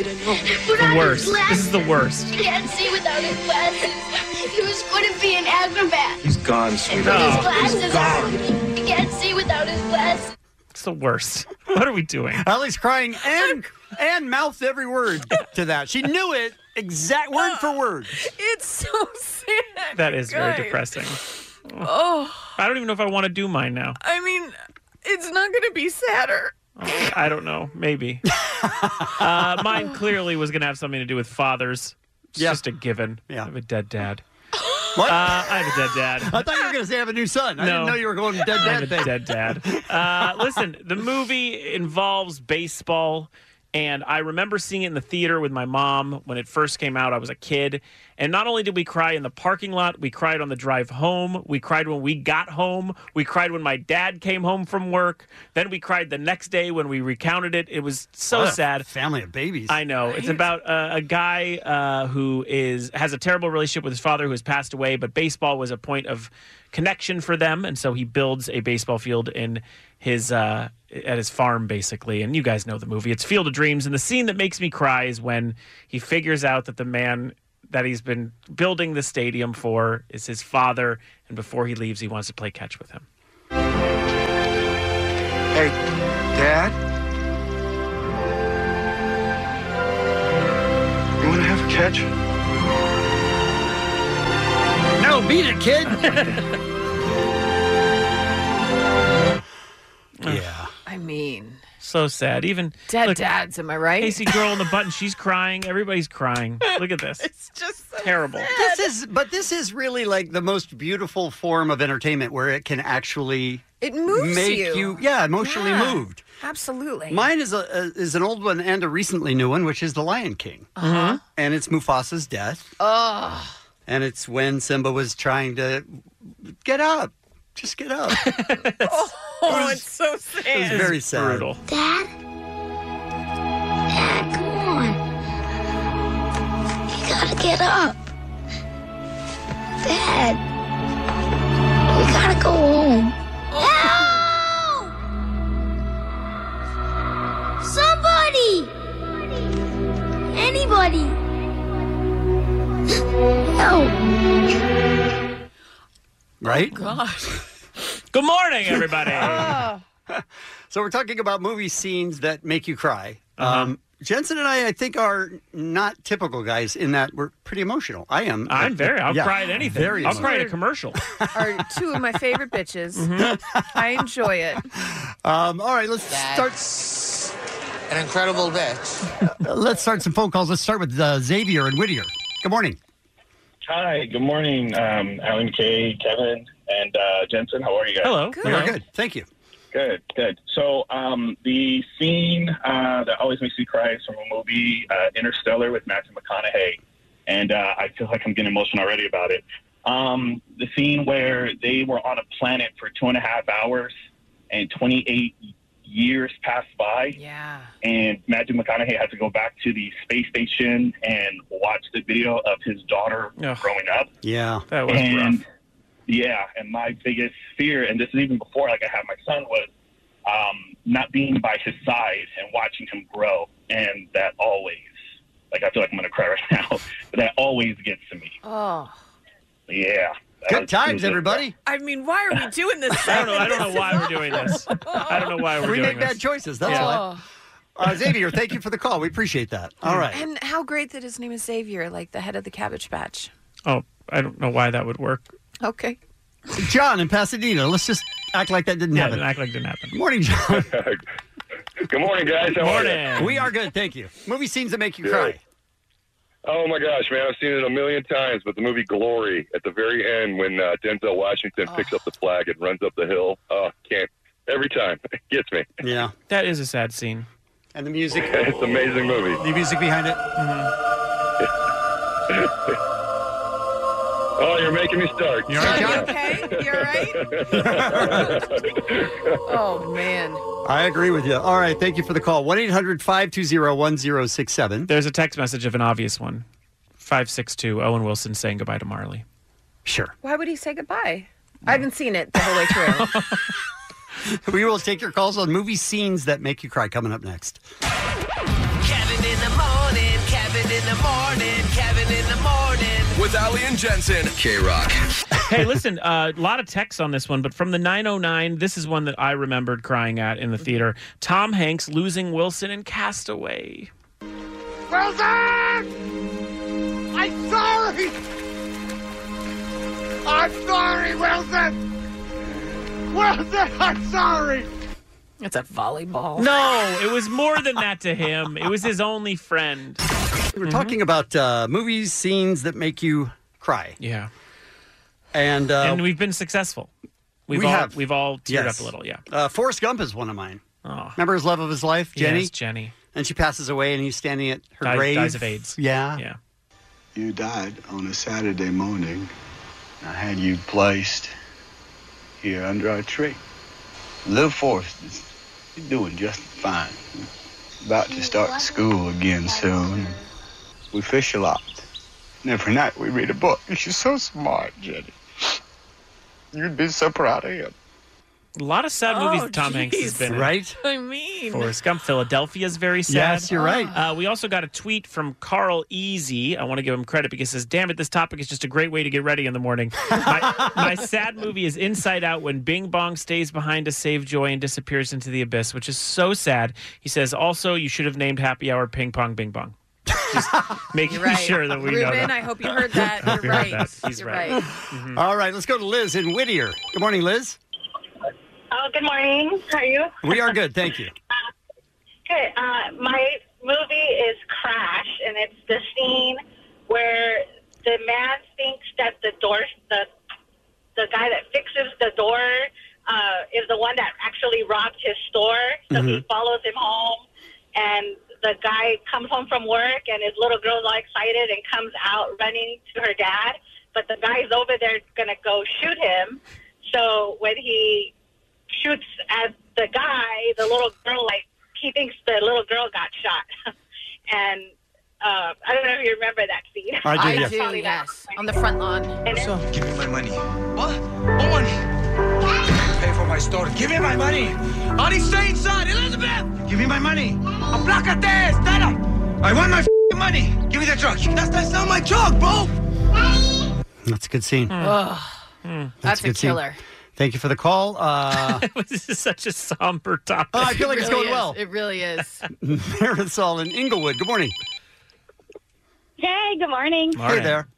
[SPEAKER 1] Put
[SPEAKER 6] the
[SPEAKER 1] on
[SPEAKER 6] worst.
[SPEAKER 1] his
[SPEAKER 6] This
[SPEAKER 1] glasses.
[SPEAKER 6] is the worst.
[SPEAKER 1] He can't see without his glasses. He was going to be an acrobat.
[SPEAKER 15] He's gone,
[SPEAKER 6] Oh,
[SPEAKER 1] Put his glasses on. He can't see without his glasses.
[SPEAKER 6] It's the worst. [LAUGHS] What are we doing?
[SPEAKER 11] Ellie's crying and and mouthed every word to that. She knew it exact word for word.
[SPEAKER 18] It's so
[SPEAKER 6] [LAUGHS]
[SPEAKER 18] sad.
[SPEAKER 6] That is very
[SPEAKER 18] guys.
[SPEAKER 6] depressing.
[SPEAKER 18] Oh,
[SPEAKER 6] I don't even know if I want to do mine now.
[SPEAKER 18] I mean, it's not going to be sadder.
[SPEAKER 6] I don't know. Maybe.
[SPEAKER 11] [LAUGHS]
[SPEAKER 6] uh, mine clearly was going to have something to do with fathers. It's just a given. I have a dead dad.
[SPEAKER 11] What?
[SPEAKER 6] Uh, I have a dead dad.
[SPEAKER 11] I thought you were going to say I have a new son. I didn't
[SPEAKER 6] No.
[SPEAKER 11] know you were going dead
[SPEAKER 6] I have
[SPEAKER 11] dad
[SPEAKER 6] a
[SPEAKER 11] thing.
[SPEAKER 6] dead dad. Uh, listen, the movie involves baseball, and I remember seeing it in the theater with my mom when it first came out. I was a kid, and not only did we cry in the parking lot, we cried on the drive home. We cried when we got home. We cried when my dad came home from work. Then we cried the next day when we recounted it. It was so
[SPEAKER 11] What a
[SPEAKER 6] sad.
[SPEAKER 11] Family of babies.
[SPEAKER 6] I know. It's about uh, a guy uh, who is has a terrible relationship with his father who has passed away, but baseball was a point of connection for them, and so he builds a baseball field in his uh, at his farm, basically. And you guys know the movie. It's Field of Dreams, and the scene that makes me cry is when he figures out that the man that he's been building the stadium for is his father, and before he leaves, he wants to play catch with him.
[SPEAKER 19] Hey, Dad? You wanna have a catch?
[SPEAKER 11] No, beat it, kid. yeah.
[SPEAKER 18] I mean,
[SPEAKER 6] So sad. Even
[SPEAKER 18] dead
[SPEAKER 6] look,
[SPEAKER 18] dads, am I right?
[SPEAKER 6] Casey girl in the button, she's crying. Everybody's crying. Look at this. It's
[SPEAKER 18] just
[SPEAKER 6] [LAUGHS] terrible.
[SPEAKER 11] This is, but this is really like the most beautiful form of entertainment where it can actually
[SPEAKER 12] It moves
[SPEAKER 11] make
[SPEAKER 12] you.
[SPEAKER 11] yeah, emotionally
[SPEAKER 12] Yeah,
[SPEAKER 11] moved.
[SPEAKER 12] Absolutely.
[SPEAKER 11] Mine is a, a is an old one and a recently new one, which is The Lion King,
[SPEAKER 12] Uh-huh.
[SPEAKER 11] and it's Mufasa's death,
[SPEAKER 18] Ugh.
[SPEAKER 11] and it's when Simba was trying to get up, just get
[SPEAKER 18] [LAUGHS]
[SPEAKER 11] up.
[SPEAKER 18] Oh, it's so sad.
[SPEAKER 11] It was very sad. Brutal.
[SPEAKER 1] Dad? Dad, come on. You gotta get up. Dad, we gotta go home. Help! Somebody! Anybody! Help!
[SPEAKER 11] Right?
[SPEAKER 6] Good morning,
[SPEAKER 11] [LAUGHS]
[SPEAKER 6] everybody.
[SPEAKER 7] [LAUGHS]
[SPEAKER 11] so we're talking about movie scenes that make you cry.
[SPEAKER 6] Uh-huh.
[SPEAKER 11] Um, Jensen and I, I think, are not typical guys in that we're pretty emotional. I am. Uh,
[SPEAKER 6] I'm very. I'll
[SPEAKER 11] Yeah.
[SPEAKER 6] cry at anything.
[SPEAKER 11] Very
[SPEAKER 6] I'll cry at a
[SPEAKER 11] emotional.
[SPEAKER 12] [LAUGHS]
[SPEAKER 6] commercial.
[SPEAKER 12] Are two of my favorite bitches.
[SPEAKER 11] Mm-hmm.
[SPEAKER 12] I enjoy it.
[SPEAKER 11] Um, all right, let's
[SPEAKER 5] start. An incredible bitch.
[SPEAKER 11] Uh, [LAUGHS] let's start some phone calls. Let's start with uh, Xavier and Whittier. Good morning.
[SPEAKER 24] Hi, good morning, um, Alan Kay, Kevin, and uh, Jensen. How are you guys?
[SPEAKER 11] We are good. Thank you.
[SPEAKER 24] Good, good. So um, the scene uh, that always makes me cry is from a movie, uh, Interstellar, with Matthew McConaughey, and uh, I feel like I'm getting emotional already about it. Um, the scene where they were on a planet for two and a half hours, and 28 years passed by.
[SPEAKER 18] Yeah.
[SPEAKER 24] and Matthew McConaughey had to go back to the space station and watch the video of his daughter growing up.
[SPEAKER 11] Yeah.
[SPEAKER 6] That was
[SPEAKER 24] and,
[SPEAKER 6] rough.
[SPEAKER 24] Yeah, and my biggest fear, and this is even before like I had my son, was um, not being by his side and watching him grow, and that always, like I feel like I'm gonna cry right [LAUGHS] now, but that always gets to me.
[SPEAKER 18] Oh.
[SPEAKER 24] Yeah.
[SPEAKER 11] Good times, everybody.
[SPEAKER 18] I mean, why are we doing
[SPEAKER 6] [LAUGHS]
[SPEAKER 18] this?
[SPEAKER 6] I don't know. I don't
[SPEAKER 18] This
[SPEAKER 6] know
[SPEAKER 18] is
[SPEAKER 6] why we're doing this. I don't know why we're
[SPEAKER 11] we
[SPEAKER 6] doing
[SPEAKER 11] make bad
[SPEAKER 6] this.
[SPEAKER 11] choices. That's
[SPEAKER 6] Yeah.
[SPEAKER 11] why. Uh, Xavier, thank you for the call. We appreciate that.
[SPEAKER 12] Oh. Mm.
[SPEAKER 11] All right.
[SPEAKER 12] And how great that his name is Xavier, like the head of the Cabbage Patch.
[SPEAKER 6] Oh, I don't know why that would work.
[SPEAKER 12] Okay.
[SPEAKER 11] John in Pasadena. Let's just act like that didn't
[SPEAKER 6] Yeah,
[SPEAKER 11] happen.
[SPEAKER 6] act like it didn't happen.
[SPEAKER 11] Morning, John.
[SPEAKER 3] [LAUGHS] Good morning, guys. How Are you?
[SPEAKER 11] We are good. Thank you. Movie scenes that make you
[SPEAKER 3] Yeah.
[SPEAKER 11] cry.
[SPEAKER 3] Oh my gosh, man! I've seen it a million times, but the movie Glory at the very end when uh, Denzel Washington picks up the flag and runs up the hill. Oh, can't every time [LAUGHS] it gets me.
[SPEAKER 11] Yeah.
[SPEAKER 6] That is a sad scene.
[SPEAKER 11] And the music.
[SPEAKER 3] it's an amazing movie.
[SPEAKER 11] The music behind it. Mm-hmm.
[SPEAKER 3] Oh, you're making me start.
[SPEAKER 11] You all right, John?
[SPEAKER 18] Okay, you're
[SPEAKER 3] [LAUGHS] right.
[SPEAKER 18] [LAUGHS] Oh man.
[SPEAKER 11] I agree with you. All right. Thank you for the call. 1 800 520 1067.
[SPEAKER 6] There's a text message of an obvious one. Five six two. Owen Wilson saying goodbye to Marley.
[SPEAKER 11] Sure.
[SPEAKER 12] Why would he say goodbye? I haven't seen it the whole way through.
[SPEAKER 11] We will take your calls on movie scenes that make you cry coming up next.
[SPEAKER 7] Kevin in the morning, Kevin in the morning, Kevin in the morning.
[SPEAKER 15] With Ali and Jensen, K Rock.
[SPEAKER 6] [LAUGHS] hey, listen, uh, a lot of texts on this one, but from the 909, this is one that I remembered crying at in the theater. Tom Hanks losing Wilson in Castaway.
[SPEAKER 7] Wilson! I'm sorry! I'm sorry, Wilson! Wilson, I'm sorry!
[SPEAKER 6] It's a volleyball. No, it was more than that to him. It was his only friend.
[SPEAKER 11] We
[SPEAKER 6] Mm-hmm.
[SPEAKER 11] were talking about uh, movies, scenes that make you cry.
[SPEAKER 6] Yeah.
[SPEAKER 11] And, uh,
[SPEAKER 6] and we've been successful. We've
[SPEAKER 11] we
[SPEAKER 6] all,
[SPEAKER 11] have.
[SPEAKER 6] We've all teared
[SPEAKER 11] Yes.
[SPEAKER 6] up a little, yeah.
[SPEAKER 11] Uh, Forrest Gump is one of mine. Remember his love of his life, Jenny?
[SPEAKER 6] Yes, Jenny.
[SPEAKER 11] And she passes away, and he's standing at her
[SPEAKER 6] Dies-
[SPEAKER 11] grave.
[SPEAKER 6] dies of AIDS.
[SPEAKER 11] Yeah.
[SPEAKER 6] Yeah.
[SPEAKER 4] You died on a Saturday morning. I had you placed here under our tree. Little Forrest is he's doing just fine. About to start school again soon. We fish a lot. And every night we read a book. [LAUGHS] She's so smart, Jenny. You'd be so proud of him.
[SPEAKER 6] A lot of sad
[SPEAKER 4] Oh,
[SPEAKER 6] movies Tom Hanks has been in.
[SPEAKER 11] Right?
[SPEAKER 2] I mean,
[SPEAKER 6] Forrest Gump. Philadelphia's very sad.
[SPEAKER 11] Yes, you're right.
[SPEAKER 2] Ah.
[SPEAKER 6] Uh, we also got a tweet from Carl Easy. I want to give him credit because he says, "Damn it, this topic is just a great way to get ready in the morning."
[SPEAKER 2] [LAUGHS]
[SPEAKER 6] My, my sad movie is Inside Out when Bing Bong stays behind to save Joy and disappears into the abyss, which is so sad. He says, "Also, you should have named Happy Hour Ping Pong Bing Bong."
[SPEAKER 2] [LAUGHS]
[SPEAKER 6] Just making
[SPEAKER 2] You're right.
[SPEAKER 6] sure that we know
[SPEAKER 2] Ruben,
[SPEAKER 6] that.
[SPEAKER 2] I hope you heard
[SPEAKER 6] [LAUGHS]
[SPEAKER 2] that. You're
[SPEAKER 6] Hope you heard
[SPEAKER 2] right.
[SPEAKER 6] that. He's
[SPEAKER 2] You're
[SPEAKER 6] right. Mm-hmm.
[SPEAKER 2] right.
[SPEAKER 11] All right, let's go to Liz in Whittier. Good morning, Liz.
[SPEAKER 26] Oh, good morning. How are you?
[SPEAKER 11] We are good, thank you.
[SPEAKER 26] Good. Uh, my movie is Crash, and it's the scene where the man thinks that the door, the the guy that fixes the door, uh, is the one that actually robbed his store. So he
[SPEAKER 33] Mhm.
[SPEAKER 26] follows him home, and the guy comes home from work, and his little girl's all excited and comes out running to her dad. But the guy's over there gonna go shoot him. So when he shoots at the guy, the little girl like he thinks the little girl got shot, [LAUGHS] and uh, I don't know if you remember that scene. [LAUGHS]
[SPEAKER 4] I do, yeah.
[SPEAKER 26] yes.
[SPEAKER 12] On the front lawn.
[SPEAKER 26] And then,
[SPEAKER 25] [LAUGHS]
[SPEAKER 4] Give me my money. What? What money? Pay for my store. Give me my money. Honey, stay inside. Elizabeth! Give me my money. Aplacate, Stella! I want my f***ing money. Give me the truck. That's, that's not my truck, bro!
[SPEAKER 11] That's a good scene.
[SPEAKER 6] Hmm.
[SPEAKER 12] That's,
[SPEAKER 11] good
[SPEAKER 12] a
[SPEAKER 11] scene.
[SPEAKER 12] killer.
[SPEAKER 11] Thank you for the call. Uh,
[SPEAKER 6] [LAUGHS] this is such a somber topic.
[SPEAKER 11] Oh, I feel like it's
[SPEAKER 12] Really
[SPEAKER 11] going
[SPEAKER 12] is.
[SPEAKER 11] well.
[SPEAKER 12] It really is.
[SPEAKER 11] [LAUGHS] Marisol in Inglewood. Good morning.
[SPEAKER 33] Hey, good morning.
[SPEAKER 11] Hey there.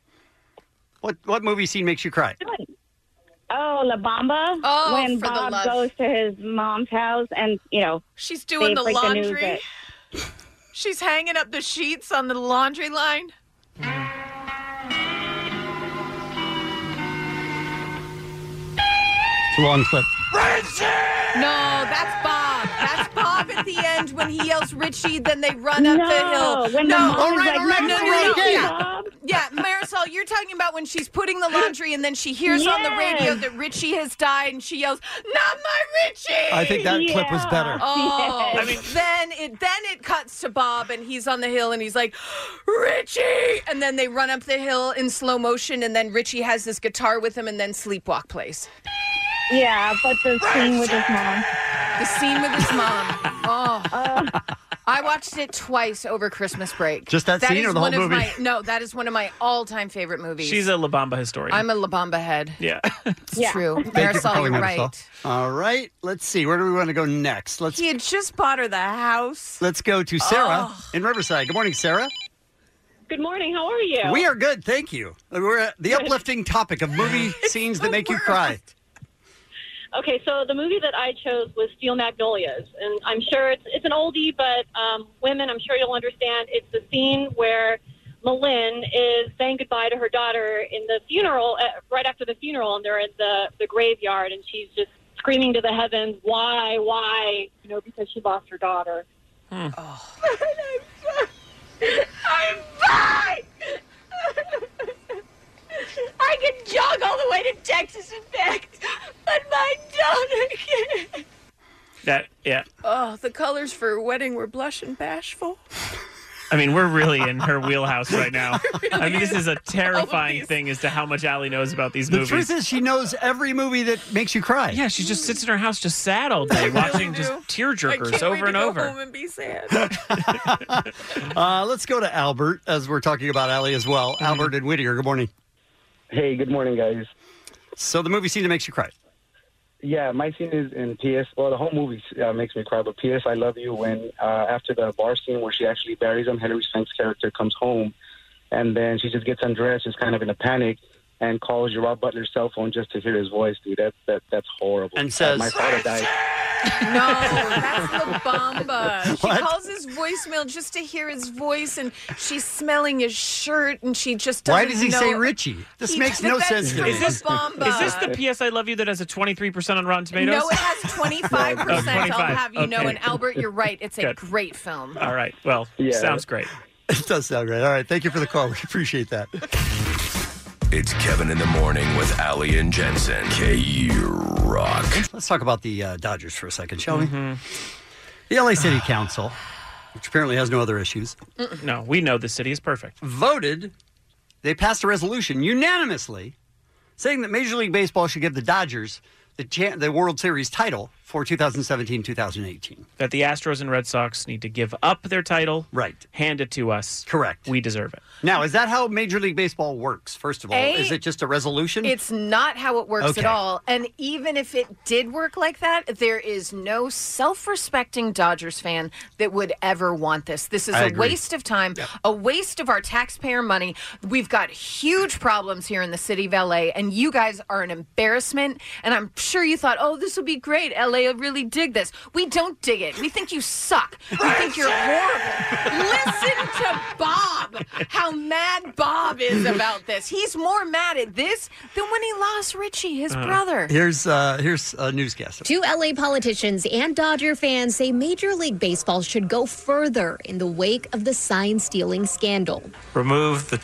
[SPEAKER 11] What what movie scene makes you cry?
[SPEAKER 33] Oh, La Bamba.
[SPEAKER 12] Oh,
[SPEAKER 33] when
[SPEAKER 12] for the
[SPEAKER 33] Bob
[SPEAKER 12] love.
[SPEAKER 33] goes to his mom's house and you know
[SPEAKER 12] She's
[SPEAKER 33] they
[SPEAKER 12] doing the
[SPEAKER 33] break news
[SPEAKER 12] laundry.
[SPEAKER 33] that-
[SPEAKER 12] She's hanging up the sheets on the laundry line.
[SPEAKER 11] It's a long clip.
[SPEAKER 12] No, that's Bob. That's Bob at the end when he yells Richie, then they run up the hill.
[SPEAKER 33] when the
[SPEAKER 12] no,
[SPEAKER 33] mom All right, is all like, right,
[SPEAKER 12] no,
[SPEAKER 33] "Let's
[SPEAKER 12] no, no,
[SPEAKER 33] go,
[SPEAKER 12] yeah. yeah, Marisol, you're talking about when she's putting the laundry and then she hears on the radio
[SPEAKER 33] Yes.
[SPEAKER 12] that Richie has died and she yells, "Not my Richie!"
[SPEAKER 11] I think that clip was better.
[SPEAKER 12] Oh,
[SPEAKER 11] Yes. I mean-
[SPEAKER 12] then it then it cuts to Bob and he's on the hill and he's like, Richie, and then they run up the hill in slow motion and then Richie has this guitar with him and then Sleepwalk plays.
[SPEAKER 33] Yeah, but the scene with his mom.
[SPEAKER 12] The scene with his mom. [LAUGHS] Oh, I watched it twice over Christmas break.
[SPEAKER 6] Just that scene
[SPEAKER 12] is
[SPEAKER 6] or the whole
[SPEAKER 12] one of
[SPEAKER 6] movie?
[SPEAKER 12] my- no, that is one of my all-time favorite movies.
[SPEAKER 6] She's a La Bamba historian.
[SPEAKER 12] I'm a La Bamba [LAUGHS] head.
[SPEAKER 6] yeah.
[SPEAKER 12] It's true.
[SPEAKER 11] Thank you for
[SPEAKER 12] Marisol,
[SPEAKER 11] calling,
[SPEAKER 12] you're
[SPEAKER 11] Marisol.
[SPEAKER 12] right.
[SPEAKER 11] All right, let's see. Where do we want to go next? Let's
[SPEAKER 12] He had just bought her the house.
[SPEAKER 11] let's go to Sarah in Riverside. Good morning, Sarah.
[SPEAKER 26] Good morning. How are you?
[SPEAKER 11] We are good, thank you. We're at the uplifting topic of movie scenes that make you cry.
[SPEAKER 14] Okay, so the movie that I chose was Steel Magnolias, and I'm sure it's it's an oldie, but um, women, I'm sure you'll understand. It's the scene where Malin is saying goodbye to her daughter in the funeral, uh, right after the funeral, and they're in the the graveyard, and she's just screaming to the heavens, "Why, why?" You know, because she lost her daughter.
[SPEAKER 7] I'm fine! I can jog all the way to Texas and back, but my daughter can't.
[SPEAKER 6] That yeah.
[SPEAKER 12] Oh, the colors for her wedding were blush and bashful.
[SPEAKER 6] I mean, we're really in
[SPEAKER 12] [LAUGHS]
[SPEAKER 6] her wheelhouse right now. I mean, this is a terrifying thing as to how much Allie knows about these
[SPEAKER 11] The
[SPEAKER 6] movies.
[SPEAKER 11] truth is, she knows every movie that makes you cry.
[SPEAKER 6] yeah, she just sits in her house, just sad all day, watching just tear jerkers over and
[SPEAKER 17] [LAUGHS]
[SPEAKER 6] over.
[SPEAKER 12] and be sad.
[SPEAKER 11] [LAUGHS] Uh, let's go to Albert
[SPEAKER 6] Mm-hmm.
[SPEAKER 11] as we're talking about Allie as well. Albert and Whittier. Good morning.
[SPEAKER 25] Hey, good morning, guys.
[SPEAKER 11] So the movie scene that makes you cry.
[SPEAKER 25] Yeah, my scene is in PS. Well, the whole movie uh, makes me cry, but PS, I love you. When uh, after the bar scene where she actually buries him, Hillary Swank's character comes home, and then she just gets undressed, is kind of in a panic, and calls Gerard Butler's cell phone just to hear his voice, dude. That that that's horrible.
[SPEAKER 11] And says-
[SPEAKER 25] my father died.
[SPEAKER 12] No, that's La Bamba. She
[SPEAKER 25] What?
[SPEAKER 12] calls his voicemail just to hear his voice, and she's smelling his shirt, and she just doesn't
[SPEAKER 11] Why does he
[SPEAKER 12] know-
[SPEAKER 11] say Richie? This
[SPEAKER 12] He- [LAUGHS]
[SPEAKER 11] makes no
[SPEAKER 12] that's
[SPEAKER 11] sense to
[SPEAKER 12] from
[SPEAKER 11] me.
[SPEAKER 12] La
[SPEAKER 11] [LAUGHS]
[SPEAKER 12] Bamba.
[SPEAKER 6] Is this the PS I Love You that has a 23% on Rotten Tomatoes?
[SPEAKER 12] No, it has 25%.
[SPEAKER 6] [LAUGHS] Oh, 25.
[SPEAKER 12] I'll have you know.
[SPEAKER 6] Okay.
[SPEAKER 12] And Albert, you're right. It's a
[SPEAKER 6] Good.
[SPEAKER 12] great film.
[SPEAKER 6] All right. Well, sounds great.
[SPEAKER 11] [LAUGHS] It does sound great. All right. Thank you for the call. We appreciate that.
[SPEAKER 15] It's Kevin in the Morning with Ali and Jensen. K Rock.
[SPEAKER 11] Let's talk about the uh, Dodgers for a second, shall
[SPEAKER 6] Mm-hmm.
[SPEAKER 11] we? The LA City Council, which apparently has no other issues.
[SPEAKER 6] Ah. No, we know the city is perfect.
[SPEAKER 11] Voted, they passed a resolution unanimously saying that Major League Baseball should give the Dodgers the, cha- the World Series title for 2017 2018.
[SPEAKER 6] That the Astros and Red Sox need to give up their title.
[SPEAKER 11] Right.
[SPEAKER 6] Hand it to us.
[SPEAKER 11] Correct.
[SPEAKER 6] We deserve it.
[SPEAKER 11] Now, is that how Major League Baseball works, first of all?
[SPEAKER 12] A-
[SPEAKER 11] is it just a resolution?
[SPEAKER 12] It's not how it works
[SPEAKER 11] Okay.
[SPEAKER 12] at all. And even if it did work like that, there is no self respecting Dodgers fan that would ever want this. This is
[SPEAKER 34] I
[SPEAKER 12] a
[SPEAKER 34] agree.
[SPEAKER 12] waste of time, a waste of our taxpayer money. We've got huge problems here in the city of LA, and you guys are an embarrassment. And I'm sure you thought, oh, this will be great. LA will really dig this. We don't dig it. We think you suck. We think you're horrible. Listen to Bob, how mad Bob is about this. He's more mad at this than when he lost Richie, his
[SPEAKER 23] Uh-huh.
[SPEAKER 12] brother.
[SPEAKER 11] Here's, uh, here's a newscaster.
[SPEAKER 16] Two LA politicians and Dodger fans say Major League Baseball should go further in the wake of the sign stealing scandal.
[SPEAKER 23] remove the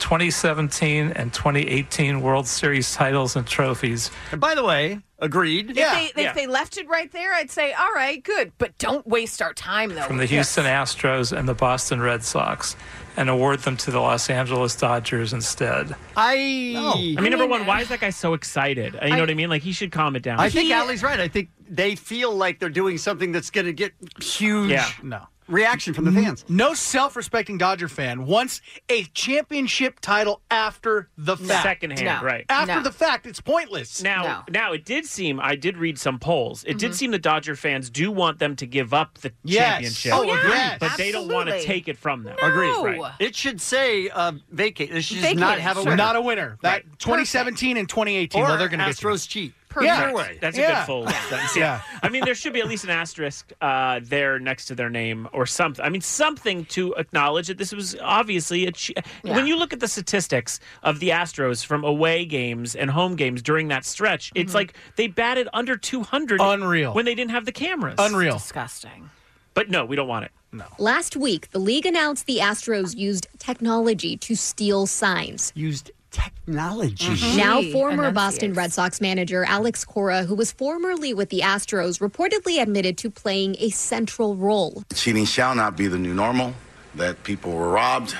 [SPEAKER 23] 2017 and 2018 World Series titles and trophies.
[SPEAKER 11] And by the way, agreed.
[SPEAKER 12] If, they, if they left it right there, I'd say, all right, good. But don't waste our time, though.
[SPEAKER 23] From the Houston Astros and the Boston Red Sox and award them to the Los Angeles Dodgers instead.
[SPEAKER 11] I.
[SPEAKER 6] I mean, number one, why is that guy so excited? Uh, You know what I mean? Like, he should calm it down.
[SPEAKER 11] I think Allie's right. I think they feel like they're doing something that's going to get huge
[SPEAKER 6] Yeah.
[SPEAKER 11] no. reaction from the fans.
[SPEAKER 7] No self respecting Dodger fan wants a championship title after the fact.
[SPEAKER 6] Secondhand, No. right.
[SPEAKER 7] After
[SPEAKER 6] No.
[SPEAKER 7] the fact, it's pointless.
[SPEAKER 6] Now, now it did seem. I did read some polls. It
[SPEAKER 11] Mm-hmm.
[SPEAKER 6] did seem the Dodger fans do want them to give up the
[SPEAKER 11] Yes.
[SPEAKER 6] championship.
[SPEAKER 11] Oh, yes.
[SPEAKER 6] But they don't want to
[SPEAKER 11] Absolutely.
[SPEAKER 6] take it from them.
[SPEAKER 11] Agreed.
[SPEAKER 6] Right.
[SPEAKER 11] It should say uh, vacate. It should just not have a winner.
[SPEAKER 7] Not a winner. That 2017 and 2018.
[SPEAKER 11] Or
[SPEAKER 7] well, they're going to get
[SPEAKER 11] Astros cheat.
[SPEAKER 7] Yeah.
[SPEAKER 6] That's a
[SPEAKER 7] Yeah.
[SPEAKER 6] good
[SPEAKER 7] [LAUGHS]
[SPEAKER 6] full sentence. Yeah. I mean, there should be at least an asterisk uh, there next to their name or something. I mean, something to acknowledge that this was obviously a. Che- When you look at the statistics of the Astros from away games and home games during that stretch,
[SPEAKER 7] Mm-hmm.
[SPEAKER 6] it's like they batted under 200. Unreal. When they didn't have the cameras.
[SPEAKER 7] Unreal.
[SPEAKER 12] Disgusting.
[SPEAKER 6] But no, we don't want it.
[SPEAKER 7] No.
[SPEAKER 16] Last week, the league announced the Astros used technology to steal signs.
[SPEAKER 11] Used technology.
[SPEAKER 7] Mm-hmm.
[SPEAKER 16] Now, former Boston Red Sox manager Alex Cora, who was formerly with the Astros, reportedly admitted to playing a central role.
[SPEAKER 5] Cheating shall not be the new normal, that people were robbed,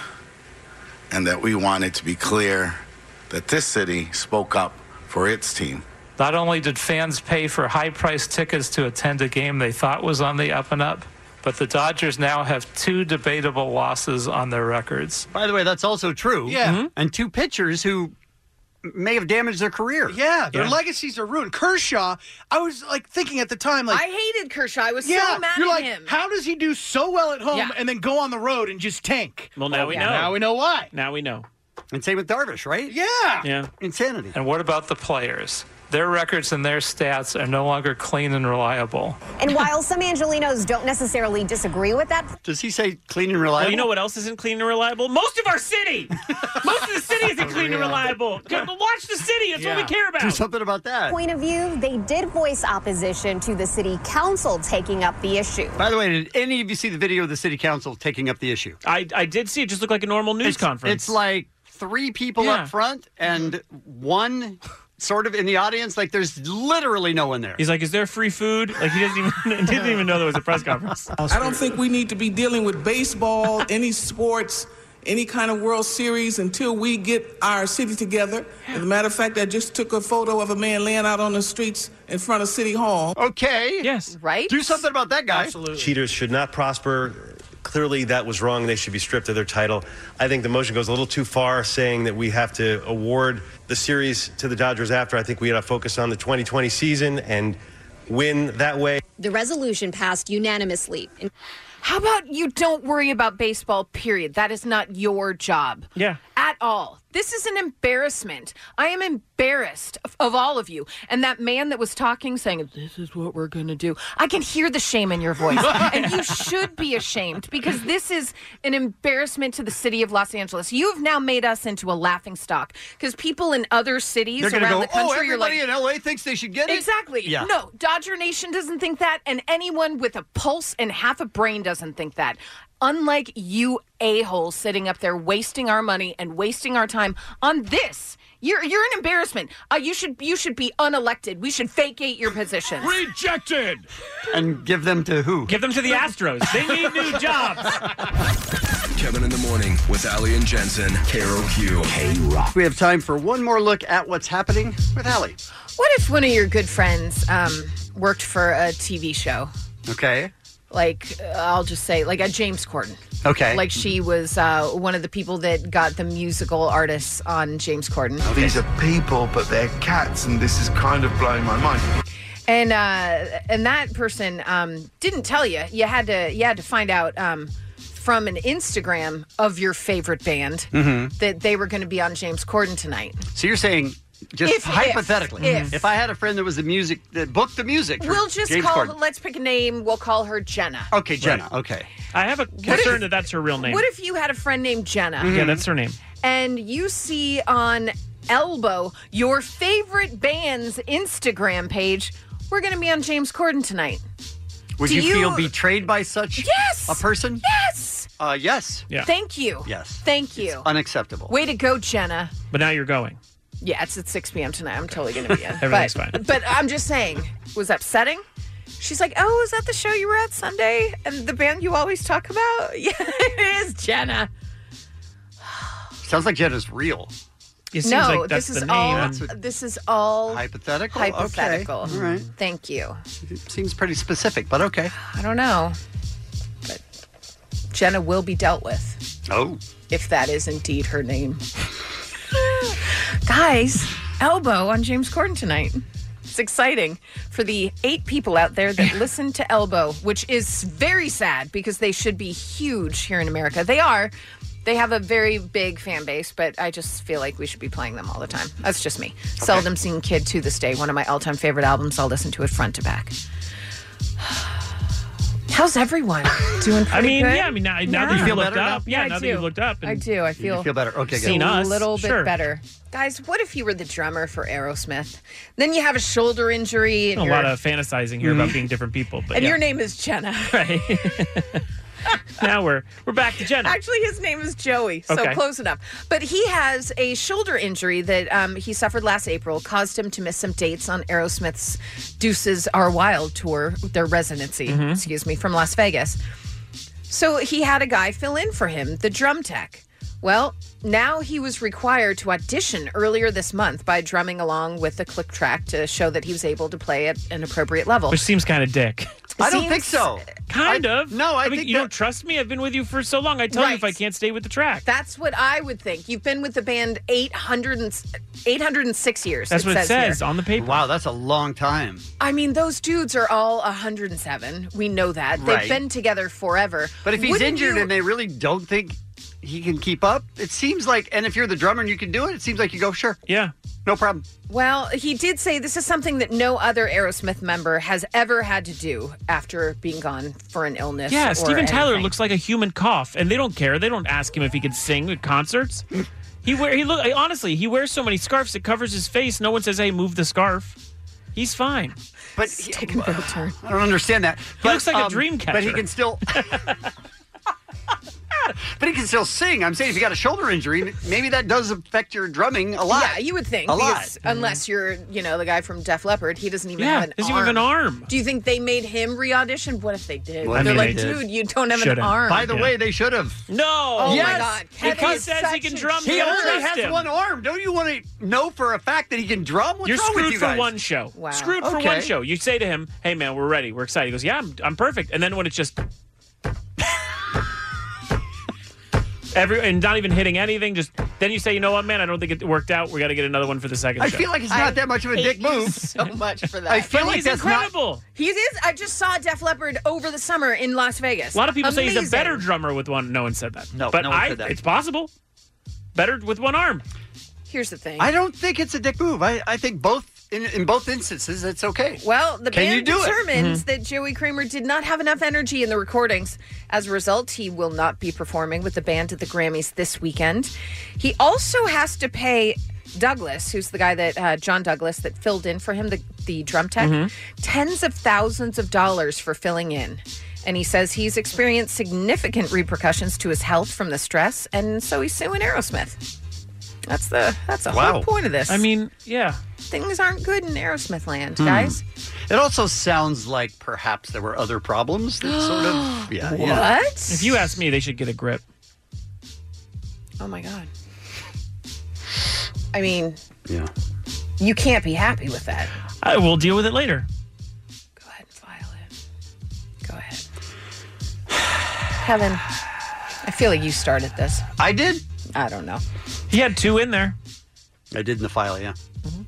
[SPEAKER 5] and that we want it to be clear that this city spoke up for its team.
[SPEAKER 23] Not only did fans pay for high priced tickets to attend a game they thought was on the up and up, but the Dodgers now have two debatable losses on their records.
[SPEAKER 11] By the way, that's also true. Yeah. And two pitchers who may have damaged their career.
[SPEAKER 7] Yeah, their legacies are ruined. Kershaw, I was like thinking at the time, like
[SPEAKER 12] I hated Kershaw. I was
[SPEAKER 7] yeah,
[SPEAKER 12] so mad
[SPEAKER 7] you're
[SPEAKER 12] at
[SPEAKER 7] like,
[SPEAKER 12] him.
[SPEAKER 7] How does he do so well at home
[SPEAKER 12] Yeah.
[SPEAKER 7] and then go on the road and just tank?
[SPEAKER 6] Well, now
[SPEAKER 7] Oh,
[SPEAKER 6] we
[SPEAKER 7] yeah.
[SPEAKER 6] know.
[SPEAKER 7] Now we know why.
[SPEAKER 6] Now we know.
[SPEAKER 11] And same with Darvish, right?
[SPEAKER 7] Yeah.
[SPEAKER 6] Yeah.
[SPEAKER 11] Insanity.
[SPEAKER 23] And what about the players? Their records and their stats are no longer clean and reliable.
[SPEAKER 35] And while some Angelinos don't necessarily disagree with that,
[SPEAKER 11] Does he say clean and
[SPEAKER 6] Well, you know what else isn't clean and reliable? Most of our city. Most of the city isn't clean and reliable. Watch the city. That's what we
[SPEAKER 16] [LAUGHS]
[SPEAKER 6] care about.
[SPEAKER 11] Do something about that.
[SPEAKER 35] point of view, they did voice opposition to the city council taking up the issue.
[SPEAKER 11] By the way, did any of you see the video of the city council taking up the issue?
[SPEAKER 6] I, I did see it just look like a normal news conference.
[SPEAKER 11] It's like three people
[SPEAKER 6] Yeah.
[SPEAKER 11] up front and one sort of in the audience. Like there's literally no one there.
[SPEAKER 6] He's like, "Is there free food?" Like he doesn't even [LAUGHS] didn't even know there was a
[SPEAKER 11] [LAUGHS]
[SPEAKER 6] press conference.
[SPEAKER 36] I don't think we need to be dealing with baseball, [LAUGHS] any sports, any kind of World Series until we get our city together. As a matter of fact, I just took a photo of a man laying out on the streets in front of City Hall.
[SPEAKER 11] Okay.
[SPEAKER 6] Yes.
[SPEAKER 12] Right?
[SPEAKER 11] Do something about that guy.
[SPEAKER 27] Cheaters should not prosper. clearly that was wrong. They should be stripped of their title. I think the motion goes a little too far, saying that we have to award the series to the Dodgers after. I think we got to focus on the 2020 season and win that way.
[SPEAKER 16] The resolution passed unanimously.
[SPEAKER 12] How about you don't worry about baseball, period? That is not your job.
[SPEAKER 6] Yeah.
[SPEAKER 12] At all. This is an embarrassment. I am embarrassed of, of all of you. And that man that was talking saying, This is what we're going to do. I can hear the shame in your
[SPEAKER 11] [LAUGHS]
[SPEAKER 12] voice. and you should be ashamed because this is an embarrassment to the city of Los Angeles. You have now made us into a laughing stock because people in other cities
[SPEAKER 11] They're
[SPEAKER 12] around
[SPEAKER 11] going to go,
[SPEAKER 12] the country
[SPEAKER 11] oh,
[SPEAKER 12] are
[SPEAKER 11] everybody
[SPEAKER 12] like,
[SPEAKER 11] in LA thinks they should get it?
[SPEAKER 12] Exactly.
[SPEAKER 11] Yeah.
[SPEAKER 12] No, Dodger Nation doesn't think that, and anyone with a pulse and half a brain doesn't think that. Unlike you a-holes sitting up there wasting our money and wasting our time on this. You're you're an embarrassment. Uh, you should you should be unelected. We should vacate your position.
[SPEAKER 11] Rejected! And give them to who?
[SPEAKER 6] Give them to the Astros. They need
[SPEAKER 11] [LAUGHS]
[SPEAKER 6] new jobs.
[SPEAKER 15] Kevin in the Morning with Ali and Jensen. KROQ. K Rock.
[SPEAKER 11] We have time for one more look at what's happening with Allie.
[SPEAKER 12] What if one of your good friends um, worked for a TV show?
[SPEAKER 11] Okay.
[SPEAKER 12] Like uh, I'll just say, like a James Corden.
[SPEAKER 11] Okay.
[SPEAKER 12] Like she was uh, one of the people that got the musical artists on James Corden.
[SPEAKER 11] Oh,
[SPEAKER 4] These are people, but they're cats, and this is kind of blowing my mind.
[SPEAKER 12] and uh, and that person um, didn't tell you. You had to you had to find out um, from an Instagram of your favorite band
[SPEAKER 11] Mhm.
[SPEAKER 12] that they were going to be on James Corden tonight.
[SPEAKER 11] So you're saying, just
[SPEAKER 12] If- if-
[SPEAKER 11] hypothetically,
[SPEAKER 12] if.
[SPEAKER 11] I had a friend that was the music that booked the music, for
[SPEAKER 12] We'll just
[SPEAKER 11] James
[SPEAKER 12] call.
[SPEAKER 11] Corden. Oh,
[SPEAKER 12] Let's pick a name. We'll call her Jenna.
[SPEAKER 11] Okay, Jenna. Okay.
[SPEAKER 6] I have a concern that that's her real name. Mm-hmm.
[SPEAKER 12] What if you had a friend named Jenna?
[SPEAKER 6] Yeah, that's her name.
[SPEAKER 12] and you see on Elbow your favorite band's Instagram page, we're going to be on James Corden tonight.
[SPEAKER 11] Would
[SPEAKER 12] Do
[SPEAKER 11] you,
[SPEAKER 12] you-
[SPEAKER 11] feel betrayed by such
[SPEAKER 12] Yes.
[SPEAKER 11] a person?
[SPEAKER 12] Yes.
[SPEAKER 11] Uh, yes.
[SPEAKER 12] Thank you.
[SPEAKER 11] Yes.
[SPEAKER 12] Thank you.
[SPEAKER 11] Unacceptable.
[SPEAKER 12] Way to go, Jenna.
[SPEAKER 6] But now you're
[SPEAKER 12] [LAUGHS]
[SPEAKER 6] going.
[SPEAKER 12] Yeah, it's at 6 p.m. tonight. I'm totally going to be in.
[SPEAKER 6] [LAUGHS] Everything's
[SPEAKER 12] but,
[SPEAKER 6] fine.
[SPEAKER 12] But I'm just saying, was upsetting. She's like, oh, is that the show you were at Sunday? And the band you always talk about? [LAUGHS] Yeah, it is Jenna.
[SPEAKER 11] Sounds like Jenna's real.
[SPEAKER 12] no, this is all. This is all
[SPEAKER 11] hypothetical. Okay.
[SPEAKER 12] Hypothetical.
[SPEAKER 11] All right.
[SPEAKER 12] Thank you.
[SPEAKER 11] It seems pretty specific, but okay.
[SPEAKER 12] I don't know, but Jenna will be dealt with
[SPEAKER 11] Oh.
[SPEAKER 12] if that is indeed her name. Guys, elbow on James Corden tonight. It's exciting for the eight people out there
[SPEAKER 6] [LAUGHS]
[SPEAKER 12] that listen to Elbow, which is very sad because they should be huge here in America. They are. They have a very big fan base, but I just feel like we should be playing them all the time. That's just me. Seldom seen kid to this day. One of my all time favorite albums. I'll listen to it front to back. [SIGHS] How's
[SPEAKER 6] [LAUGHS]
[SPEAKER 12] everyone doing? Pretty
[SPEAKER 6] I mean,
[SPEAKER 12] good?
[SPEAKER 6] yeah. I mean, now, now that
[SPEAKER 12] Yeah.
[SPEAKER 6] you've looked up, yeah.
[SPEAKER 12] I
[SPEAKER 6] now that
[SPEAKER 12] do.
[SPEAKER 6] you've looked up, and
[SPEAKER 12] I do. I feel
[SPEAKER 6] Seen us,
[SPEAKER 12] a little bit
[SPEAKER 6] sure.
[SPEAKER 12] better, guys. What if you were the drummer for Aerosmith? Then you have a shoulder injury, and
[SPEAKER 6] A
[SPEAKER 12] you're-
[SPEAKER 6] lot of fantasizing here about being different people, but
[SPEAKER 12] and
[SPEAKER 6] yeah.
[SPEAKER 12] your name is
[SPEAKER 6] [LAUGHS]
[SPEAKER 12] Jenna.
[SPEAKER 6] now we're we're back to Jenna.
[SPEAKER 12] Actually, his name is Joey, so
[SPEAKER 6] Okay.
[SPEAKER 12] close enough. But he has a shoulder injury that um, he suffered last April, caused him to miss some dates on Aerosmith's Deuces Are Wild tour, their residency,
[SPEAKER 6] Mm-hmm.
[SPEAKER 7] Mhm.
[SPEAKER 12] excuse me, from Las Vegas. So he had a guy fill in for him, the drum tech. Well, now he was required to audition earlier this month by drumming along with the click track to show that he was able to play at an appropriate level.
[SPEAKER 6] Which seems kind of dick.
[SPEAKER 12] I don't think Seems- so.
[SPEAKER 6] Kind of. No, I, mean,
[SPEAKER 12] think
[SPEAKER 6] you don't trust me. I've been with you for so long. I tell you if I can't stay with the track.
[SPEAKER 12] That's what I would think. You've been with the band 800 and, s- 806 years.
[SPEAKER 11] That's
[SPEAKER 12] it
[SPEAKER 11] what it
[SPEAKER 12] says here.
[SPEAKER 11] says
[SPEAKER 6] on the paper.
[SPEAKER 11] Wow, that's a long time.
[SPEAKER 12] I mean, those dudes are all 107. We know that.
[SPEAKER 11] Right.
[SPEAKER 12] They've been together forever.
[SPEAKER 11] But if he's
[SPEAKER 12] Wouldn't
[SPEAKER 11] injured
[SPEAKER 12] you-
[SPEAKER 11] and they really don't think he can keep up, it seems like, and if you're the drummer and you can do it, it seems like you go, sure.
[SPEAKER 6] Yeah.
[SPEAKER 11] No problem.
[SPEAKER 12] Well, he did say this is something that no other Aerosmith member has ever had to do after being gone for an illness.
[SPEAKER 6] Yeah,
[SPEAKER 12] or
[SPEAKER 6] Steven Tyler
[SPEAKER 12] anything.
[SPEAKER 6] looks like a human cough, and they don't care. They don't ask him if he can sing at concerts. He wear he look honestly. He wears so many scarves it covers his face. No one says, "Hey, move the scarf." He's fine.
[SPEAKER 11] But
[SPEAKER 12] taking a turn.
[SPEAKER 11] I don't understand that.
[SPEAKER 6] He
[SPEAKER 11] But,
[SPEAKER 6] looks like a
[SPEAKER 11] um,
[SPEAKER 6] dream catcher.
[SPEAKER 11] But he can still.
[SPEAKER 6] [LAUGHS]
[SPEAKER 11] but he can still sing. I'm saying if you got a shoulder injury, maybe that does affect your drumming a lot.
[SPEAKER 12] Yeah, you would think.
[SPEAKER 11] a
[SPEAKER 12] because
[SPEAKER 11] lot. Mm-hmm.
[SPEAKER 12] Unless you're, you know, the guy from Def Leppard, he doesn't even
[SPEAKER 11] Yeah,
[SPEAKER 12] have an
[SPEAKER 11] doesn't
[SPEAKER 12] arm.
[SPEAKER 11] even have an arm.
[SPEAKER 12] Do you think they made him re audition? What if they did?
[SPEAKER 11] What if
[SPEAKER 12] They're
[SPEAKER 11] they
[SPEAKER 12] like,
[SPEAKER 11] did?
[SPEAKER 12] dude, you don't have an
[SPEAKER 11] Should've.
[SPEAKER 12] arm.
[SPEAKER 11] By the way, they should have.
[SPEAKER 6] No.
[SPEAKER 12] Oh, my God. Kevin
[SPEAKER 11] Because
[SPEAKER 12] is
[SPEAKER 11] says he
[SPEAKER 12] such
[SPEAKER 11] can
[SPEAKER 12] a
[SPEAKER 11] drum. He
[SPEAKER 12] jerk.
[SPEAKER 11] only has
[SPEAKER 12] Trust him.
[SPEAKER 11] one arm. Don't you want to know for a fact that he can drum? What's
[SPEAKER 6] You're
[SPEAKER 11] wrong
[SPEAKER 6] screwed
[SPEAKER 11] with you
[SPEAKER 6] for
[SPEAKER 11] guys?
[SPEAKER 6] one show.
[SPEAKER 11] Wow.
[SPEAKER 6] Screwed for
[SPEAKER 11] Okay.
[SPEAKER 6] one show. You say to him, "Hey, man, we're ready. We're excited." He goes, "Yeah, I'm, I'm perfect." And then when it's just [LAUGHS] Every and not even hitting anything. Just then you say, you know what, man, I don't think it worked out. We got to get another one for the second.
[SPEAKER 11] I
[SPEAKER 6] show."
[SPEAKER 11] feel like it's not that much of a
[SPEAKER 12] hate
[SPEAKER 11] dick
[SPEAKER 12] you
[SPEAKER 11] move. [LAUGHS]
[SPEAKER 12] So much for that.
[SPEAKER 11] I feel But like he's that's not-
[SPEAKER 6] incredible.
[SPEAKER 12] he is. I just saw Def Leppard over the summer in Las Vegas.
[SPEAKER 6] A lot of people say he's a
[SPEAKER 12] Amazing.
[SPEAKER 6] better drummer with one. No one said that.
[SPEAKER 11] No,
[SPEAKER 6] but
[SPEAKER 11] no one
[SPEAKER 6] I,
[SPEAKER 11] said that.
[SPEAKER 6] it's possible. Better with one arm.
[SPEAKER 12] Here's the thing.
[SPEAKER 11] I don't think it's a dick move. I, I think both in, in both instances it's okay.
[SPEAKER 12] Well, the
[SPEAKER 11] Can you
[SPEAKER 12] band
[SPEAKER 11] do it?
[SPEAKER 12] determines
[SPEAKER 11] Mhm.
[SPEAKER 12] that Joey Kramer did not have enough energy in the recordings. As a result, he will not be performing with the band at the Grammys this weekend. He also has to pay Douglas, who's the guy that uh, John Douglas that filled in for him, the, the drum tech,
[SPEAKER 11] Mm-hmm.
[SPEAKER 20] Mhm.
[SPEAKER 12] tens of thousands of dollars for filling in. And he says he's experienced significant repercussions to his health from the stress, and so he's suing Aerosmith. That's the that's the whole point of this.
[SPEAKER 6] I mean, yeah.
[SPEAKER 12] things aren't good in Aerosmith land, guys.
[SPEAKER 11] Hmm. It also sounds like perhaps there were other problems that
[SPEAKER 12] [GASPS]
[SPEAKER 11] sort of yeah.
[SPEAKER 6] What?
[SPEAKER 11] yeah.
[SPEAKER 6] If you ask me, they should get a grip.
[SPEAKER 12] Oh my god. I mean,
[SPEAKER 11] Yeah.
[SPEAKER 12] you can't be happy with that.
[SPEAKER 6] I will deal with it later.
[SPEAKER 12] Kevin, I feel like you started this.
[SPEAKER 11] I did.
[SPEAKER 12] I don't know.
[SPEAKER 6] He had two in there.
[SPEAKER 11] I did in the file, yeah.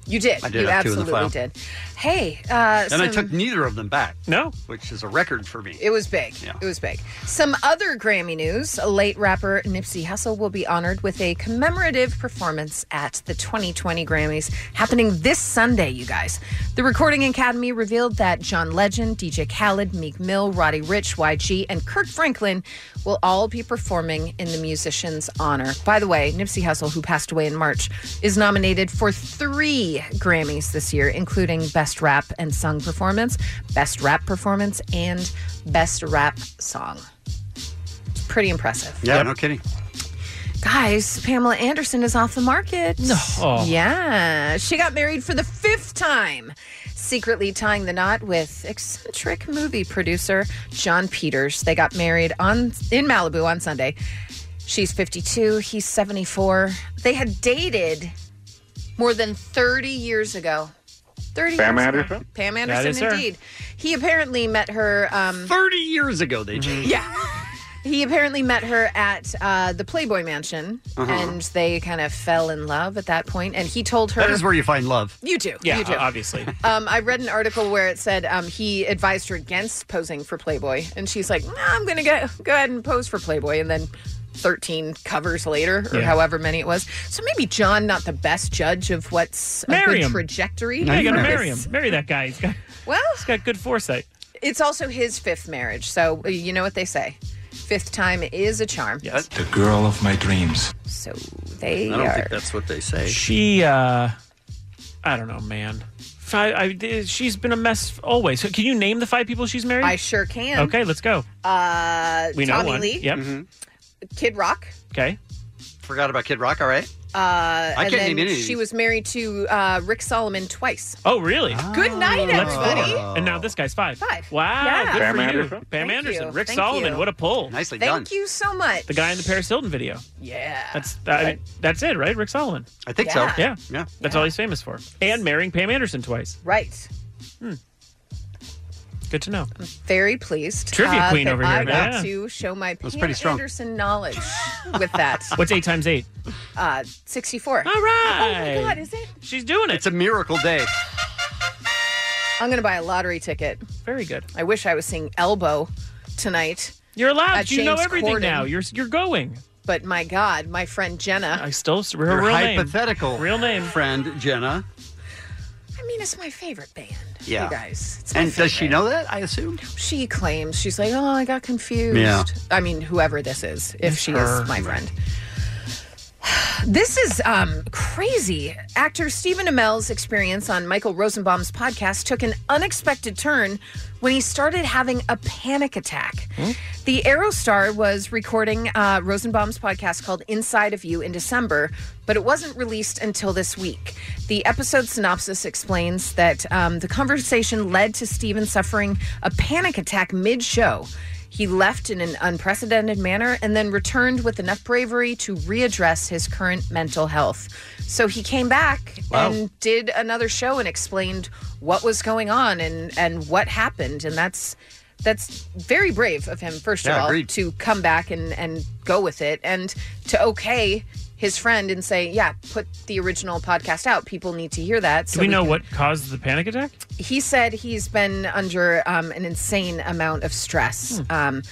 [SPEAKER 12] You did.
[SPEAKER 11] I did
[SPEAKER 12] you
[SPEAKER 11] have two in
[SPEAKER 12] absolutely
[SPEAKER 11] the file.
[SPEAKER 12] did. Hey, uh
[SPEAKER 11] and I
[SPEAKER 12] some-
[SPEAKER 11] took neither of them back.
[SPEAKER 6] No.
[SPEAKER 11] Which is a record for me.
[SPEAKER 12] It was big. It was big. Some other Grammy news late rapper Nipsey Hussle will be honored with a commemorative performance at the 2020 Grammys happening this Sunday, you guys. The Recording Academy revealed that John Legend, DJ Khaled, Meek Mill, Roddy Rich, YG, and Kirk Franklin will all be performing in the musician's honor. By the way, Nipsey Hussle, who passed away in March, is nominated for three Grammys this year, including Best Rap and Sung Performance, Best Rap Performance, and Best Rap Song. It's pretty impressive.
[SPEAKER 11] Yeah, no kidding.
[SPEAKER 12] Guys, Pamela Anderson is off the market.
[SPEAKER 11] Oh.
[SPEAKER 12] Yeah. She got married for the fifth time, secretly tying the knot with eccentric movie producer John Peters. They got married on in Malibu on Sunday. She's 52, he's 74. They had dated more than 30 years ago. 30
[SPEAKER 11] Pam
[SPEAKER 12] years ago.
[SPEAKER 11] Anderson?
[SPEAKER 12] Pam
[SPEAKER 11] That is
[SPEAKER 12] Anderson,
[SPEAKER 11] her.
[SPEAKER 12] indeed. He apparently met her um,
[SPEAKER 11] 30 years ago
[SPEAKER 6] Mm-hmm.
[SPEAKER 11] they changed.
[SPEAKER 12] yeah. He apparently met her at uh, the Playboy Mansion,
[SPEAKER 11] Uh-huh.
[SPEAKER 12] and they kind of fell in love at that point. And he told her
[SPEAKER 11] That is where you find love.
[SPEAKER 12] You do.
[SPEAKER 6] Yeah,
[SPEAKER 12] you do. [LAUGHS]
[SPEAKER 6] obviously.
[SPEAKER 12] Um, I read an article where it said um, he advised her against posing for Playboy, and she's like, "Nah, "I'm going to go go ahead and pose for Playboy," and then. 13 covers later, or
[SPEAKER 6] Yeah.
[SPEAKER 12] however many it was. So maybe John, not the best judge of what's a
[SPEAKER 6] Marry
[SPEAKER 12] good
[SPEAKER 6] him.
[SPEAKER 12] trajectory.
[SPEAKER 6] Yeah, you gotta
[SPEAKER 12] for
[SPEAKER 6] marry him.
[SPEAKER 12] this.
[SPEAKER 6] Marry that guy. He's got,
[SPEAKER 12] Well,
[SPEAKER 6] he's got good foresight.
[SPEAKER 12] it's also his fifth marriage. So uh, you know what they say fifth time is a charm. Yes.
[SPEAKER 7] The girl of my dreams.
[SPEAKER 12] So they
[SPEAKER 11] I don't
[SPEAKER 12] are.
[SPEAKER 11] think that's what they say.
[SPEAKER 6] She, uh, I don't know, man. Five, I, she's been a mess always. So can you name the five people she's married?
[SPEAKER 12] I sure can.
[SPEAKER 6] Okay, let's go.
[SPEAKER 12] Uh,
[SPEAKER 6] We know
[SPEAKER 12] Tommy
[SPEAKER 6] one.
[SPEAKER 12] Lee,
[SPEAKER 6] Yep.
[SPEAKER 12] Kid Rock.
[SPEAKER 6] Okay.
[SPEAKER 11] Forgot about Kid Rock, all right?
[SPEAKER 12] Uh, I
[SPEAKER 11] can't
[SPEAKER 12] and then
[SPEAKER 11] name any of
[SPEAKER 12] she
[SPEAKER 11] these.
[SPEAKER 12] was married to uh, Rick Solomon twice.
[SPEAKER 6] Oh, really?
[SPEAKER 12] Ah. Good night,
[SPEAKER 6] That's
[SPEAKER 12] everybody.
[SPEAKER 6] four. And now this guy's five.
[SPEAKER 12] Five.
[SPEAKER 6] Wow.
[SPEAKER 12] Yeah.
[SPEAKER 6] Good
[SPEAKER 12] Pam
[SPEAKER 6] for you.
[SPEAKER 12] Anderson.
[SPEAKER 6] Pam
[SPEAKER 12] Thank
[SPEAKER 6] Anderson.
[SPEAKER 12] you.
[SPEAKER 6] Rick
[SPEAKER 12] Thank
[SPEAKER 6] Solomon.
[SPEAKER 12] you.
[SPEAKER 6] What a pull.
[SPEAKER 11] Nicely
[SPEAKER 12] Thank you so much.
[SPEAKER 6] The guy in the Paris Hilton video.
[SPEAKER 12] Yeah.
[SPEAKER 6] That's I mean, that's it, right? Rick Solomon.
[SPEAKER 11] I
[SPEAKER 12] think so. Yeah.
[SPEAKER 6] Yeah.
[SPEAKER 11] Yeah.
[SPEAKER 6] That's all he's famous for. And marrying Pam Anderson twice.
[SPEAKER 12] Right.
[SPEAKER 6] Good to know.
[SPEAKER 12] Very pleased.
[SPEAKER 6] Trivia
[SPEAKER 12] uh,
[SPEAKER 6] queen
[SPEAKER 12] that
[SPEAKER 6] over here,
[SPEAKER 12] I got
[SPEAKER 6] yeah.
[SPEAKER 12] to show my
[SPEAKER 6] That's
[SPEAKER 12] Pam
[SPEAKER 6] pretty strong.
[SPEAKER 12] Anderson
[SPEAKER 6] [LAUGHS]
[SPEAKER 12] knowledge with that.
[SPEAKER 6] What's eight times eight?
[SPEAKER 12] Uh, 64. All
[SPEAKER 6] right.
[SPEAKER 12] Oh, my God, is it?
[SPEAKER 6] She's doing it.
[SPEAKER 11] It's a miracle day.
[SPEAKER 12] I'm going to buy a lottery ticket.
[SPEAKER 6] Very good.
[SPEAKER 12] I wish I was seeing Elbow tonight.
[SPEAKER 6] You're allowed.
[SPEAKER 12] At
[SPEAKER 6] you know
[SPEAKER 12] Uh, James
[SPEAKER 6] everything
[SPEAKER 12] Corden.
[SPEAKER 6] now. You're you're going.
[SPEAKER 12] But my God, my friend Jenna.
[SPEAKER 6] I still her
[SPEAKER 11] Your
[SPEAKER 6] real name.
[SPEAKER 11] hypothetical real
[SPEAKER 6] name
[SPEAKER 11] friend Jenna.
[SPEAKER 12] I mean, it's my favorite band.
[SPEAKER 11] Yeah.
[SPEAKER 12] You guys. It's my
[SPEAKER 11] And does she
[SPEAKER 12] favorite.
[SPEAKER 11] know that? I assume.
[SPEAKER 12] She claims she's like, oh, I got confused.
[SPEAKER 11] Yeah.
[SPEAKER 12] I mean, whoever this is, if
[SPEAKER 11] It's
[SPEAKER 12] she
[SPEAKER 11] her.
[SPEAKER 12] is my friend. This is um, crazy. Actor Stephen Amell's experience on Michael Rosenbaum's podcast took an unexpected turn when he started having a panic attack. The Aerostar was recording uh, Rosenbaum's podcast called Inside of You in December, but it wasn't released until this week. The episode synopsis explains that um, the conversation led to Stephen suffering a panic attack mid show. He left in an unprecedented manner and then returned with enough bravery to readdress his current mental health. So he came back
[SPEAKER 11] Wow.
[SPEAKER 12] and did another show and explained what was going on and, and what happened. And that's that's very brave of him, first
[SPEAKER 7] Yeah,
[SPEAKER 12] of all,
[SPEAKER 7] agreed.
[SPEAKER 12] to come back and, and go with it and to okay his friend and say, yeah, put the original podcast out. People need to hear that.
[SPEAKER 6] Do we know
[SPEAKER 12] can-
[SPEAKER 6] what caused the panic attack?
[SPEAKER 12] he said he's been under um, an insane amount of stress. Um,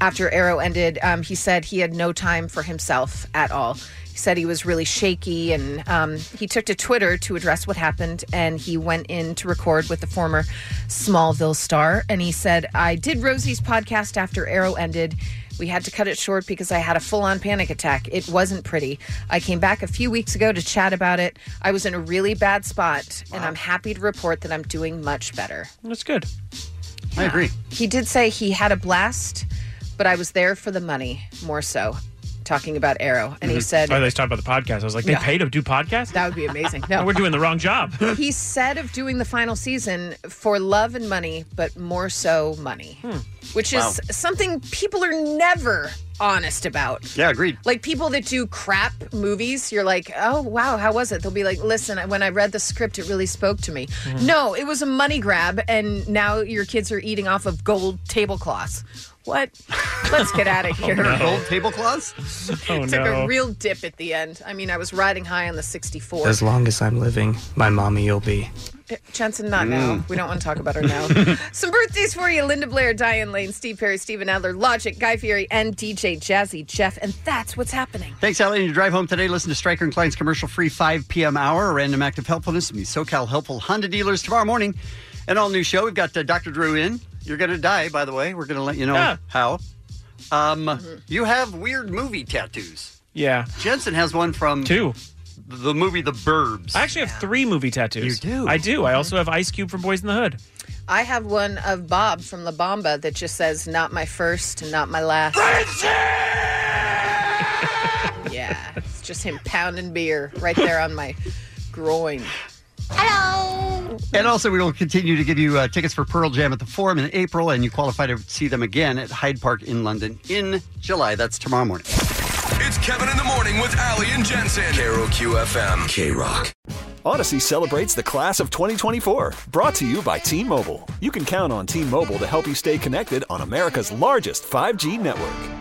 [SPEAKER 12] after Arrow ended, um, he said he had no time for himself at all. He said he was really shaky, and um, he took to Twitter to address what happened. And he went in to record with the former Smallville star, and he said, "I did Rosie's podcast after Arrow ended." We had to cut it short because I had a full on panic attack. It wasn't pretty. I came back a few weeks ago to chat about it. I was in a really bad spot, and I'm happy to report that I'm doing much better.
[SPEAKER 6] That's good.
[SPEAKER 11] I agree.
[SPEAKER 12] He did say he had a blast, but I was there for the money more so, talking about Arrow. And he
[SPEAKER 6] Mhm.
[SPEAKER 12] said,
[SPEAKER 6] "Oh, they talked about the podcast." I was like, "They
[SPEAKER 12] Yeah.
[SPEAKER 6] paid to do podcasts?
[SPEAKER 12] That would be
[SPEAKER 6] [LAUGHS]
[SPEAKER 12] amazing."
[SPEAKER 6] Oh,
[SPEAKER 12] No,
[SPEAKER 6] we're doing the
[SPEAKER 12] [LAUGHS]
[SPEAKER 6] wrong job."
[SPEAKER 12] [LAUGHS] he said of doing the final season for love and money, but more so money, which is
[SPEAKER 11] Wow.
[SPEAKER 12] something people are never honest about.
[SPEAKER 11] Yeah, agreed.
[SPEAKER 12] Like people that do crap movies, you're like, oh wow, how was it? They'll be like, listen, when I read the script, it really spoke to me.
[SPEAKER 7] Mhm.
[SPEAKER 12] No, it was a money grab, and now your kids are eating off of gold tablecloths. What? Let's get out of here.
[SPEAKER 11] Gold tablecloths?
[SPEAKER 12] Took a real dip at the end. I mean, I was riding high on the 64.
[SPEAKER 21] As long as I'm living, my mommy will be.
[SPEAKER 12] Uh, Jensen, not now.
[SPEAKER 21] Mm.
[SPEAKER 12] We don't want to talk about her now. Some birthdays for you Linda Blair, Diane Lane, Steve Perry, Steven Adler, Logic, Guy Fieri, and DJ Jazzy Jeff. And that's what's happening.
[SPEAKER 11] Thanks, Allie. And your drive home today, listen to Stryker and Klein's commercial free 5 p.m. hour, a random act of helpfulness from the SoCal helpful Honda dealers tomorrow morning. An all new show. We've got uh, Dr. Drew in. You're going to die, by the way. We're going to let you know
[SPEAKER 6] Yeah.
[SPEAKER 11] how. Um, You have weird movie tattoos.
[SPEAKER 6] yeah.
[SPEAKER 11] Jensen has one from
[SPEAKER 6] two.
[SPEAKER 11] The movie The Burbs.
[SPEAKER 6] I actually have three movie tattoos. You do. I do. I also have Ice Cube from Boys in the Hood.
[SPEAKER 12] I have one of Bob from La Bamba that just says, not my first, not my last. yeah, it's just him pounding beer right there on my groin. Hello.
[SPEAKER 11] And also, we will continue to give you uh, tickets for Pearl Jam at the Forum in April, and you qualify to see them again at Hyde Park in London in July. That's tomorrow morning.
[SPEAKER 15] It's Kevin in the Morning with Ali and Jensen. Carol QFM. K Rock.
[SPEAKER 5] Odyssey celebrates the class of 2024, brought to you by T Mobile. You can count on T Mobile to help you stay connected on America's largest 5G network.